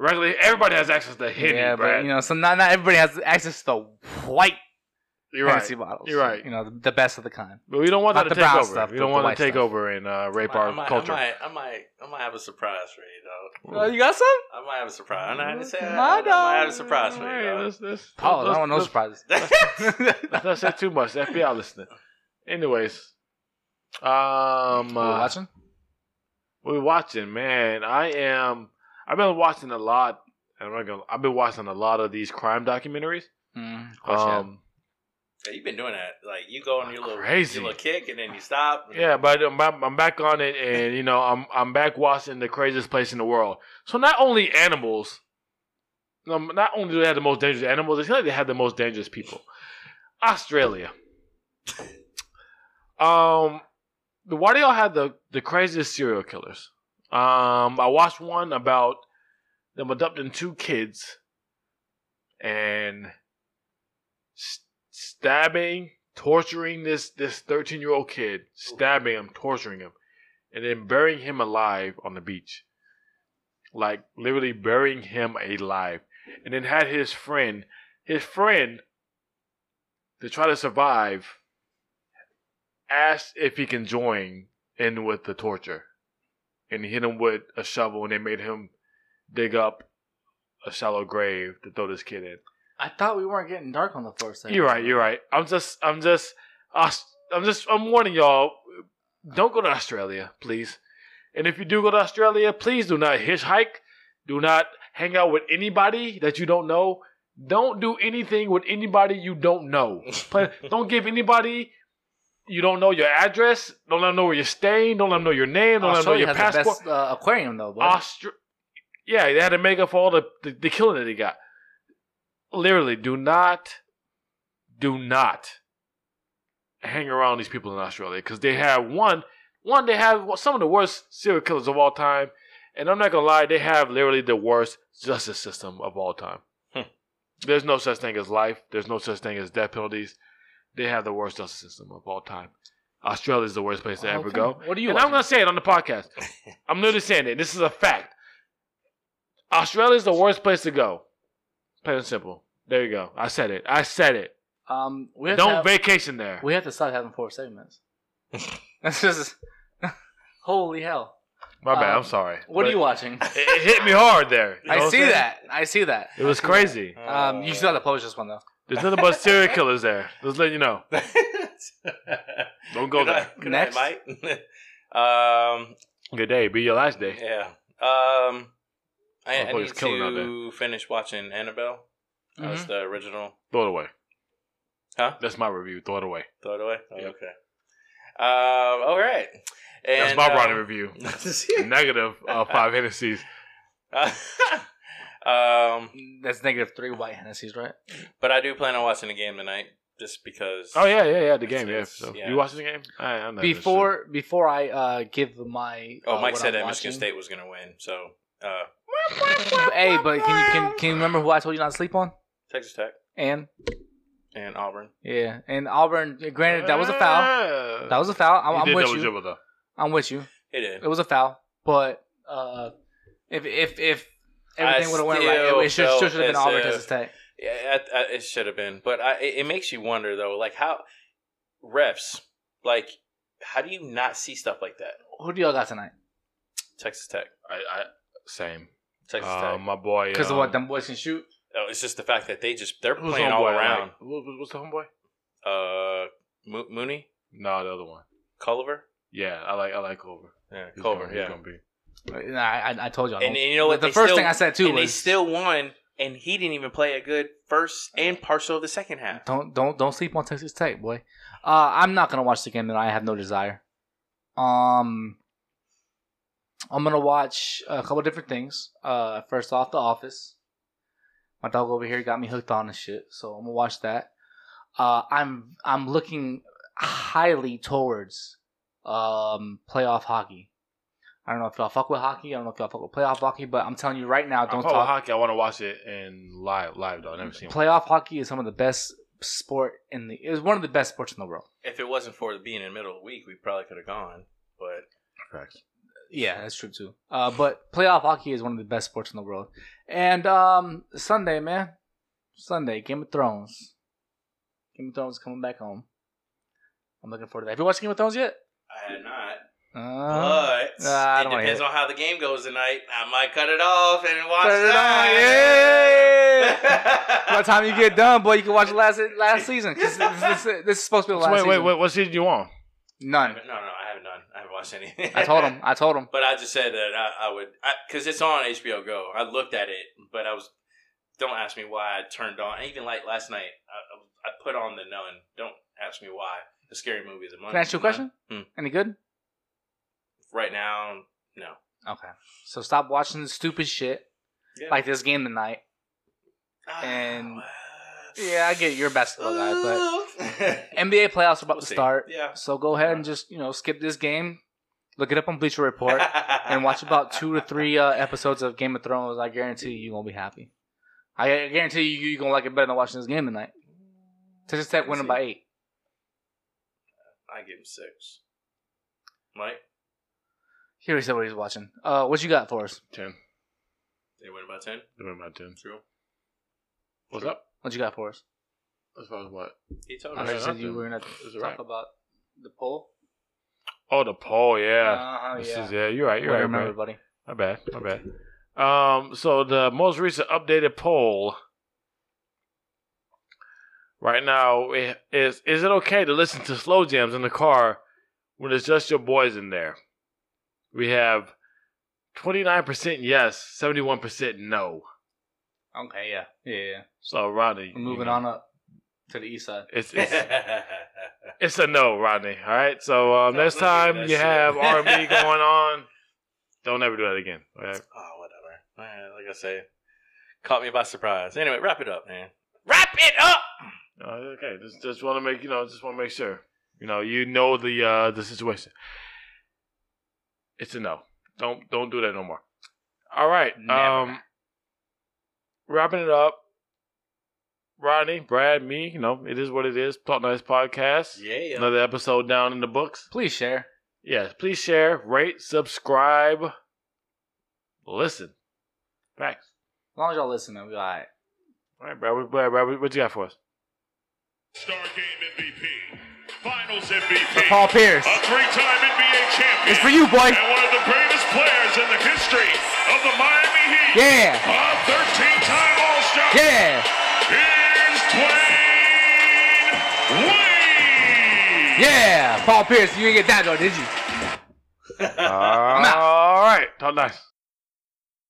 B: Regularly, everybody has access to Henny,
C: yeah,
B: Brad.
C: but you know, so not, not everybody has access to white
B: You're right.
C: Hennessy bottles.
B: You're right.
C: You know, the, the best of the kind.
B: But we don't want
C: Not
B: that
C: the
B: to take
C: brown
B: over.
C: stuff,
B: we don't
C: the
B: want
C: white
B: to take
C: stuff.
B: over and uh, rape
A: I
B: our
A: might,
B: culture.
A: I might, I might, I might have a surprise for you, though.
B: Ooh.
C: Uh, you got some?
A: I might have a surprise. I, might, say,
C: My
A: I, might have a
C: dog.
A: surprise for
B: Hey,
A: you,
B: let's- let's-
C: Oh,
B: let's-
C: I want no
B: let's-
C: surprises.
A: dog.
B: Let's not say too much. The FBI listening. Anyways, um,
C: You
B: uh,
C: watching?
B: we're watching. Man, I am. I've been watching a lot. and I'm not gonna. I've been watching a lot of these crime documentaries.
C: Mm, of course you have.
B: Um,
A: Yeah, You've been doing that. Like you go on your little
B: Crazy.
A: your little kick and then you stop.
B: yeah, but I'm, ba- I'm back on it, and you know, I'm I'm back watching the craziest place in the world. So not only animals, um, not only do they have the most dangerous animals, it's not like they have the most dangerous people. Australia. um, why do y'all have the the craziest serial killers? Um, I watched one about them adopting two kids and st- stabbing, torturing this this thirteen year old kid, stabbing him, torturing him, and then burying him alive on the beach, like literally burying him alive, and then had his friend, his friend, to try to survive, asked if he can join in with the torture, and hit him with a shovel, and they made him dig up. A shallow grave to throw this kid in.
C: I thought we weren't getting dark on the floor. segment.
B: You're right. You're right. I'm just. I'm just. Aus- I'm just. I'm warning y'all. Don't go to Australia, please. And if you do go to Australia, please do not hitchhike. Do not hang out with anybody that you don't know. Don't do anything with anybody you don't know. Pla- don't give anybody you don't know your address. Don't let them know where you're staying. Don't let them know your name. Don't let them know
C: Australia
B: your
C: has
B: passport.
C: the best uh, aquarium though. Boy.
B: Austra- yeah, they had to make up for all the, the, the killing that they got. Literally, do not, do not hang around these people in Australia because they have one, one they have some of the worst serial killers of all time, and I'm not gonna lie, they have literally the worst justice system of all time.
A: Hmm.
B: There's no such thing as life. There's no such thing as death penalties. They have the worst justice system of all time. Australia is the worst place to ever
C: Okay.
B: go.
C: What do you?
B: And I'm
C: watching?
B: gonna say it on the podcast. I'm literally saying it. This is a fact. Australia is the worst place to go. Plain and simple. There you go. I said it. I said it.
C: um, we have
B: Don't
C: to have,
B: vacation there.
C: we have to stop having four segments. this is holy hell.
B: My bad.
C: um,
B: I'm sorry.
C: What
B: But
C: are you watching?
B: It, it hit me hard there. You know what
C: I
B: I'm
C: see
B: saying?
C: that. I see that.
B: It was crazy.
C: Um,
A: Uh,
C: you
B: Uh,
C: still have to publish this one though.
B: There's nothing but serial killers there. Just letting you know. Don't go
A: Good
B: there.
A: night, good night, Mike. um,
B: Good day. Be your last day.
A: yeah. Um, I, I
B: Motherfuckers
A: need
B: killing out
A: to finish watching Annabelle. That was
C: Mhm.
A: the original.
B: Throw it away.
A: Huh?
B: That's my review. Throw it away.
A: Throw it away. Oh,
B: Yep.
A: Okay. Um, all right.
B: That's
A: And,
B: my Ronnie
A: um,
B: review. Negative uh, five Hennessy's.
A: um,
C: Mm-hmm. That's negative three white Hennessy's, right?
A: but I do plan on watching the game tonight, just because.
B: Oh yeah, yeah, yeah. The game. Yeah.
A: It's-
B: So,
A: yeah.
B: You watching the game? I, I'm not
C: Before before I uh, give my
A: Oh,
C: uh,
A: Mike
C: what
A: said
C: I'm
A: that Michigan
C: watching-
A: State was going to win, so uh,
C: Hey, but can you can, can you remember who I told you not to sleep on?
A: Texas Tech
C: And
A: and Auburn.
C: yeah, and Auburn. Granted, that was a foul.
B: foul.
C: That was a foul.
B: He
C: I'm,
B: did
C: I'm with
B: double
C: you.
B: dribble, though.
C: I'm with you.
A: It did.
C: It was a foul, but uh, if if if everything
A: I
C: would have went right, it should
A: still
C: should have been
A: felt
C: Auburn
A: as if-
C: Texas Tech.
A: Yeah, I, I, it should have been, but I, it, it makes you wonder though, like how refs, like how do you not see stuff like that?
C: Who do y'all got tonight?
A: Texas Tech,
B: I, I, same.
A: Texas
B: Uh,
A: Tech.
B: my boy.
C: Because
B: um,
C: of what them boys can shoot.
A: Oh, it's just the fact that they just they're
B: who's
A: playing
B: homeboy?
A: all
B: Like,
A: around.
B: who- who- what's the homeboy?
A: Uh, Mo- Mooney,
B: No, the other one.
A: Culliver,
B: Yeah, I like I like Culver.
A: yeah,
B: He's
A: Culver,
B: gonna- he's
A: yeah.
B: gonna be-
C: Nah, I, I- I told y'all.
A: And, and
C: don't-
A: you know what?
C: the
A: They
C: first
A: still-
C: thing I said too
A: and they
C: was
A: still won, and he didn't even play a good first and partial of the second half.
C: don't don't don't sleep on Texas Tech, boy. Uh, I'm not gonna watch the game tonight. I have no desire. Um, I'm gonna watch a couple different things. Uh, first off, The Office. My dog over here got me hooked on this shit, so I'm gonna watch that. Uh, I'm I'm looking highly towards um playoff hockey. I don't know if y'all fuck with hockey. I don't know if y'all fuck with playoff hockey, but I'm telling you right now,
B: I'm
C: don't
B: talking about
C: talk.
B: hockey. I want to watch it in live, live though. I never seen. Play-
C: Playoff hockey is some of the best sport in the. It was one of the best sports in the world.
A: If it wasn't for being in the middle of the week, we probably could have gone. But
C: Yeah, that's true too. Uh, but playoff hockey is one of the best sports in the world. And um, Sunday, man, Sunday, Game of Thrones. Game of Thrones is coming back home. I'm looking forward to that. Have you watched Game of Thrones yet?
A: I had not.
C: Uh,
A: But
C: Nah, I don't
A: it
C: wanna
A: depends
C: hear
A: on how the game goes tonight. I might cut it off and
B: Uh,
A: watch
C: Turn it on, yeah. By the time you get done, boy, you can watch last last season. 'cause This, this- this is supposed to be the
B: So
C: last
B: wait, wait,
C: season.
B: wait. What season you on?
A: I
C: None.
A: haven't- no, no, I haven't done. I haven't watched any.
C: I told him. I told him.
A: But I just said that I, I would, because it's on HBO Go. I looked at it, but I was, don't ask me why I turned on. Even like last night, I, I put on The Nun. Don't ask me why. The scary movie is a month.
C: Can I ask you a question?
A: Hmm.
C: Any good?
A: Right now, no.
C: Okay. So stop watching the stupid shit
A: Yeah.
C: like this game tonight.
A: Ah,
C: And- Yeah, I get you're a basketball guy, but NBA playoffs are about
A: We'll
C: to
A: see.
C: start.
A: Yeah.
C: So go ahead and just you know skip this game, look it up on Bleacher Report, and watch about two to three uh, episodes of Game of Thrones. I guarantee you, you're gonna be happy. I guarantee you, you're gonna like it better than watching this game tonight. Texas Tech winning by eight.
A: I give him six. Mike,
C: Here he said what he's watching. Uh, what you got for us?
B: Ten.
A: they win by ten.
B: Give me my ten.
A: True.
B: What's
A: Sure.
B: up?
C: What you got for us?
B: As far as what?
A: He told
C: I
A: me.
C: know you
B: got
C: said you
B: nothing.
C: were gonna
B: It's
C: talk
B: all right.
C: about the poll.
B: Oh, the poll. Yeah.
C: Uh-huh,
B: this
C: yeah.
B: is yeah. You're right. You're
C: Well,
B: right.
C: remember,
B: bro.
C: buddy.
B: My bad. My bad. Um, so the most recent updated poll right now i- is is it okay to listen to slow jams in the car when it's just your boys in there? We have twenty nine percent yes, seventy one percent no.
C: Okay, yeah, yeah. yeah.
B: So Rodney,
C: We're moving
B: you know,
C: on up to the east side.
B: It's, it's it's a no, Rodney. All right. So um,
A: Don't
B: next
A: look at
B: time
A: that
B: you
A: shit.
B: have R and B going on, don't ever do that again. All right.
A: Oh, whatever. All right, like I say, caught me by surprise. Anyway, wrap it up, man. Wrap it up.
B: Uh, okay, just just want to make you know, just want to make sure you know you know the uh the situation. It's a no. Don't don't do that no more. All right. Um, wrapping it up. Rodney, Brad, me. You know, it is what it is. Talk Nice podcast.
A: Yeah. yeah.
B: Another episode down in the books.
C: Please share.
B: Yes, please share, rate, subscribe, listen. Facts.
C: As long as y'all listening, we all right.
B: All right, Brad. What, Brad, Brad, what you got for us?
D: Star Game MVP, Finals MVP,
C: Paul Pierce.
D: a three-time NBA champion,
C: It's for you, boy.
D: and one of the greatest players in the history of the Miami Heat,
C: Yeah,
D: a 13-time All-Star.
C: yeah,
D: Here's Dwayne Wade.
C: yeah. Paul Pierce, you didn't get that though, did you?
B: All right. Talk nice.